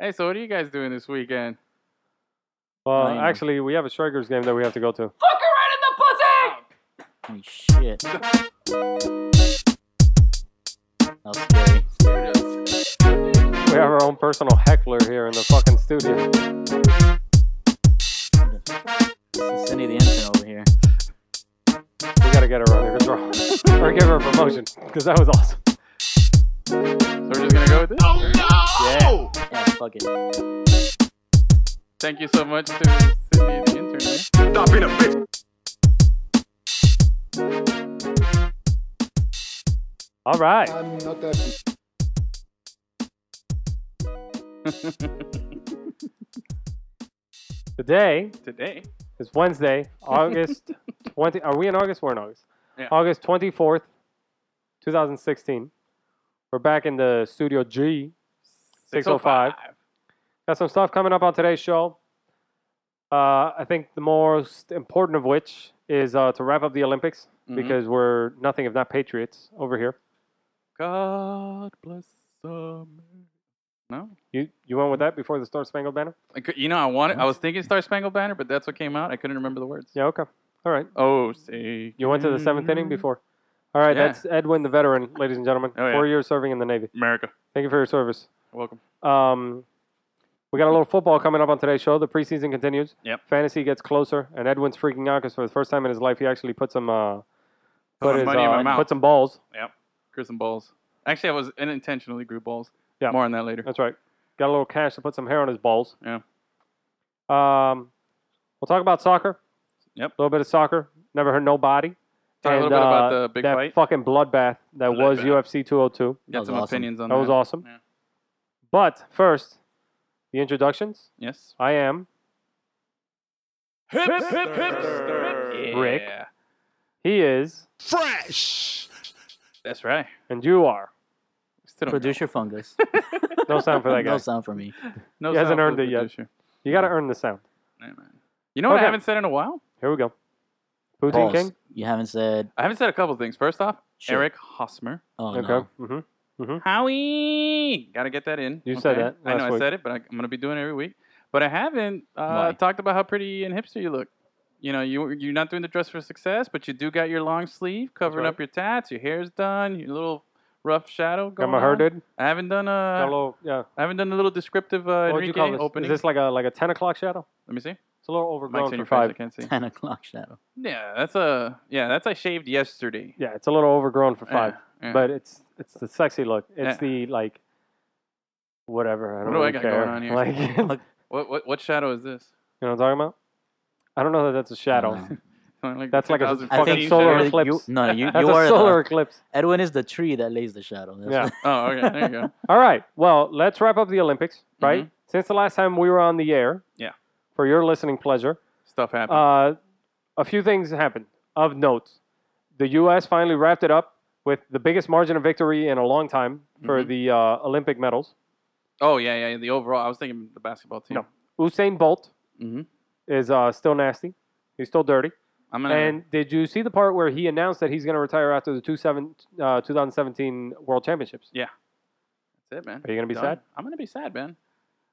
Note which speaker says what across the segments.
Speaker 1: Hey, so what are you guys doing this weekend?
Speaker 2: Well,
Speaker 3: Lame.
Speaker 2: actually, we have a Strikers game that we have to go to.
Speaker 4: Fuck her right in
Speaker 3: Holy
Speaker 4: the pussy!
Speaker 3: shit. That was scary.
Speaker 2: We have our own personal heckler here in the fucking studio.
Speaker 3: This is Cindy the infant over here.
Speaker 2: We gotta get her on here. 'cause we're- Or give her a promotion. Because that was awesome.
Speaker 1: So we're just gonna go with this.
Speaker 3: Yeah. Yeah, fuck it.
Speaker 1: Thank you so much to Cindy the intern.
Speaker 5: Stop being a bitch.
Speaker 2: All right.
Speaker 6: I'm not that.
Speaker 2: Today
Speaker 1: Today,
Speaker 2: is Wednesday, August 20. Are we in August? We're in August.
Speaker 1: Yeah.
Speaker 2: August 24th, 2016. We're back in the Studio G. 605.
Speaker 1: Mm-hmm.
Speaker 2: Got some stuff coming up on today's show. Uh, I think the most important of which is uh, to wrap up the Olympics
Speaker 1: Mhm.
Speaker 2: because we're nothing if not patriots over here.
Speaker 1: God bless America. No,
Speaker 2: You you went with that before the Star Spangled Banner?
Speaker 1: I could, you know I wanted. I was thinking Star Spangled Banner, but that's what came out. I couldn't remember the words.
Speaker 2: Yeah. Okay. All right.
Speaker 1: Oh, say
Speaker 2: You went to the seventh inning
Speaker 1: mm,
Speaker 2: before. All right.
Speaker 1: Yeah.
Speaker 2: That's Edwin, the veteran, ladies and gentlemen.
Speaker 1: Oh, yeah.
Speaker 2: Four years serving in the Navy.
Speaker 1: America.
Speaker 2: Thank you for your service.
Speaker 1: Welcome.
Speaker 2: Um, we got a little football coming up on today's show. The preseason continues.
Speaker 1: Yep.
Speaker 2: Fantasy gets closer, and Edwin's freaking out because for the first time in his life, he actually put some uh,
Speaker 1: Put my
Speaker 2: his,
Speaker 1: money in
Speaker 2: uh,
Speaker 1: my mouth.
Speaker 2: put some balls.
Speaker 1: Grew some balls. Actually, I was unintentionally grew balls.
Speaker 2: Yeah.
Speaker 1: More on that later.
Speaker 2: That's right. Got a little cash to put some hair on his balls.
Speaker 1: Yeah.
Speaker 2: Um, we'll talk about soccer.
Speaker 1: Yep.
Speaker 2: A little bit of soccer. Never heard nobody.
Speaker 1: Talk a
Speaker 2: And,
Speaker 1: little bit about
Speaker 2: uh,
Speaker 1: the big
Speaker 2: that
Speaker 1: fight.
Speaker 2: fucking bloodbath that was
Speaker 1: Bloodbath.
Speaker 2: UFC 202.
Speaker 3: That
Speaker 1: Got
Speaker 3: was
Speaker 1: some
Speaker 3: awesome.
Speaker 1: opinions on
Speaker 2: That was awesome.
Speaker 1: Yeah.
Speaker 2: But first, the introductions.
Speaker 1: Yes.
Speaker 2: I am. Rick.
Speaker 1: Yeah.
Speaker 2: He is,
Speaker 1: That's right.
Speaker 2: and you are.
Speaker 1: Still don't know.
Speaker 3: Producer fungus.
Speaker 2: No sound for that guy.
Speaker 3: No sound for me.
Speaker 1: No
Speaker 2: He hasn't
Speaker 1: sound for
Speaker 2: earned
Speaker 1: the
Speaker 2: it yet.
Speaker 1: producer.
Speaker 2: You got to earn the sound.
Speaker 1: Never mind. You know what
Speaker 2: Okay.
Speaker 1: I haven't said in a while?
Speaker 2: Here we go. Poutine
Speaker 3: Pause.
Speaker 2: King.
Speaker 3: You haven't said
Speaker 1: I haven't said a couple things. First off,
Speaker 3: shit.
Speaker 1: Eric Hosmer.
Speaker 3: Oh
Speaker 2: okay.
Speaker 3: no.
Speaker 2: hmm
Speaker 1: Howie! Gotta get that in.
Speaker 2: You said that
Speaker 1: I know
Speaker 2: last
Speaker 1: I
Speaker 2: week.
Speaker 1: said it, but I, I'm going to be doing it every week. But I haven't uh,
Speaker 3: Why?
Speaker 1: talked about how pretty and hipster you look. You know, you, you're not doing the dress for success, but you do got your long sleeve covering
Speaker 2: right.
Speaker 1: up your tats, your hair's done, your little rough shadow
Speaker 2: Got
Speaker 1: going
Speaker 2: my hair,
Speaker 1: on.
Speaker 2: dude.
Speaker 1: I haven't done
Speaker 2: Got a
Speaker 1: a,
Speaker 2: little, yeah.
Speaker 1: I haven't done a little descriptive uh,
Speaker 2: What would you
Speaker 1: Enrique
Speaker 2: call this?
Speaker 1: opening.
Speaker 2: Is this like a like a ten o'clock shadow?
Speaker 1: Let me see.
Speaker 2: It's a little
Speaker 1: Mike's
Speaker 2: overgrown
Speaker 1: in your
Speaker 2: for
Speaker 1: face. I
Speaker 2: five.
Speaker 1: can't see.
Speaker 3: Ten o'clock shadow.
Speaker 1: Yeah, that's a yeah. That's I shaved yesterday.
Speaker 2: Yeah, it's a little overgrown for five.
Speaker 1: Yeah, yeah.
Speaker 2: But it's it's the sexy look. It's
Speaker 1: Yeah.
Speaker 2: the like whatever. I don't
Speaker 1: What do I
Speaker 2: really
Speaker 1: got
Speaker 2: care.
Speaker 1: going on here?
Speaker 2: Like, you know what
Speaker 1: What what what shadow is this?
Speaker 2: I'm talking about? I don't know that that's a shadow.
Speaker 3: No.
Speaker 1: Like
Speaker 2: That's like a
Speaker 1: 2014
Speaker 3: I
Speaker 2: fucking
Speaker 3: think
Speaker 2: solar
Speaker 3: you-
Speaker 1: shadow?
Speaker 2: eclipse.
Speaker 3: You, no, you,
Speaker 2: That's
Speaker 3: you
Speaker 2: a
Speaker 3: are
Speaker 2: solar
Speaker 3: the,
Speaker 2: eclipse.
Speaker 3: Edwin is the tree that lays the shadow. That's
Speaker 2: Yeah.
Speaker 1: Oh, okay. There you go.
Speaker 2: All right. Well, let's wrap up the Olympics, right?
Speaker 1: Mhm.
Speaker 2: Since the last time we were on the air.
Speaker 1: Yeah.
Speaker 2: For your listening pleasure.
Speaker 1: Stuff happened.
Speaker 2: Uh, a few things happened of note. The U.S. finally wrapped it up with the biggest margin of victory in a long time for
Speaker 1: Mhm.
Speaker 2: the uh, Olympic medals.
Speaker 1: oh yeah, yeah, yeah. The overall, I was thinking the basketball team.
Speaker 2: No. Usain Bolt
Speaker 1: Mhm.
Speaker 2: is uh, still nasty. He's still dirty.
Speaker 1: I'm gonna.
Speaker 2: And did you see the part where he announced that he's going to retire after the two seven, uh, 2017 World Championships?
Speaker 1: that's it, man.
Speaker 2: Are you going to be
Speaker 1: Done.
Speaker 2: sad?
Speaker 1: I'm gonna be sad, man.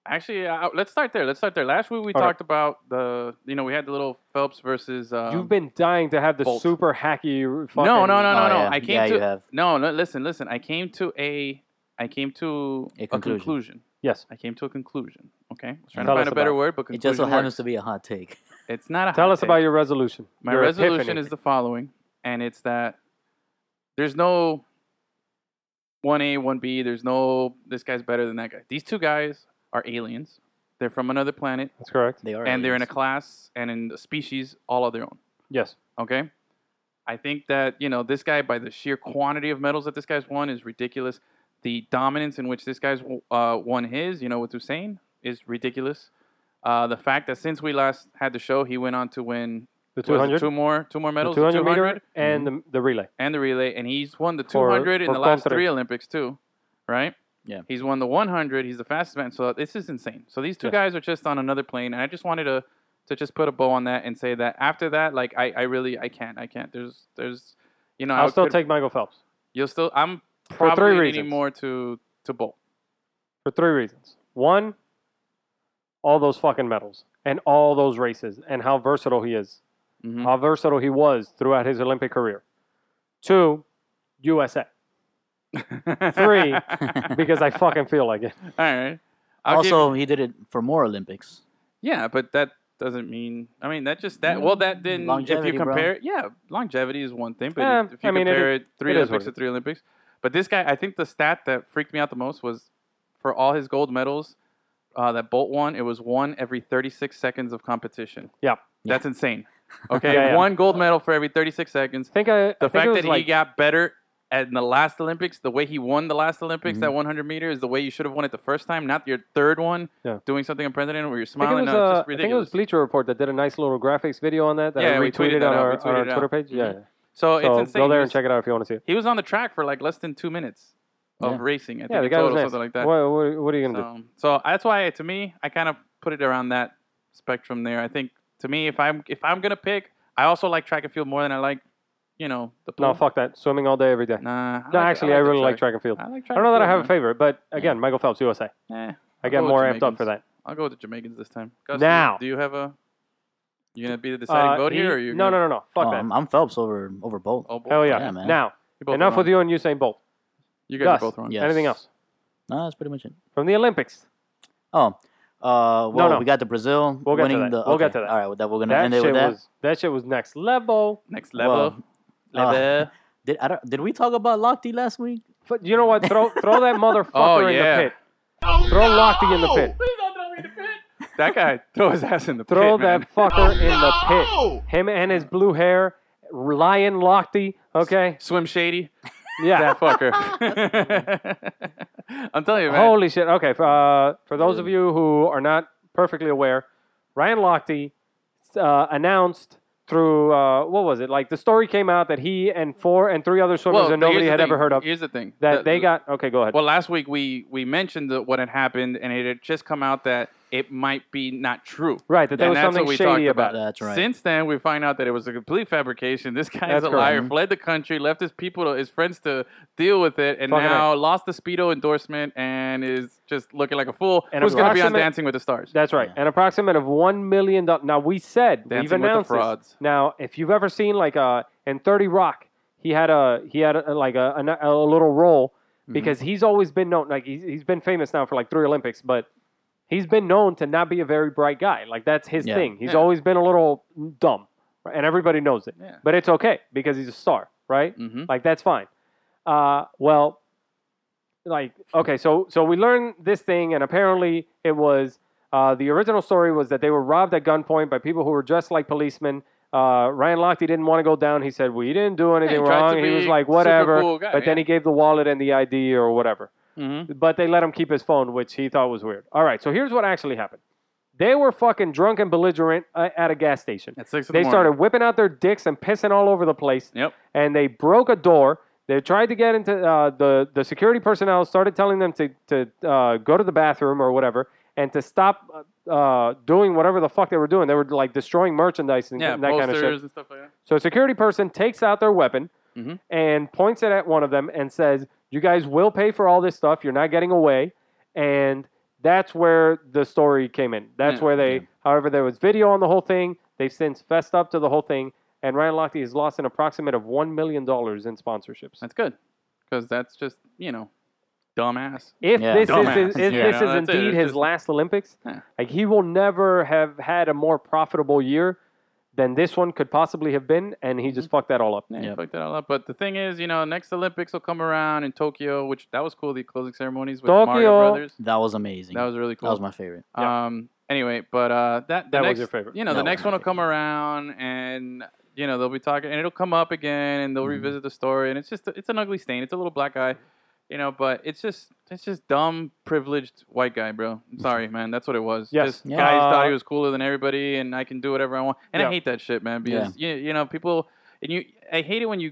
Speaker 1: Actually, uh, let's start there. Let's start there. Last week we
Speaker 2: All right.
Speaker 1: talked about the, you know, we had the little Phelps versus. Um,
Speaker 2: You've been dying to have the
Speaker 1: Bolt.
Speaker 2: super hacky. Fucking,
Speaker 1: No, no, no, no,
Speaker 3: Oh,
Speaker 1: no.
Speaker 3: yeah.
Speaker 1: I came
Speaker 3: Yeah,
Speaker 1: to.
Speaker 3: you have.
Speaker 1: No, no. Listen, listen. I came to a. I came to
Speaker 3: A conclusion.
Speaker 1: conclusion.
Speaker 2: Yes.
Speaker 1: I came to a conclusion. Okay, I was trying
Speaker 2: Tell
Speaker 1: to
Speaker 2: us
Speaker 1: find a better
Speaker 2: about it.
Speaker 1: word, but
Speaker 3: It
Speaker 1: conclusion
Speaker 3: just so
Speaker 1: works.
Speaker 3: happens to be a hot take.
Speaker 1: It's not a.
Speaker 2: Tell
Speaker 1: hot
Speaker 2: us
Speaker 1: take.
Speaker 2: about your resolution.
Speaker 1: My
Speaker 2: your
Speaker 1: resolution
Speaker 2: epiphany.
Speaker 1: is the following, and it's that there's no one A, one B. There's no this guy's better than that guy. These two guys are aliens. They're from another planet,
Speaker 2: That's correct.
Speaker 3: They are.
Speaker 1: and they're in a
Speaker 3: aliens.
Speaker 1: class and in a species all of their own.
Speaker 2: Yes.
Speaker 1: Okay. I think that, you know, this guy, by the sheer quantity of medals that this guy's won, is ridiculous. The dominance in which this guy's uh, won his, you know, with Hussein, is ridiculous. Uh, the fact that since we last had the show, he went on to win
Speaker 2: The
Speaker 1: what is it,
Speaker 2: 200,
Speaker 1: two more two Mm-hmm. more
Speaker 2: the
Speaker 1: medals,
Speaker 2: 200
Speaker 1: the
Speaker 2: meter and the, the relay.
Speaker 1: and the relay, and he's won the
Speaker 2: For-
Speaker 1: 200 in
Speaker 2: for
Speaker 1: the last
Speaker 2: country.
Speaker 1: three Olympics too, right?
Speaker 3: Yeah.
Speaker 1: He's won the 100. He's the fastest man. So this is insane. So these two
Speaker 2: Yeah.
Speaker 1: guys are just on another plane, and I just wanted to to just put a bow on that and say that after that, like I, I really I can't I can't. There's there's you know I
Speaker 2: I'll still
Speaker 1: could-
Speaker 2: take Michael Phelps
Speaker 1: you'll still I'm
Speaker 2: for three
Speaker 1: probably leaning
Speaker 2: reasons.
Speaker 1: more to to Bolt.
Speaker 2: For three reasons. One, all those fucking medals and all those races and how versatile he is,
Speaker 1: Mhm.
Speaker 2: how versatile he was throughout his Olympic career. Two, USA. Three, because I fucking feel like it.
Speaker 1: All right. I'll give-
Speaker 3: also, he did it for more Olympics.
Speaker 1: yeah, but that doesn't mean. I mean, that just that. Well, that then if
Speaker 3: Mm. Longevity,
Speaker 1: you
Speaker 3: bro.
Speaker 1: compare, yeah, longevity is one thing, but
Speaker 2: Yeah,
Speaker 1: if, if you
Speaker 2: I mean, it
Speaker 1: compare
Speaker 2: is-
Speaker 1: it, three
Speaker 2: it is what
Speaker 1: Olympics
Speaker 2: it
Speaker 1: to three Olympics, but this guy, I think the stat that freaked me out the most was for all his gold medals uh, that Bolt won, it was one every 36 seconds of competition.
Speaker 2: Yeah.
Speaker 1: that's insane. Okay,
Speaker 2: Yeah, yeah.
Speaker 1: one gold medal for every 36 seconds.
Speaker 2: I think I.
Speaker 1: The
Speaker 2: I think it
Speaker 1: fact
Speaker 2: was
Speaker 1: that
Speaker 2: like,
Speaker 1: he got better at the last Olympics, the way he won the last Olympics,
Speaker 2: Mm-hmm.
Speaker 3: Mhm.
Speaker 1: that 100 meter is the way you should have won it the first time, not your third one.
Speaker 2: Yeah.
Speaker 1: Doing something unprecedented where you're
Speaker 2: I think, it
Speaker 1: smiling.
Speaker 2: was,
Speaker 1: no, it's
Speaker 2: uh,
Speaker 1: just
Speaker 2: I think it
Speaker 1: ridiculous.
Speaker 2: was Bleacher Report that did a nice little graphics video on that that I
Speaker 1: Yeah, we tweeted
Speaker 2: retweeted
Speaker 1: that
Speaker 2: on
Speaker 1: out.
Speaker 2: our,
Speaker 1: We tweeted
Speaker 2: on our
Speaker 1: it out.
Speaker 2: Twitter page. Yeah.
Speaker 1: Mhm. so,
Speaker 2: So
Speaker 1: it's insane.
Speaker 2: go there
Speaker 1: He
Speaker 2: and
Speaker 1: was,
Speaker 2: check it out if you want to see it.
Speaker 1: he was on the track for like less than two minutes of
Speaker 3: Yeah.
Speaker 1: racing. I
Speaker 2: Yeah,
Speaker 1: think
Speaker 2: the
Speaker 1: in
Speaker 2: guy was
Speaker 1: total,
Speaker 2: nice.
Speaker 1: something like that.
Speaker 2: What, what, what are you gonna do?
Speaker 1: So, so that's why, to me, I kind of put it around that spectrum there. I think to me, if I'm if I'm gonna pick, I also like track and field more than I like, you know, the pool.
Speaker 2: No, fuck that. Swimming all day, every day.
Speaker 1: Nah, I like-
Speaker 2: no, actually, I,
Speaker 1: the
Speaker 2: really like track and field.
Speaker 1: I like track.
Speaker 2: I don't know
Speaker 1: and
Speaker 2: that I have a
Speaker 1: field,
Speaker 2: favorite, but again, Michael Phelps, USA.
Speaker 1: man. Eh.
Speaker 2: I
Speaker 1: Go
Speaker 2: get
Speaker 1: with
Speaker 2: more amped up
Speaker 1: Jamaicans.
Speaker 2: for that.
Speaker 1: I'll go with the Jamaicans this time. Gus,
Speaker 2: Now.
Speaker 1: do you have a? You gonna be the deciding
Speaker 2: Uh,
Speaker 1: vote
Speaker 2: he-
Speaker 1: here, or you?
Speaker 2: no, no, no, no. Fuck
Speaker 3: Oh,
Speaker 2: that.
Speaker 3: I'm, I'm Phelps over over both.
Speaker 1: Oh, both
Speaker 2: Hell yeah.
Speaker 1: wrong.
Speaker 3: Yeah, man.
Speaker 2: Now,
Speaker 1: You both are
Speaker 2: enough with
Speaker 1: wrong.
Speaker 2: you on Usain Bolt.
Speaker 1: You guys
Speaker 2: Gus.
Speaker 1: are both wrong.
Speaker 3: Yeah.
Speaker 2: Anything
Speaker 3: Yes.
Speaker 2: else
Speaker 3: No, that's pretty much it.
Speaker 2: from the Olympics?
Speaker 3: Oh, uh, well,
Speaker 2: no.
Speaker 3: we got the Brazil
Speaker 2: We'll get to that.
Speaker 3: winning the.
Speaker 2: We'll get to that.
Speaker 3: All right, well, that we're gonna
Speaker 2: That
Speaker 3: end it
Speaker 2: shit
Speaker 3: with that.
Speaker 2: was that shit was next level.
Speaker 1: Next level.
Speaker 3: Well, uh,
Speaker 1: level.
Speaker 3: Did I don't, did we talk about Lochte last week?
Speaker 2: But you know what? Throw throw that motherfucker
Speaker 1: Oh, yeah.
Speaker 2: in the pit. throw Lochte in the pit.
Speaker 1: that guy throw his ass in the
Speaker 2: Throw
Speaker 1: pit.
Speaker 2: that
Speaker 1: man.
Speaker 2: fucker in the pit. Him and his blue hair, Lion Lochte. Okay,
Speaker 1: Swim shady.
Speaker 2: yeah.
Speaker 1: That fucker. I'm telling you, man.
Speaker 2: Holy shit. Okay. For, uh, for those of you who are not perfectly aware, Ryan Lochte uh, announced through, uh, what was it? Like the story came out that he and four and three other swimmers
Speaker 1: Well,
Speaker 2: that
Speaker 1: here's
Speaker 2: nobody
Speaker 1: the
Speaker 2: had
Speaker 1: thing.
Speaker 2: ever heard of
Speaker 1: Here's the thing.
Speaker 2: that
Speaker 1: The-
Speaker 2: they got. Okay, go ahead.
Speaker 1: Well, last week we we mentioned the, what had happened, and it had just come out that it might be not true.
Speaker 2: right. That there
Speaker 1: and
Speaker 2: was
Speaker 1: that's what
Speaker 2: something
Speaker 1: we
Speaker 2: shady
Speaker 1: talked
Speaker 2: about.
Speaker 1: about.
Speaker 2: it.
Speaker 3: That's right.
Speaker 1: Since then, we find out that it was a complete fabrication. This guy is
Speaker 2: That's
Speaker 1: a
Speaker 2: correct. Mm-hmm.
Speaker 1: liar. Fled the country, left his people, his friends to deal with it, and
Speaker 2: Fucking
Speaker 1: now lost the speedo endorsement and is just looking like a fool.
Speaker 2: And
Speaker 1: who's going to be on
Speaker 2: approximate-
Speaker 1: Dancing with the Stars?
Speaker 2: That's right.
Speaker 3: Yeah.
Speaker 2: An approximate of $1 million. Now, we said, we've
Speaker 1: Dancing with the
Speaker 2: announced this.
Speaker 1: frauds.
Speaker 2: Now, if you've ever seen like uh, in Thirty Rock, he had a he had a, like a, a, a little role
Speaker 1: Mm-hmm.
Speaker 2: because he's always been known like he's, he's been famous now for like three Olympics, but he's been known to not be a very bright guy. Like that's his
Speaker 3: Yeah.
Speaker 2: thing. He's
Speaker 1: Yeah.
Speaker 2: always been a little dumb, right? and everybody knows it.
Speaker 1: Yeah.
Speaker 2: But it's okay because he's a star, right?
Speaker 1: Mm-hmm.
Speaker 2: Like that's fine. Uh, well, like okay, so so we learned this thing, and apparently it was uh, the original story was that they were robbed at gunpoint by people who were dressed like policemen. Uh, Ryan Lochte didn't want to go down. He said we didn't do anything
Speaker 1: tried to
Speaker 2: wrong. He
Speaker 1: be
Speaker 2: was like
Speaker 1: super
Speaker 2: whatever,
Speaker 1: cool guy,
Speaker 2: but then
Speaker 1: yeah.
Speaker 2: he gave the wallet and the ID or whatever.
Speaker 1: Mm-hmm.
Speaker 2: But they let him keep his phone, which he thought was weird. All right, so here's what actually happened. They were fucking drunk and belligerent uh, at a gas station.
Speaker 1: At six in
Speaker 2: They
Speaker 1: the morning.
Speaker 2: started whipping out their dicks and pissing all over the place
Speaker 1: Yep.
Speaker 2: and they broke a door. They tried to get into uh, the the security personnel started telling them to to uh, go to the bathroom or whatever and to stop uh, doing whatever the fuck they were doing. They were like destroying merchandise and
Speaker 1: Yeah,
Speaker 2: that
Speaker 1: posters
Speaker 2: kind of shit.
Speaker 1: and stuff like that.
Speaker 2: So a security person takes out their weapon
Speaker 1: Mhm.
Speaker 2: and points it at one of them and says, "You guys will pay for all this stuff. You're not getting away." And that's where the story came in. That's
Speaker 1: Yeah,
Speaker 2: where they,
Speaker 3: yeah.
Speaker 2: however, there was video on the whole thing. They've since fessed up to the whole thing, and Ryan Lochte has lost an approximate of one million dollars in sponsorships.
Speaker 1: That's good, because that's just you know, dumbass.
Speaker 2: If
Speaker 3: Yeah.
Speaker 2: this
Speaker 1: Dumbass.
Speaker 2: is, if
Speaker 1: Yeah.
Speaker 2: this
Speaker 1: No,
Speaker 2: is
Speaker 1: that's it.
Speaker 2: indeed
Speaker 1: It's
Speaker 2: his
Speaker 1: just-
Speaker 2: last Olympics,
Speaker 1: Yeah.
Speaker 2: like he will never have had a more profitable year than this one could possibly have been, and he
Speaker 1: Mm-hmm.
Speaker 2: just fucked that all up.
Speaker 1: Yeah,
Speaker 3: Yep.
Speaker 1: fuck that all up. But the thing is, you know, next Olympics will come around in Tokyo, which that was cool. The closing ceremonies with the
Speaker 2: Tokyo.
Speaker 1: Mario Brothers.
Speaker 3: That was amazing.
Speaker 1: That was really cool.
Speaker 3: That was my favorite.
Speaker 2: Yeah.
Speaker 1: Um. Anyway, but uh, that the
Speaker 2: That was
Speaker 1: next-
Speaker 2: your favorite.
Speaker 1: You know,
Speaker 3: That
Speaker 1: the
Speaker 3: was
Speaker 1: next
Speaker 3: my
Speaker 1: one will come around, and you know they'll be talking, and it'll come up again, and they'll
Speaker 3: Mhm.
Speaker 2: Mm-hmm.
Speaker 1: revisit the story, and it's just it's an ugly stain. It's a little black eye, you know, but it's just it's just dumb privileged white guy, bro. I'm sorry, man. That's what it was.
Speaker 2: Mm-hmm. Yes.
Speaker 1: Just
Speaker 3: Yeah.
Speaker 1: guys
Speaker 2: Uh,
Speaker 1: thought he was cooler than everybody, and I can do whatever I want, and
Speaker 2: Yeah.
Speaker 1: I hate that shit, man. Because you, you know people, and you I hate it when you.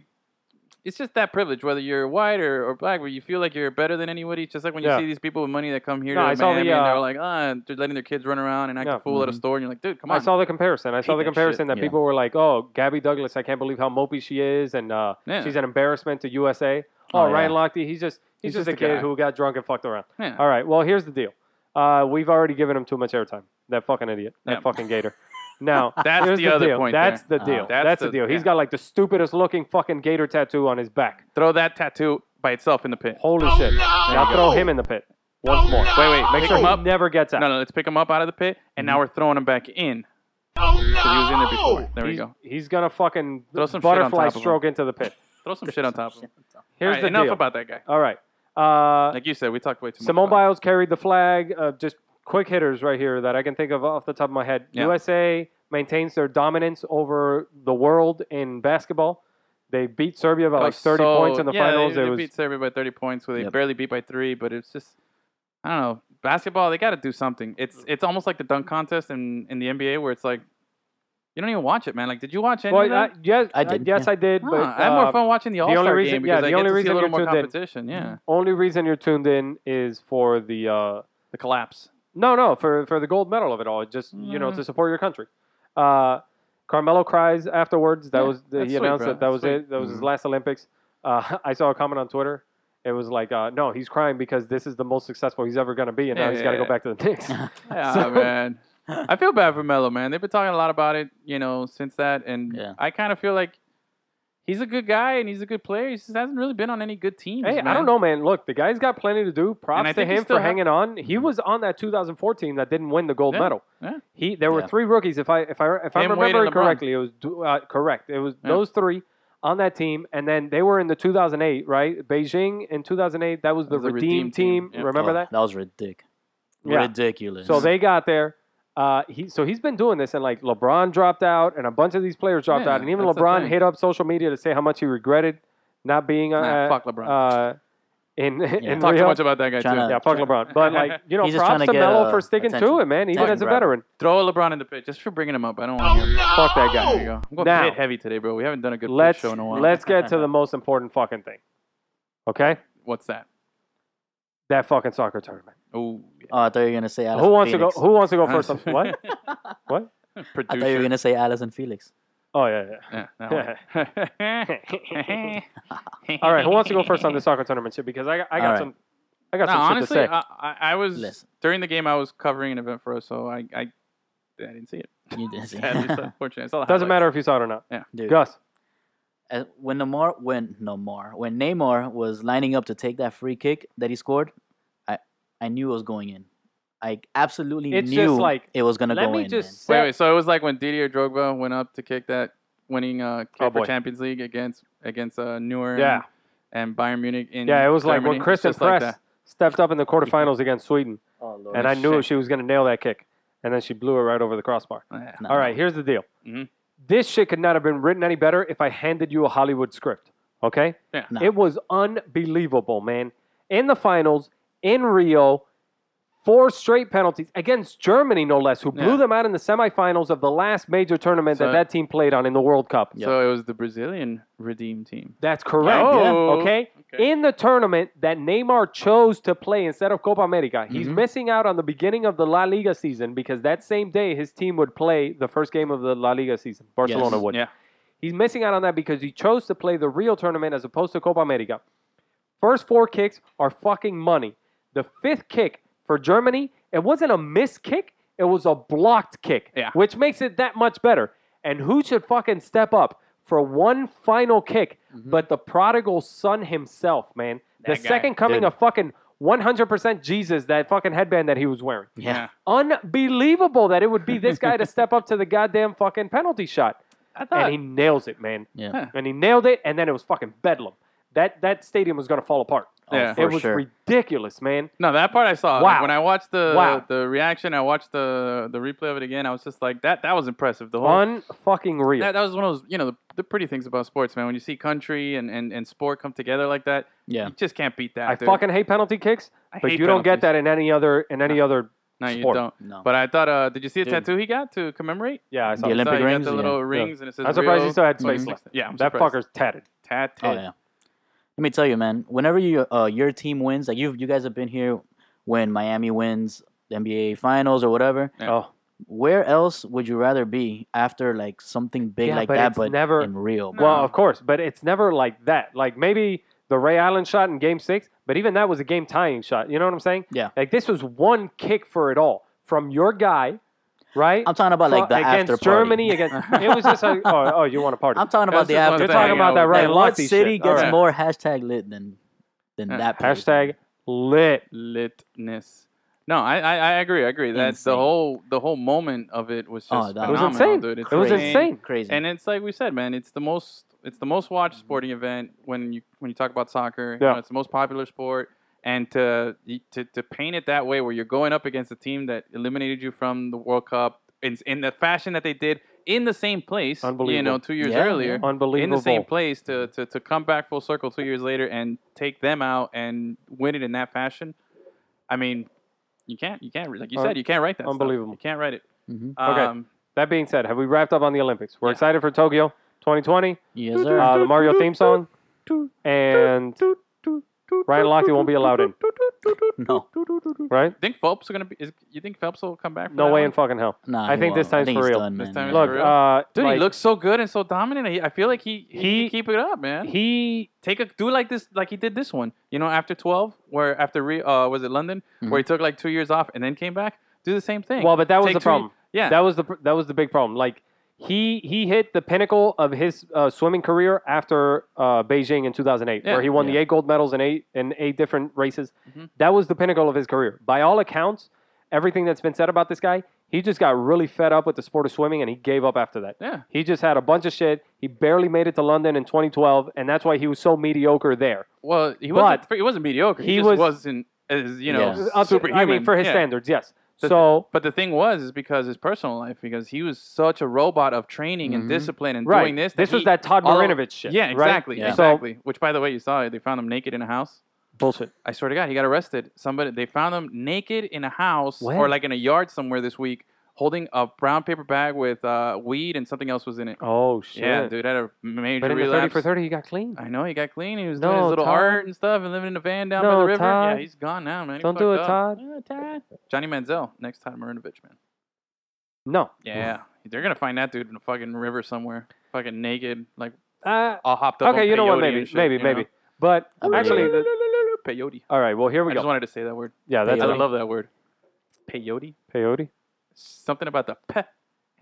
Speaker 1: It's just that privilege, whether you're white or, or black, where you feel like you're better than anybody. It's just like when you
Speaker 2: Yeah.
Speaker 1: see these people with money that come here
Speaker 2: No,
Speaker 1: to
Speaker 2: I saw the,
Speaker 1: Miami and
Speaker 2: uh,
Speaker 1: they're like, ah, they're letting their kids run around and act
Speaker 2: Yeah.
Speaker 1: a fool at a
Speaker 3: Mhm.
Speaker 1: store, and you're like, dude, come
Speaker 2: I
Speaker 1: on.
Speaker 2: saw the comparison. I saw
Speaker 1: Hate
Speaker 2: the
Speaker 1: that
Speaker 2: comparison that,
Speaker 3: shit. Yeah.
Speaker 2: people were like, "Oh, Gabby Douglas, I can't believe how mopey she is, and uh,
Speaker 1: Yeah.
Speaker 2: she's an embarrassment to USA." Oh,
Speaker 3: Oh, yeah.
Speaker 2: Ryan Lochte, he's just he's,
Speaker 1: He's
Speaker 2: just,
Speaker 1: just
Speaker 2: a
Speaker 1: a
Speaker 2: kid
Speaker 1: guy.
Speaker 2: who got drunk and fucked around.
Speaker 1: Yeah.
Speaker 2: All right, well, here's the deal. Uh, we've already given him too much airtime. That fucking idiot. That
Speaker 1: Yeah.
Speaker 2: fucking gator. Now
Speaker 1: That's
Speaker 2: here's
Speaker 1: the other
Speaker 2: deal.
Speaker 1: point
Speaker 2: That's
Speaker 1: there.
Speaker 2: the deal.
Speaker 1: Oh.
Speaker 2: That's,
Speaker 1: That's
Speaker 2: the,
Speaker 1: the-
Speaker 2: deal. He's
Speaker 1: yeah.
Speaker 2: got like the stupidest looking fucking gator tattoo on his back.
Speaker 1: Throw that tattoo by itself in the pit.
Speaker 2: Holy
Speaker 4: Oh,
Speaker 2: shit!
Speaker 4: no! Oh,
Speaker 2: Now throw him in the pit once more.
Speaker 4: no!
Speaker 1: Wait, wait.
Speaker 2: Make
Speaker 1: pick
Speaker 2: sure
Speaker 1: him
Speaker 2: he
Speaker 1: up.
Speaker 2: never gets out.
Speaker 1: No, no. Let's pick him up out of the pit, and now we're throwing him back in.
Speaker 4: Oh no!
Speaker 1: 'cause He was in there before. There we
Speaker 2: he's,
Speaker 1: go.
Speaker 2: He's gonna fucking
Speaker 1: Throw some shit on
Speaker 2: butterfly
Speaker 1: top of him.
Speaker 2: stroke into the pit.
Speaker 1: Throw some shit on top of him.
Speaker 2: Here's
Speaker 1: All right,
Speaker 2: the
Speaker 1: enough
Speaker 2: deal.
Speaker 1: about that guy.
Speaker 2: All right. Uh,
Speaker 1: Like you said, we talked way too
Speaker 2: Simone
Speaker 1: much. about
Speaker 2: Biles carried the flag. Uh, just quick hitters right here that I can think of off the top of my head.
Speaker 1: Yeah.
Speaker 2: USA maintains their dominance over the world in basketball. They beat Serbia by
Speaker 1: it.
Speaker 2: like 30
Speaker 1: So,
Speaker 2: points in the
Speaker 1: yeah,
Speaker 2: finals.
Speaker 1: They,
Speaker 2: It
Speaker 1: they
Speaker 2: was
Speaker 1: beat Serbia by 30 points. Where they
Speaker 3: Yep.
Speaker 1: barely beat by three, but it's just I don't know. Basketball, they got to do something. It's it's almost like the dunk contest in in the NBA where it's like you don't even watch it, man. Like, did you watch any of
Speaker 2: well, I,
Speaker 1: that?
Speaker 2: yes,
Speaker 3: I
Speaker 2: I
Speaker 3: did,
Speaker 2: yes,
Speaker 3: yeah.
Speaker 2: I did. But
Speaker 1: Huh, I had
Speaker 2: uh,
Speaker 1: more fun watching the All
Speaker 2: only
Speaker 1: Star
Speaker 2: reason-
Speaker 1: game
Speaker 2: yeah,
Speaker 1: because
Speaker 2: the
Speaker 1: I get
Speaker 2: only
Speaker 1: to see
Speaker 2: reason
Speaker 1: a little
Speaker 2: you're
Speaker 1: more
Speaker 2: tuned in.
Speaker 1: competition. Yeah,
Speaker 2: only reason you're tuned in is for the uh,
Speaker 1: the collapse.
Speaker 2: No, no, for for the gold medal of it all, It just you know
Speaker 1: Mm.
Speaker 2: to support your country. Uh, Carmelo cries afterwards. That
Speaker 1: Yeah,
Speaker 2: was the,
Speaker 1: that's
Speaker 2: he
Speaker 1: sweet,
Speaker 2: announced
Speaker 1: bro.
Speaker 2: that that was
Speaker 1: That's sweet. Mm-hmm.
Speaker 2: it. That was his last Olympics. Uh, I saw a comment on Twitter. It was like, uh, no, he's crying because this is the most successful he's ever going to be, and now
Speaker 1: Yeah,
Speaker 2: he's
Speaker 1: yeah,
Speaker 2: got to go
Speaker 1: yeah.
Speaker 2: back to the Knicks.
Speaker 1: Yeah,
Speaker 2: So-
Speaker 1: man. I feel bad for Melo, man. They've been talking a lot about it, you know, since that, and
Speaker 3: Yeah.
Speaker 1: I kind of feel like he's a good guy and he's a good player. He just hasn't really been on any good teams.
Speaker 2: hey, I
Speaker 1: man.
Speaker 2: don't know, man. Look, the guy's got plenty to do.
Speaker 1: And I
Speaker 2: Props to
Speaker 1: think he
Speaker 2: him
Speaker 1: still
Speaker 2: for
Speaker 1: ha- Mm-hmm.
Speaker 2: hanging on. He was on that 2004 team that didn't win the gold
Speaker 1: Yeah,
Speaker 2: medal.
Speaker 1: yeah.
Speaker 2: He there were
Speaker 3: Yeah.
Speaker 2: three rookies. If I if I if I
Speaker 1: Him, Wade,
Speaker 2: remember
Speaker 1: and
Speaker 2: it
Speaker 1: LeBron.
Speaker 2: correctly, it was du- uh, correct. It was
Speaker 1: Yeah.
Speaker 2: those three on that team, and then they were in the 2008 right Beijing in 2008. That was
Speaker 1: That
Speaker 2: the
Speaker 1: was the
Speaker 2: redeem,
Speaker 1: redeem
Speaker 2: team.
Speaker 1: team. Yeah. Oh,
Speaker 2: Remember
Speaker 3: Oh,
Speaker 2: that?
Speaker 3: That was ridiculous.
Speaker 2: Yeah.
Speaker 3: Ridiculous.
Speaker 2: So they got there. Uh, he so he's been doing this, and like LeBron dropped out, and a bunch of these players dropped
Speaker 1: Yeah,
Speaker 2: out, and even
Speaker 1: that's the
Speaker 2: LeBron
Speaker 1: thing.
Speaker 2: hit up social media to say how much he regretted not being uh,
Speaker 1: Nah, fuck LeBron.
Speaker 2: uh, in in
Speaker 1: Talk
Speaker 2: Rio.
Speaker 1: too much about that guy
Speaker 3: Tryna-
Speaker 1: too.
Speaker 2: yeah, fuck LeBron. But like you know,
Speaker 3: He's just
Speaker 2: props to,
Speaker 3: trying to get,
Speaker 2: Melo
Speaker 3: uh,
Speaker 2: for sticking to
Speaker 3: attention.
Speaker 2: it, man. Even
Speaker 3: Fucking
Speaker 2: as a
Speaker 3: grabber.
Speaker 2: veteran.
Speaker 1: Throw LeBron in the pit just for bringing him up. I don't want
Speaker 4: Oh
Speaker 1: to hear.
Speaker 4: no!
Speaker 2: Fuck that guy.
Speaker 1: There you go. I'm going
Speaker 2: Now-
Speaker 1: pit heavy today, bro. We haven't done a good pit
Speaker 2: let's
Speaker 1: show in a while.
Speaker 2: let's get to the most important fucking thing. Okay,
Speaker 1: What's that?
Speaker 2: that fucking soccer tournament.
Speaker 1: Oh,
Speaker 3: Oh, I thought you were gonna say Allison
Speaker 2: who wants
Speaker 3: Felix.
Speaker 2: to go? Who wants to go first? on- what? What?
Speaker 3: I thought you
Speaker 1: Producer.
Speaker 3: were gonna say Allison Felix.
Speaker 2: Oh yeah, yeah.
Speaker 1: Yeah, that one.
Speaker 2: All right, who wants to go first on the soccer tournament shit? Because I got, I got
Speaker 3: All right.
Speaker 2: some, I got
Speaker 1: No,
Speaker 2: some
Speaker 1: honestly,
Speaker 2: shit to say.
Speaker 1: I, I, I was
Speaker 3: Listen.
Speaker 1: during the game. I was covering an event for us, so I, I, I didn't see it.
Speaker 3: You didn't say.
Speaker 1: Sadly, so unfortunately, I saw the
Speaker 2: Doesn't
Speaker 1: highlights.
Speaker 2: matter if you saw it or not.
Speaker 3: Dude,
Speaker 2: Gus,
Speaker 3: uh, when Neymar when Neymar when Neymar was lining up to take that free kick that he scored, I I knew it was going in. I absolutely
Speaker 2: It's
Speaker 3: knew
Speaker 2: just like,
Speaker 3: it was gonna
Speaker 2: let
Speaker 3: go
Speaker 2: me
Speaker 3: in.
Speaker 2: just
Speaker 1: Wait,
Speaker 2: say-
Speaker 1: wait. So it was like when Didier Drogba went up to kick that winning uh, kick
Speaker 2: Oh, boy.
Speaker 1: for Champions League against against uh, Neuer
Speaker 2: Yeah.
Speaker 1: and, and Bayern Munich. In
Speaker 2: yeah, it was like
Speaker 1: Germany.
Speaker 2: when
Speaker 1: It's
Speaker 2: Kristen
Speaker 1: just like
Speaker 2: Press
Speaker 1: that.
Speaker 2: stepped up in the quarterfinals against Sweden,
Speaker 3: Oh, Lord.
Speaker 2: and I knew
Speaker 1: shit.
Speaker 2: she was going to nail that kick, and then she blew it right over the crossbar.
Speaker 1: Yeah.
Speaker 3: No,
Speaker 2: All right, here's the deal.
Speaker 1: Mhm.
Speaker 2: This shit could not have been written any better if I handed you a Hollywood script. Okay?
Speaker 1: Yeah.
Speaker 3: No.
Speaker 2: It was unbelievable, man. In the finals, in Rio, four straight penalties against Germany, no less, who blew
Speaker 1: Yeah.
Speaker 2: them out in the semifinals of the last major tournament
Speaker 1: So-
Speaker 2: that that team played on in the World Cup.
Speaker 1: So it was the Brazilian redeem team.
Speaker 2: That's correct.
Speaker 1: Oh.
Speaker 2: Okay?
Speaker 1: Okay.
Speaker 2: In the tournament that Neymar chose to play instead of Copa America, he's
Speaker 1: Mhm.
Speaker 2: missing out on the beginning of the La Liga season because that same day his team would play the first game of the La Liga season. Barcelona would.
Speaker 1: Yeah.
Speaker 2: He's missing out on that because he chose to play the real tournament as opposed to Copa America. First four kicks are fucking money. The fifth kick for Germany, it wasn't a missed kick, it was a blocked kick,
Speaker 1: Yeah.
Speaker 2: which makes it that much better. And who should fucking step up for one final kick but the prodigal son himself, man? the
Speaker 1: Mm-hmm. That guy.
Speaker 2: second coming
Speaker 3: Dude.
Speaker 2: of fucking 100% Jesus, that fucking headband that he was wearing.
Speaker 3: Yeah.
Speaker 2: Unbelievable that it would be this guy to step up to the goddamn fucking penalty shot
Speaker 1: I thought.
Speaker 2: and he nails it, man.
Speaker 3: Yeah.
Speaker 1: Huh.
Speaker 2: And he nailed it, and then it was fucking bedlam. That that stadium was gonna fall apart.
Speaker 3: Oh,
Speaker 1: Yeah.
Speaker 3: for
Speaker 2: it was
Speaker 3: sure.
Speaker 2: ridiculous, man.
Speaker 1: No, that part I saw.
Speaker 2: Wow.
Speaker 1: When I watched the
Speaker 2: Wow.
Speaker 1: the reaction, I watched the the replay of it again. I was just like, that that was impressive. The whole
Speaker 2: Unfucking real.
Speaker 1: that, that was one of those you know the, the pretty things about sports, man. When you see country and, and, and sport come together like that,
Speaker 3: yeah.
Speaker 1: you just can't beat that.
Speaker 2: I
Speaker 1: dude.
Speaker 2: fucking hate penalty kicks,
Speaker 1: I
Speaker 2: but
Speaker 1: hate
Speaker 2: you don't get
Speaker 1: penalties.
Speaker 2: that in any other in any other.
Speaker 1: No, you
Speaker 2: sport.
Speaker 1: don't.
Speaker 3: No.
Speaker 1: But I thought, uh, did you see a
Speaker 3: Dude.
Speaker 1: tattoo he got to commemorate?
Speaker 2: Yeah, I
Speaker 1: So
Speaker 2: saw
Speaker 3: The
Speaker 1: I
Speaker 2: that.
Speaker 1: saw
Speaker 3: Olympic
Speaker 1: he got
Speaker 3: rings?
Speaker 1: the little
Speaker 3: Yeah.
Speaker 1: rings, and it says.
Speaker 2: I'm surprised
Speaker 1: Rio
Speaker 2: he still had space
Speaker 1: 2016.
Speaker 2: left.
Speaker 1: Yeah, I'm
Speaker 2: that
Speaker 1: surprised.
Speaker 2: fucker's tatted.
Speaker 1: Tattoo.
Speaker 3: Oh yeah. Let me tell you, man. Whenever you uh, your team wins, like you you guys have been here when Miami wins the NBA Finals or whatever.
Speaker 1: Yeah.
Speaker 2: Oh,
Speaker 3: Where else would you rather be after like something big
Speaker 2: Yeah,
Speaker 3: like
Speaker 2: but
Speaker 3: that?
Speaker 2: it's
Speaker 3: but
Speaker 2: never-
Speaker 3: in real. bro?
Speaker 2: well, of course, but it's never like that. Like maybe the Ray Allen shot in Game Six, but even that was a game tying shot. You know what I'm saying?
Speaker 3: Yeah.
Speaker 2: Like this was one kick for it all from your guy right?
Speaker 3: I'm talking about like the
Speaker 2: Fu- against
Speaker 3: after party.
Speaker 2: Germany against it was just like oh, oh you want to party
Speaker 3: I'm talking about
Speaker 1: That's
Speaker 3: the
Speaker 1: just
Speaker 3: after
Speaker 1: one
Speaker 2: you're
Speaker 1: thing,
Speaker 3: party.
Speaker 2: talking about
Speaker 1: you know,
Speaker 2: that right
Speaker 3: Like, what
Speaker 2: lofty
Speaker 3: city
Speaker 2: shit. Uh,
Speaker 3: gets
Speaker 1: Alright.
Speaker 3: more hashtag lit than than
Speaker 1: Yeah.
Speaker 3: that? place?
Speaker 2: hashtag lit
Speaker 1: lit- litness. No, I, I I agree. I agree. That's the
Speaker 3: Insane.
Speaker 1: whole the whole moment of it was just
Speaker 3: Oh, that- It was
Speaker 1: phenomenal,
Speaker 2: insane.
Speaker 1: dude. It's
Speaker 2: It was
Speaker 1: crazy.
Speaker 2: insane.
Speaker 3: crazy.
Speaker 1: And it's like we said, man, it's the most it's the most watched sporting event when you when you talk about soccer. You
Speaker 2: Mm-hmm. Yeah.
Speaker 1: know, it's the most popular sport. And to, to to paint it that way, where you're going up against a team that eliminated you from the World Cup in, in the fashion that they did in the same place, you know,
Speaker 2: Unbelievable.
Speaker 1: two years
Speaker 3: Yeah,
Speaker 1: earlier, in
Speaker 2: unbelievable
Speaker 1: the same place, to, to to come back full circle two years later and take them out and win it in that fashion. I mean, you can't you can't like you
Speaker 2: Un-
Speaker 1: said you can't write that. stuff.
Speaker 2: unbelievable.
Speaker 1: You can't write it.
Speaker 3: Mhm.
Speaker 2: Okay.
Speaker 1: Um,
Speaker 2: that being said have we wrapped up on the Olympics we're
Speaker 1: Yeah.
Speaker 2: excited for Tokyo 2020
Speaker 3: Yes, sir.
Speaker 2: uh, the Mario theme song and Ryan Lochte won't be allowed in
Speaker 3: no,
Speaker 2: right
Speaker 1: Think Phelps are gonna be? Is, you think Phelps will come back? For
Speaker 2: no
Speaker 1: that
Speaker 2: way
Speaker 1: one?
Speaker 2: in fucking hell
Speaker 3: nah,
Speaker 2: I
Speaker 3: he
Speaker 2: think this
Speaker 3: won't.
Speaker 2: time's
Speaker 3: think
Speaker 2: for
Speaker 3: he's
Speaker 2: real.
Speaker 3: done,
Speaker 1: This
Speaker 3: man.
Speaker 1: time is
Speaker 2: look
Speaker 1: for real?
Speaker 2: uh
Speaker 1: Dude,
Speaker 2: like,
Speaker 1: he looks so good and so dominant. I, I feel like he he,
Speaker 2: He-
Speaker 1: can keep it up, man.
Speaker 2: he
Speaker 1: Take a do like this, like he did this one. You know, after twelve, where after re, uh, was it London, where he took like two years off and then came back. Do the same thing.
Speaker 2: Mm-hmm. well but that was
Speaker 1: Take
Speaker 2: the
Speaker 1: two-
Speaker 2: problem
Speaker 1: Yeah,
Speaker 2: that was the pr- that was the big problem like he he hit the pinnacle of his uh, swimming career after uh, Beijing in 2008
Speaker 1: Yeah.
Speaker 2: where he won the
Speaker 3: Yeah.
Speaker 2: eight gold medals in eight in eight different races
Speaker 1: Mhm.
Speaker 2: that was the pinnacle of his career by all accounts everything that's been said about this guy he just got really fed up with the sport of swimming and he gave up after that
Speaker 1: yeah.
Speaker 2: he just had a bunch of shit he barely made it to London in 2012 and that's why he was so mediocre there
Speaker 1: Well, he
Speaker 2: But-
Speaker 1: wasn't. He wasn't mediocre. He,
Speaker 2: He
Speaker 1: just
Speaker 2: was-
Speaker 1: was, not as you know
Speaker 3: Yeah.
Speaker 2: Up to-
Speaker 1: superhuman
Speaker 2: I mean for his
Speaker 1: Yeah.
Speaker 2: standards yes
Speaker 1: The-
Speaker 2: so
Speaker 1: But the thing was, is because his personal life, because he was such a robot of training and
Speaker 3: Mhm.
Speaker 1: discipline and
Speaker 2: Mm-hmm. right
Speaker 1: doing this.
Speaker 2: this
Speaker 1: that
Speaker 2: was
Speaker 1: he-
Speaker 2: that Todd
Speaker 1: all-
Speaker 2: Marinovich shit
Speaker 1: Yeah,
Speaker 2: right?
Speaker 1: exactly,
Speaker 3: Yeah.
Speaker 2: So-
Speaker 1: exactly. Which, by the way, you saw they found him naked in a house.
Speaker 2: bullshit
Speaker 1: I swear to God, he got arrested. Somebody they found him naked in a house
Speaker 2: When?
Speaker 1: or like in a yard somewhere this week, holding a brown paper bag with uh, weed and something else was in it.
Speaker 2: oh shit
Speaker 1: yeah, dude, had a major
Speaker 2: But in the 30
Speaker 1: relapse.
Speaker 2: for 30, he got clean.
Speaker 1: I know he got clean. He was doing
Speaker 2: No,
Speaker 1: his little
Speaker 2: Todd.
Speaker 1: art and stuff and living in a van down by
Speaker 2: No,
Speaker 1: the river. Yeah,
Speaker 2: Todd.
Speaker 1: he's gone now, man. He
Speaker 2: Don't do it,
Speaker 1: fucked up.
Speaker 2: Todd.
Speaker 1: Johnny Manziel, next Todd Marinovich, man.
Speaker 2: No.
Speaker 1: Yeah, they're gonna find that dude in a fucking river somewhere, fucking naked, like
Speaker 2: Uh,
Speaker 1: all hopped up.
Speaker 2: okay,
Speaker 1: on
Speaker 2: you know what?
Speaker 1: peyote
Speaker 2: Maybe,
Speaker 1: and shit,
Speaker 2: maybe,
Speaker 1: you
Speaker 2: maybe.
Speaker 1: know?
Speaker 2: But
Speaker 3: I believe
Speaker 2: actually,
Speaker 3: it.
Speaker 2: the-
Speaker 1: Peyote.
Speaker 2: all right. Well, here we
Speaker 1: I just
Speaker 2: go.
Speaker 1: wanted to say that word.
Speaker 2: Yeah, that's
Speaker 1: I
Speaker 3: Peyote.
Speaker 2: it.
Speaker 1: love that word. Peyote.
Speaker 2: peyote.
Speaker 1: Something about the pe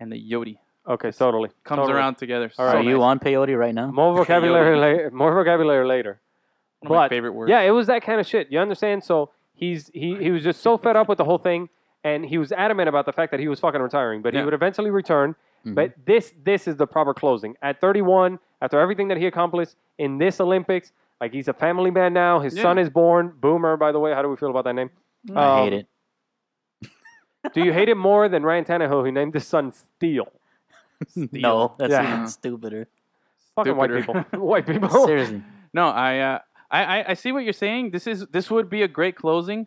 Speaker 1: and the yodi
Speaker 2: Okay, totally.
Speaker 1: comes
Speaker 2: Totally.
Speaker 1: around together.
Speaker 2: All right.
Speaker 1: so
Speaker 3: Are you
Speaker 1: nice.
Speaker 3: on peyote right now?
Speaker 2: More vocabulary later. More vocabulary later.
Speaker 1: One of my
Speaker 2: but-
Speaker 1: favorite words.
Speaker 2: Yeah, it was that kind of shit. You understand? So he's he he was just so fed up with the whole thing, and he was adamant about the fact that he was fucking retiring, but
Speaker 1: Yeah. Mm-hmm.
Speaker 2: he would eventually return.
Speaker 3: Mhm.
Speaker 2: But this this is the proper closing at 31. After everything that he accomplished in this Olympics, like he's a family man now. His
Speaker 1: Yeah.
Speaker 2: son is born. Boomer, by the way. How do we feel about that name?
Speaker 3: Mm-hmm. I hate
Speaker 2: Um,
Speaker 3: it.
Speaker 2: Do you hate it more than Ryan Tannehill, who named his son Steel?
Speaker 3: No, that's
Speaker 2: Yeah. Oh.
Speaker 1: Yeah.
Speaker 3: even stupider.
Speaker 2: Fucking white people.
Speaker 1: Stupider.
Speaker 2: white people.
Speaker 3: Seriously.
Speaker 1: No, I, uh, I, I, I see what you're saying. This is this would be a great closing,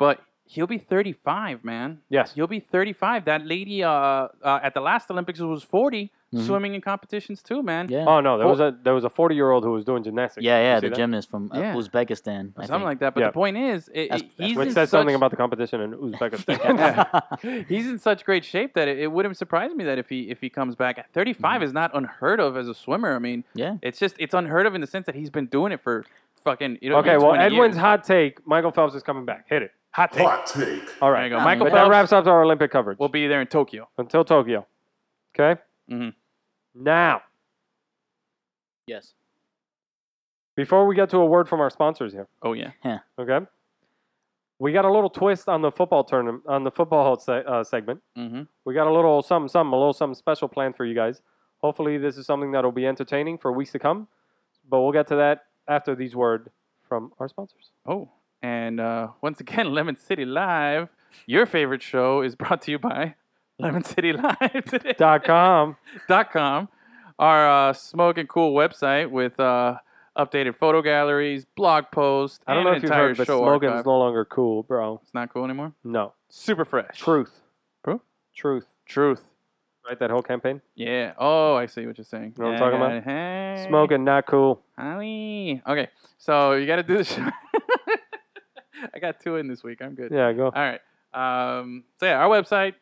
Speaker 1: but he'll be 35, man.
Speaker 2: Yes.
Speaker 1: You'll be 35. That lady uh, uh, at the last Olympics was 40, swimming in competitions too, man.
Speaker 3: Mm-hmm. Yeah.
Speaker 2: Oh no, there
Speaker 1: For-
Speaker 2: was a there was a forty year old who was doing gymnastics.
Speaker 3: yeah,
Speaker 2: You
Speaker 3: yeah,
Speaker 2: see
Speaker 3: the
Speaker 2: that?
Speaker 3: gymnast from uh,
Speaker 1: Yeah.
Speaker 3: Uzbekistan. I
Speaker 1: Something
Speaker 3: think.
Speaker 1: like that. But
Speaker 2: Yeah.
Speaker 1: the point is, it,
Speaker 3: That's-
Speaker 1: it- he's
Speaker 2: Which
Speaker 1: in
Speaker 2: says
Speaker 1: such,
Speaker 2: something about the competition in Uzbekistan.
Speaker 1: he's in such great shape that it, it wouldn't surprise me that if he if he comes back at 35
Speaker 3: Mm-hmm.
Speaker 1: is not unheard of as a swimmer. I mean,
Speaker 3: Yeah.
Speaker 1: it's just it's unheard of in the sense that he's been doing it for fucking you know.
Speaker 2: okay, well,
Speaker 1: 20
Speaker 2: Edwin's
Speaker 1: years.
Speaker 2: hot take: Michael Phelps is coming back. Hit it.
Speaker 1: hot take
Speaker 4: Hot take.
Speaker 2: All
Speaker 1: There
Speaker 2: right,
Speaker 1: you go. Michael
Speaker 2: but
Speaker 1: Phelps
Speaker 2: that wraps up our Olympic coverage
Speaker 1: will be there in Tokyo.
Speaker 2: until Tokyo. Okay.
Speaker 1: Mhm.
Speaker 2: Now,
Speaker 3: yes.
Speaker 2: before we get to a word from our sponsors here,
Speaker 1: Oh yeah.
Speaker 2: okay, we got a little twist on the football tournament on the football se- uh, segment.
Speaker 1: Mm-hmm.
Speaker 2: We got a little something, something, a little something special planned for you guys. Hopefully, this is something that'll be entertaining for weeks to come. But we'll get to that after these word from our sponsors.
Speaker 1: Oh, and uh, once again, Lemon City Live, your favorite show is brought to you by Lemon City Live today.
Speaker 2: Dot com.
Speaker 1: dot com, our uh, smoke and cool website with uh, updated photo galleries, blog posts.
Speaker 2: I don't
Speaker 1: and
Speaker 2: know
Speaker 1: an
Speaker 2: if you've
Speaker 1: entire
Speaker 2: heard, but
Speaker 1: show
Speaker 2: smoking
Speaker 1: archive.
Speaker 2: is no longer cool, bro.
Speaker 1: It's not cool anymore.
Speaker 2: No.
Speaker 1: Super fresh.
Speaker 2: Truth.
Speaker 1: Bro?
Speaker 2: Truth.
Speaker 1: Truth.
Speaker 2: Right? That whole campaign.
Speaker 1: Yeah. Oh, I see what you're saying.
Speaker 2: You know what I'm
Speaker 1: Yeah,
Speaker 2: talking
Speaker 1: I
Speaker 2: about?
Speaker 1: got it. Hey.
Speaker 2: Smoking, not cool.
Speaker 1: Howie. Okay. So you got to do the show. I got two in this week. I'm good.
Speaker 2: Yeah, go.
Speaker 1: All right. Um, so yeah, our website.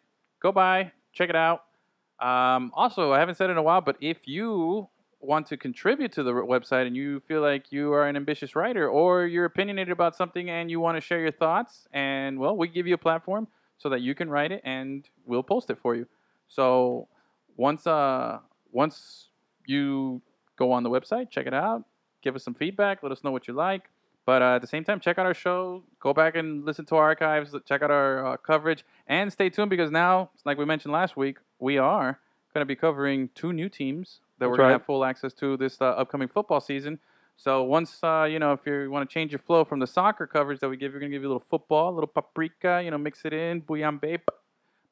Speaker 1: Go by, check it out. Um, also, I haven't said it in a while, but if you want to contribute to the r- website and you feel like you are an ambitious writer or you're opinionated about something and you want to share your thoughts, and well, we give you a platform. so that you can write it and we'll post it for you. So once uh once you go on the website, check it out, give us some feedback, let us know what you like. But uh, at the same time, check out our show. Go back and listen to our archives. Check out our uh, coverage. And stay tuned because now, like we mentioned last week, we are going to be covering two new teams that we're
Speaker 2: That's
Speaker 1: going
Speaker 2: right.
Speaker 1: to have full access to this uh, upcoming football season. So once, uh, you know, if you want to change your flow from the soccer coverage that we give, we're going to give you a little football, a little paprika, you know, mix it in, bouillabaisse,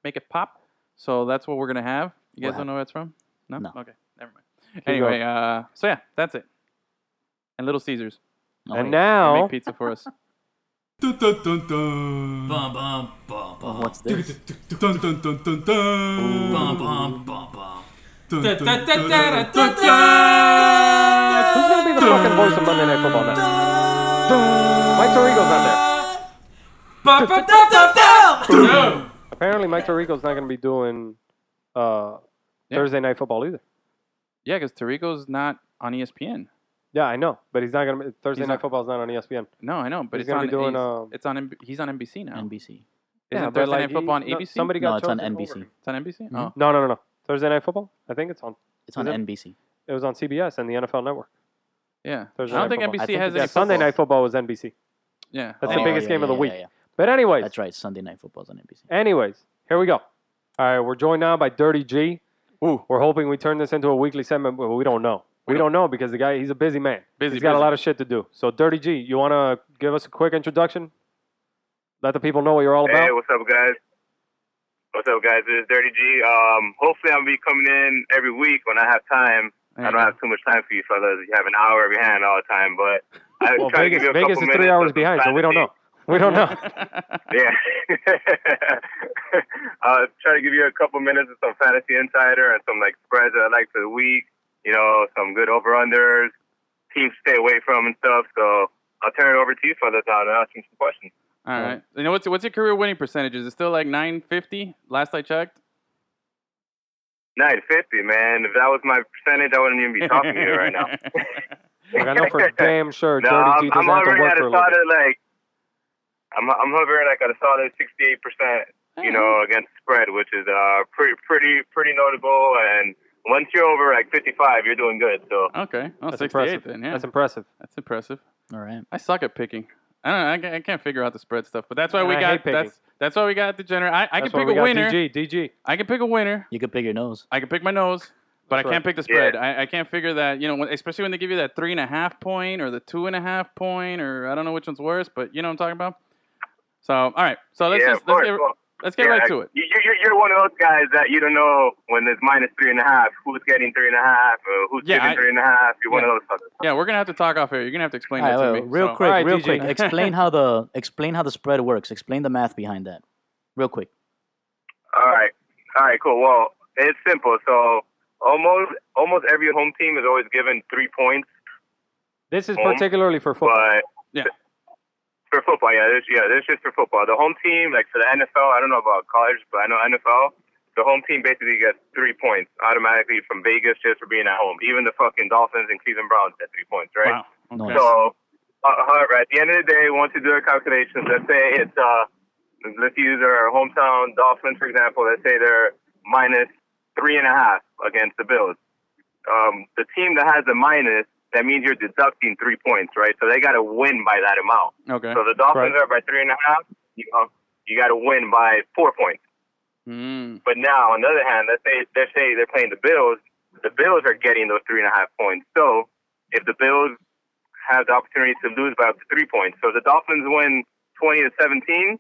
Speaker 1: make it pop. So that's what we're going to have. You guys
Speaker 3: Wow.
Speaker 1: don't know where that's from? No?
Speaker 3: No.
Speaker 1: Okay, never mind.
Speaker 2: going.
Speaker 1: anyway, uh, so yeah, that's it. And Little Caesars.
Speaker 3: Oh,
Speaker 2: and
Speaker 1: They
Speaker 3: wait.
Speaker 2: now,
Speaker 1: make pizza for us.
Speaker 4: Dun dun dun dun.
Speaker 5: Bum bum bum
Speaker 3: Oh,
Speaker 5: bum.
Speaker 3: what's this?
Speaker 4: Dun dun dun dun dun.
Speaker 5: Bum bum bum bum.
Speaker 4: Dun,
Speaker 5: Da
Speaker 4: dun,
Speaker 5: da da
Speaker 4: dun, dun.
Speaker 5: da da da.
Speaker 2: who's gonna be the fucking voice of Monday Night Football now? Mike Tirico's not there.
Speaker 5: Ba ba da da da. No.
Speaker 2: Apparently, Mike Tirico's not gonna be doing uh,
Speaker 1: Yeah.
Speaker 2: Thursday Night Football either.
Speaker 1: Yeah, because Tarico's not on E ESPN.
Speaker 2: Yeah, I know, but he's not gonna. be- Thursday
Speaker 1: He's
Speaker 2: Night
Speaker 1: not-
Speaker 2: Football's not on E ESPN.
Speaker 1: No, I know, but
Speaker 2: He's
Speaker 1: it's
Speaker 2: gonna
Speaker 1: on.
Speaker 2: be doing,
Speaker 1: he's,
Speaker 2: um,
Speaker 1: it's on. M- He's on NBC now.
Speaker 3: NBC.
Speaker 1: Isn't
Speaker 2: yeah, but,
Speaker 1: Thursday
Speaker 2: like,
Speaker 1: Night
Speaker 2: he-
Speaker 1: Football on
Speaker 2: no,
Speaker 1: ABC?
Speaker 2: somebody Mm-hmm. got
Speaker 3: No, it's on
Speaker 2: chosen
Speaker 3: NBC.
Speaker 2: over him.
Speaker 1: it's on NBC.
Speaker 3: Mhm.
Speaker 1: Oh,
Speaker 2: No, no, no, no. Thursday Night Football. I think it's on.
Speaker 3: It's on
Speaker 2: Is it?
Speaker 3: NBC.
Speaker 2: It was on CBS and the NFL Network.
Speaker 1: yeah.
Speaker 2: Thursday
Speaker 1: I
Speaker 2: Night
Speaker 1: don't think
Speaker 2: Football.
Speaker 1: NBC
Speaker 3: I think
Speaker 1: has
Speaker 3: it's-
Speaker 2: Yeah,
Speaker 1: any.
Speaker 3: Night
Speaker 2: Sunday
Speaker 1: football.
Speaker 2: Night Football was NBC.
Speaker 1: Yeah.
Speaker 2: That's the
Speaker 3: Oh,
Speaker 2: biggest
Speaker 3: yeah,
Speaker 2: game of the
Speaker 3: yeah,
Speaker 2: week.
Speaker 3: yeah, yeah.
Speaker 2: But anyways,
Speaker 3: That's right. Sunday Night Football's on NBC.
Speaker 2: anyways, here we go. All right, we're joined now by Dirty G.
Speaker 1: Ooh.
Speaker 2: We're hoping we turn this into a weekly segment, but we don't know. We,
Speaker 1: We
Speaker 2: don't know because the guy he's a busy man.
Speaker 1: Busy,
Speaker 2: he's got a
Speaker 1: busy.
Speaker 2: lot of shit to do. So Dirty G, you want to give us a quick introduction? Let the people know what you're all about.
Speaker 6: Hey, what's up, guys? What's up, guys? This is Dirty G. Um, hopefully, I'll be coming in every week when I have time.
Speaker 1: There
Speaker 6: I
Speaker 1: you
Speaker 6: don't
Speaker 1: go.
Speaker 6: have too much time for you fellas. You have an hour every hand all the time, but I
Speaker 2: well,
Speaker 6: try to
Speaker 2: Vegas,
Speaker 6: give you a
Speaker 2: Vegas is
Speaker 6: couple
Speaker 2: three
Speaker 6: minutes
Speaker 2: hours
Speaker 6: of
Speaker 2: behind, so we don't know. We don't know.
Speaker 6: Yeah. uh, try to give you a couple minutes of some fantasy insider and some like spreads that I like for the week. You know, some good over unders, teams to stay away from and stuff. So I'll turn it over to you fellas now and ask you some questions.
Speaker 1: All right. You know what's what's your career winning percentage? Is it still like 950? Last I checked.
Speaker 6: Nine fifty, man. If that was my percentage, I wouldn't even be talking to you right now.
Speaker 2: Like, I know for damn sure
Speaker 6: No,
Speaker 2: Dirty G
Speaker 6: I'm,
Speaker 2: doesn't
Speaker 6: I'm
Speaker 2: have to
Speaker 6: hovering
Speaker 2: work
Speaker 6: at
Speaker 2: for a
Speaker 6: a
Speaker 2: living.
Speaker 6: solid like. I'm I'm hovering like at a solid 68 percent, you
Speaker 1: Uh-huh.
Speaker 6: know, against spread, which is uh pretty pretty pretty notable. And once you're over like 55, you're doing good. So
Speaker 1: Okay. Oh,
Speaker 2: That's
Speaker 1: 68
Speaker 2: impressive.
Speaker 1: then. Yeah.
Speaker 2: That's
Speaker 1: That's,
Speaker 2: impressive.
Speaker 1: impressive.
Speaker 3: All right.
Speaker 1: I suck at picking. I don't know. I can't, I can't figure out the spread stuff, but that's why
Speaker 2: And
Speaker 1: we
Speaker 2: I hate
Speaker 1: got
Speaker 2: picking.
Speaker 1: that's that's why we got the general. I, I can
Speaker 2: That's why
Speaker 1: pick
Speaker 2: we
Speaker 1: a
Speaker 2: got
Speaker 1: winner.
Speaker 2: DG, DG.
Speaker 1: I can pick a winner.
Speaker 3: You could pick your nose.
Speaker 1: I can pick my nose, but
Speaker 2: That's
Speaker 1: I can't pick the
Speaker 6: Yeah.
Speaker 1: spread. I, I can't figure that, you know, when, especially when they give you that three and a half point or the two and a half point, or I don't know which one's worse, but you know what I'm talking about. So, all right, so let's
Speaker 6: yeah,
Speaker 1: just
Speaker 6: of
Speaker 1: let's
Speaker 6: course.
Speaker 1: get,
Speaker 6: Well,
Speaker 1: let's get
Speaker 6: yeah,
Speaker 1: right to it.
Speaker 6: You, you- you're, you're one of those guys that you don't know when there's minus three and a half, who's getting three and a half, uh, who's
Speaker 1: Yeah,
Speaker 6: getting
Speaker 1: I-
Speaker 6: three and a half. You're one
Speaker 1: yeah.
Speaker 6: of those fuckers.
Speaker 1: Yeah, we're gonna have to talk off air. You're gonna have to explain
Speaker 3: All
Speaker 1: that
Speaker 3: right,
Speaker 1: to
Speaker 3: wait,
Speaker 1: me.
Speaker 3: real
Speaker 1: So-
Speaker 3: quick,
Speaker 2: All right,
Speaker 3: real
Speaker 2: DJ.
Speaker 3: quick. Explain how the explain how the spread works. Explain the math behind that, real quick.
Speaker 6: All right. All right, cool. Well, it's simple. So almost almost every home team is always given three points,
Speaker 2: This is
Speaker 6: Home,
Speaker 2: particularly for football.
Speaker 6: but
Speaker 1: Yeah.
Speaker 6: for football, yeah, this, yeah, this is just for football. The home team, like for the NFL, I don't know about college, but I know NFL. The home team basically gets three points automatically from Vegas just for being at home. Even the fucking Dolphins and Cleveland Browns get three points, right?
Speaker 1: Wow.
Speaker 3: No,
Speaker 1: Okay.
Speaker 3: Yes. it's-
Speaker 6: So, uh, however, at the end of the day, once you do the calculations, let's say it's uh, let's use our hometown Dolphins for example. Let's say they're minus three and a half against the Bills. Um, the team that has a minus, that means you're deducting three points, right? So they got to win by that amount.
Speaker 1: okay.
Speaker 6: So the Dolphins
Speaker 2: Right.
Speaker 6: are by three and a half. You know, you got to win by four points.
Speaker 1: Mm,
Speaker 6: But now, on the other hand, let's say let's say they're playing the Bills. The Bills are getting those three and a half points. So if the Bills have the opportunity to lose by up to three points, so the Dolphins win twenty to seventeen,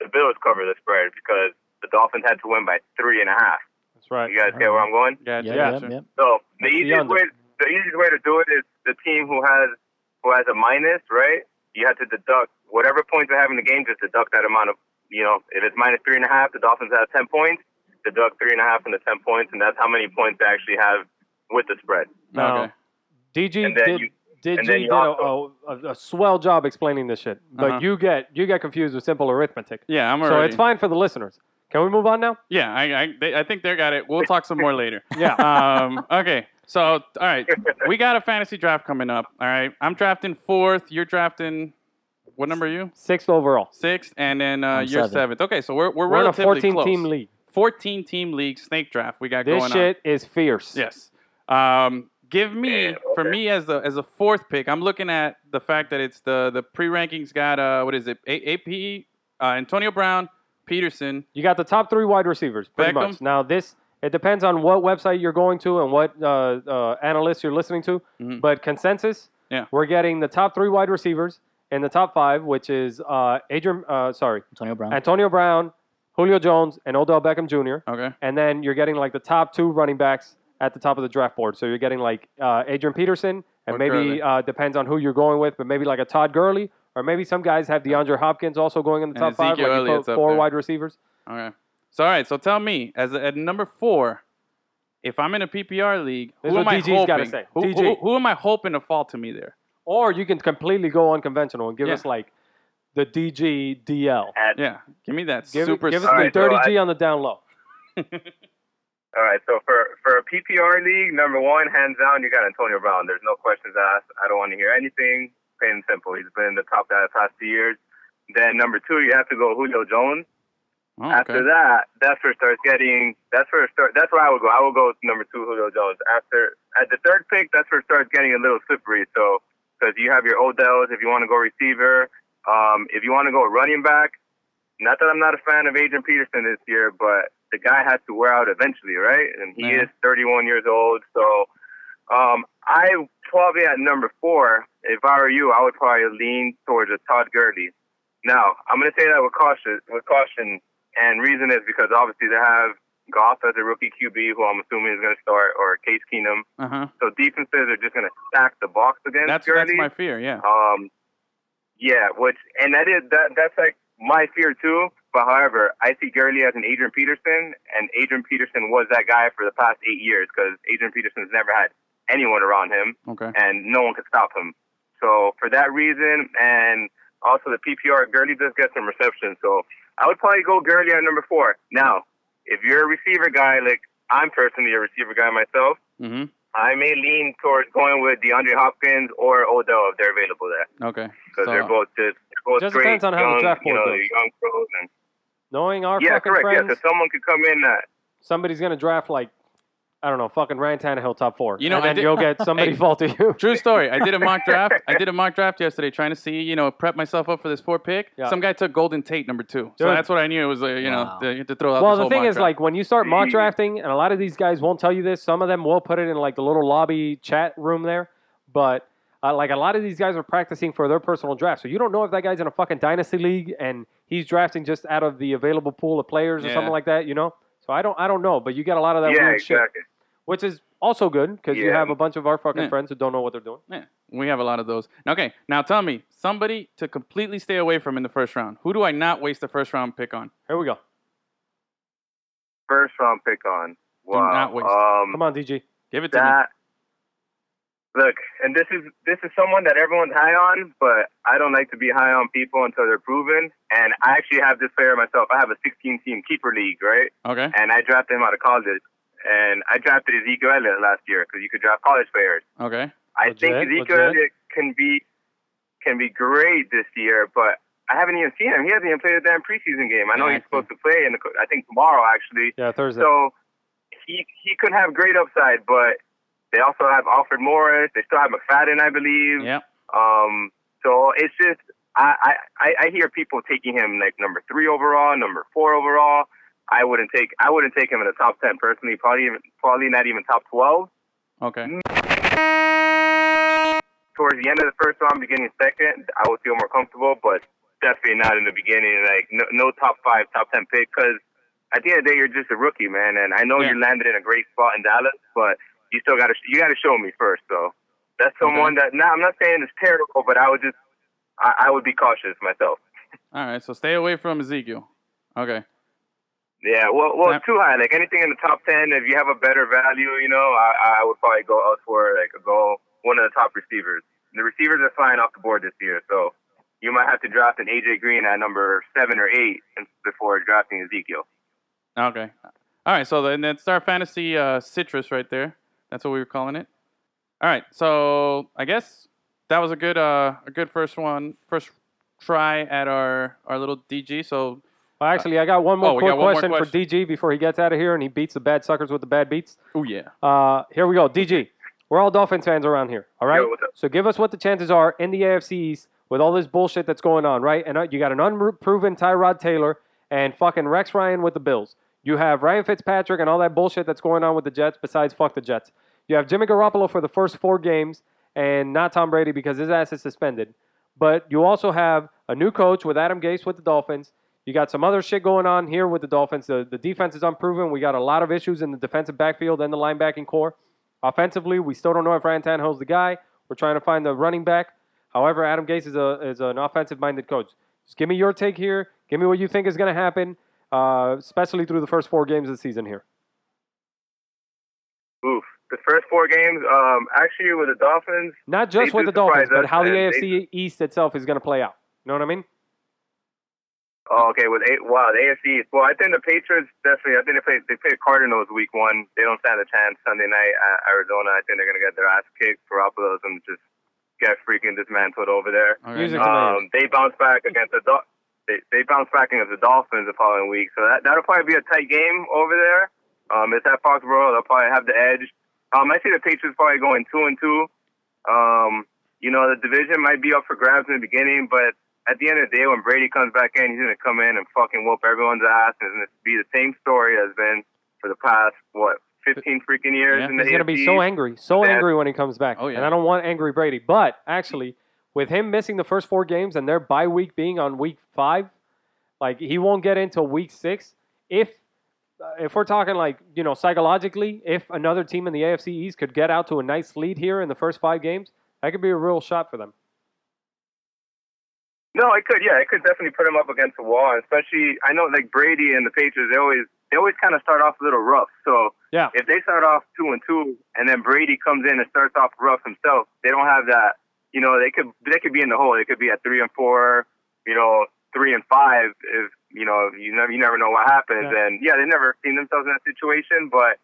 Speaker 6: the Bills cover the spread because the Dolphins had to win by three and a half.
Speaker 2: That's right.
Speaker 6: You guys get where I'm going?
Speaker 1: gotcha.
Speaker 2: Yeah.
Speaker 1: gotcha.
Speaker 3: yep.
Speaker 6: So
Speaker 2: That's the
Speaker 6: the easiest
Speaker 2: under.
Speaker 6: way the easiest way to do it is the team who has who has a minus, right? You have to deduct whatever points they have in the game, just deduct that amount of you know, if it's minus three and a half, the Dolphins have ten points, deduct three and a half from the ten points, and that's how many points they actually have with the spread.
Speaker 2: Now,
Speaker 1: Okay.
Speaker 2: DG
Speaker 6: And then
Speaker 2: did,
Speaker 6: you-
Speaker 2: did,
Speaker 6: and
Speaker 2: G
Speaker 6: then
Speaker 2: did
Speaker 6: you
Speaker 2: a,
Speaker 6: also-
Speaker 2: a, a swell job explaining this shit, but
Speaker 1: Uh-huh.
Speaker 2: you get you get confused with simple arithmetic.
Speaker 1: Yeah, I'm
Speaker 2: So
Speaker 1: already.
Speaker 2: it's fine for the listeners. Can we move on now?
Speaker 1: Yeah, I I, they, I think they got it. We'll talk some more later.
Speaker 2: Yeah.
Speaker 1: um, okay. So, all right. We got a fantasy draft coming up. All right. I'm drafting fourth. You're drafting What number are you?
Speaker 2: Sixth overall.
Speaker 1: Sixth, and then uh,
Speaker 3: I'm
Speaker 1: you're
Speaker 3: seventh.
Speaker 1: seventh. Okay, so we're we're,
Speaker 2: We're in a
Speaker 1: relatively
Speaker 2: 14
Speaker 1: close.
Speaker 2: team league.
Speaker 1: 14 team league snake draft we got
Speaker 2: This
Speaker 1: going on.
Speaker 2: shit is fierce.
Speaker 1: Yes. Um, give me
Speaker 6: Yeah,
Speaker 1: for
Speaker 6: okay.
Speaker 1: me as the as a fourth pick. I'm looking at the fact that it's the the pre rankings got uh what is it a- AP uh, Antonio Brown Peterson
Speaker 2: You got the top three wide receivers, pretty
Speaker 1: Beckham.
Speaker 2: much. Now this it depends on what website you're going to and what uh, uh, analysts you're listening to,
Speaker 1: Mhm.
Speaker 2: but consensus,
Speaker 1: Yeah.
Speaker 2: we're getting the top three wide receivers and the top five, which is uh, Adrian, uh, sorry,
Speaker 1: Mm-hmm.
Speaker 3: Antonio Brown.
Speaker 2: Antonio Brown, Julio Jones, and Odell Beckham Jr.
Speaker 1: okay
Speaker 2: And then you're getting like the top two running backs at the top of the draft board. So you're getting like uh, Adrian Peterson, and
Speaker 1: Or Gurley.
Speaker 2: maybe uh, depends on who you're going with, but maybe like a Todd Gurley, or maybe some guys have DeAndre Hopkins also going in the
Speaker 1: And
Speaker 2: top five,
Speaker 1: Ezekiel
Speaker 2: like you put
Speaker 1: Elliott's up
Speaker 2: four
Speaker 1: there.
Speaker 2: wide receivers.
Speaker 1: all right so all right so tell me as a, at number four if I'm in a PPR league
Speaker 2: This
Speaker 1: who
Speaker 2: is
Speaker 1: am
Speaker 2: what
Speaker 1: I
Speaker 2: DG's gotta
Speaker 1: hoping
Speaker 2: say.
Speaker 1: Who,
Speaker 2: DG.
Speaker 1: who, who am I hoping to fall to me there
Speaker 2: Or you can completely go unconventional and give
Speaker 1: Yeah.
Speaker 2: us like the DG DL.
Speaker 6: At
Speaker 1: yeah give me that
Speaker 2: Give,
Speaker 1: super
Speaker 2: give us
Speaker 6: All right,
Speaker 2: the
Speaker 6: so
Speaker 2: dirty
Speaker 6: I-
Speaker 2: G on the down low.
Speaker 6: All right, so for for a PPR league, number one, hands down, you got Antonio Brown. There's no questions asked. I don't want to hear anything. Plain and simple, he's been the top guy the past two years. Then number two, you have to go Julio Jones.
Speaker 1: oh,
Speaker 6: After that, that's where it starts getting. That's where it start. That's where I would go. I would go with number two, Julio Jones. After at the third pick, that's where it starts getting a little slippery. So because you have your Odells, if you want to go receiver, um, if you want to go running back. Not that I'm not a fan of Adrian Peterson this year, but the guy has to wear out eventually, right? And he
Speaker 1: Yeah.
Speaker 6: is 31 years old, so um, I probably at number four. If I were you, I would probably lean towards a Todd Gurley. Now I'm going to say that with caution. With caution, and reason is because obviously they have Goff as a rookie QB, who I'm assuming is going to start, or Case Keenum.
Speaker 1: uh huh
Speaker 6: So defenses are just going to stack the box against
Speaker 1: that's
Speaker 6: Gurley.
Speaker 1: that's my fear yeah
Speaker 6: Um, yeah, which and that is that that's like my fear too. But however, I see Gurley as an Adrian Peterson, and Adrian Peterson was that guy for the past eight years because Adrian Peterson's never had anyone around him,
Speaker 1: okay
Speaker 6: and no one could stop him. So for that reason, and also the PPR, Gurley does get some reception. So I would probably go Gurley at number four. Now, if you're a receiver guy, like I'm personally a receiver guy myself,
Speaker 1: mm-hmm.
Speaker 6: I may lean towards going with DeAndre Hopkins or Odell if they're available there
Speaker 1: okay
Speaker 6: because
Speaker 1: so,
Speaker 6: they're both just they're both
Speaker 2: Just
Speaker 6: great
Speaker 2: depends on how the
Speaker 6: young,
Speaker 2: draft
Speaker 6: you
Speaker 2: board
Speaker 6: know,
Speaker 2: goes.
Speaker 6: they're young pros. And,
Speaker 2: Knowing our
Speaker 6: yeah,
Speaker 2: fucking
Speaker 6: correct.
Speaker 2: friends,
Speaker 6: Yeah, so someone could come in that.
Speaker 2: somebody's gonna draft like I don't know, fucking Ryan Tannehill top four.
Speaker 1: You know,
Speaker 2: and
Speaker 1: I
Speaker 2: then
Speaker 1: did-
Speaker 2: you'll get somebody
Speaker 1: Hey.
Speaker 2: fall to you.
Speaker 1: uh, True story. I did a mock draft. I did a mock draft yesterday, trying to see, you know, prep myself up for this four pick.
Speaker 2: Yeah.
Speaker 1: Some guy took Golden Tate number two, so
Speaker 2: Dude.
Speaker 1: that's what I knew. It was, uh, you
Speaker 3: Wow.
Speaker 1: know, to, to throw out.
Speaker 2: Well,
Speaker 1: this
Speaker 2: the
Speaker 1: whole Mm-hmm.
Speaker 2: thing
Speaker 1: mock
Speaker 2: is,
Speaker 1: draft.
Speaker 2: like when you start mock
Speaker 6: Mhm.
Speaker 2: drafting, and a lot of these guys won't tell you this. Some of them will put it in like the little lobby chat room there, but uh, like a lot of these guys are practicing for their personal draft, so you don't know if that guy's in a fucking dynasty league and he's drafting just out of the available pool of players or
Speaker 1: Yeah.
Speaker 2: something like that. You know, so I don't, I don't know, but you get a lot of that
Speaker 6: yeah,
Speaker 2: weird shit,
Speaker 6: exactly.
Speaker 2: which is also good because you
Speaker 6: Yeah.
Speaker 2: have a bunch of our fucking
Speaker 1: Yeah.
Speaker 2: friends who don't know what they're doing.
Speaker 1: Yeah, we have a lot of those. Okay, now tell me somebody to completely stay away from in the first round. Who do I not waste the first round pick on?
Speaker 2: Here we go.
Speaker 6: First round pick on. Wow.
Speaker 1: not waste.
Speaker 6: Um,
Speaker 2: Come on, DG.
Speaker 1: Give it to me.
Speaker 6: that. Look, and this is this is someone that everyone's high on, but I don't like to be high on people until they're proven. And I actually have this player myself. I have a 16 team keeper league, right?
Speaker 1: Okay.
Speaker 6: And I drafted him out of college. And I drafted Ezekiel Elliott last year because you could draft college players.
Speaker 1: Okay.
Speaker 6: I
Speaker 2: Legit,
Speaker 6: think Ezekiel
Speaker 2: legit.
Speaker 6: Elliott can be can be great this year, but I haven't even seen him. He hasn't even played a damn preseason game. I know he's
Speaker 1: Exactly.
Speaker 6: supposed to play, in the, I think tomorrow actually.
Speaker 2: Yeah, Thursday.
Speaker 6: So he he could have great upside, but they also have Alfred Morris. They still have McFadden, I believe.
Speaker 1: Yep.
Speaker 6: Um, so it's just I, I I I hear people taking him like number three overall, number four overall. I wouldn't take I wouldn't take him in the top ten personally. Probably even, probably not even top twelve.
Speaker 1: Okay.
Speaker 6: towards the end of the first round, beginning second, I would feel more comfortable, but definitely not in the beginning. Like no, no top five, top ten pick, because at the end of the day, you're just a rookie, man. And I know
Speaker 1: Yeah.
Speaker 6: you landed in a great spot in Dallas, but you still got to you got to show me first. So that's someone that now I'm not saying it's terrible, but I would just I, I would be cautious myself.
Speaker 1: All right. So stay away from Ezekiel. Okay.
Speaker 6: Yeah, well, well,
Speaker 1: Sam-
Speaker 6: too high. Like anything in the top ten, if you have a better value, you know, I, I would probably go elsewhere. Like go one of the top receivers. The receivers are flying off the board this year, so you might have to draft an AJ Green at number seven or eight before drafting Ezekiel.
Speaker 1: Okay. All right. So then that's our fantasy uh, citrus right there. That's what we were calling it. All right. So I guess that was a good uh, a good first one, first try at our our little DG. So
Speaker 2: Well, actually, I got one more
Speaker 1: Oh, we
Speaker 2: quick
Speaker 1: got one more
Speaker 2: question,
Speaker 1: question.
Speaker 2: for DG before he gets out of here and he beats the bad suckers with the bad beats.
Speaker 1: oh yeah,
Speaker 2: Uh, here we go, DG. We're all Dolphins fans around here, all right?
Speaker 6: Yo, what's up?
Speaker 2: so give us what the chances are in the AFC East with all this bullshit that's going on, right? And uh, you got an unproven Tyrod Taylor and fucking Rex Ryan with the Bills. You have Ryan Fitzpatrick and all that bullshit that's going on with the Jets. Besides, fuck the Jets. You have Jimmy Garoppolo for the first four games and not Tom Brady because his ass is suspended. But you also have a new coach with Adam Gase with the Dolphins. You got some other shit going on here with the Dolphins. The, the defense is unproven. We got a lot of issues in the defensive backfield and the linebacking core. Offensively, we still don't know if Ryan Tannehill's the guy. We're trying to find the running back. However, Adam Gase is a is an offensive minded coach. Just give me your take here. Give me what you think is going to happen, uh, especially through the first four games of the season here.
Speaker 6: Oof. The first four games, um, actually with the Dolphins,
Speaker 2: Not just
Speaker 6: They
Speaker 2: with
Speaker 6: do
Speaker 2: the Dolphins, but
Speaker 6: surprise us,
Speaker 2: how the
Speaker 6: and they
Speaker 2: AFC East itself is going to play out. You know what I mean?
Speaker 6: Oh, okay. With eight, wow, the AFC. East. Well, I think the Patriots definitely. I think they play. They play the Cardinals week one. They don't stand a chance Sunday night at Arizona. I think they're gonna get their ass kicked. Garoppolo's gonna just get freaking dismantled over there.
Speaker 1: All
Speaker 2: Music to my ears.
Speaker 6: Um, they bounce back against the. Dol- They, they bounce back against the Dolphins the following week, so that that'll probably be a tight game over there. Um, it's at Foxborough. They'll probably have the edge. Um, I see the Patriots probably going two and two. Um, you know, the division might be up for grabs in the beginning, but at the end of the day, when Brady comes back in, he's gonna come in and fucking whoop everyone's ass, and it's gonna be the same story as been for the past what fifteen freaking years.
Speaker 1: Yeah.
Speaker 6: in the
Speaker 2: He's going to
Speaker 6: AFC.
Speaker 2: be so angry, so
Speaker 6: That-
Speaker 2: angry when he comes back.
Speaker 1: Oh, yeah.
Speaker 2: And I don't want angry Brady. But actually, with him missing the first four games and their bye week being on week five, like he won't get into week six. If uh, if we're talking like you know psychologically, if another team in the AFC East could get out to a nice lead here in the first five games, that could be a real shot for them.
Speaker 6: No, I could. Yeah, I could definitely put him up against the wall, and especially I know like Brady and the Patriots. They always they always kind of start off a little rough. So
Speaker 2: Yeah.
Speaker 6: if they start off two and two, and then Brady comes in and starts off rough himself, they don't have that. You know, they could they could be in the hole. They could be at three and four. You know, three and five. If you know, you never you never know what happens.
Speaker 2: Yeah.
Speaker 6: And yeah, they never seen themselves in that situation, but.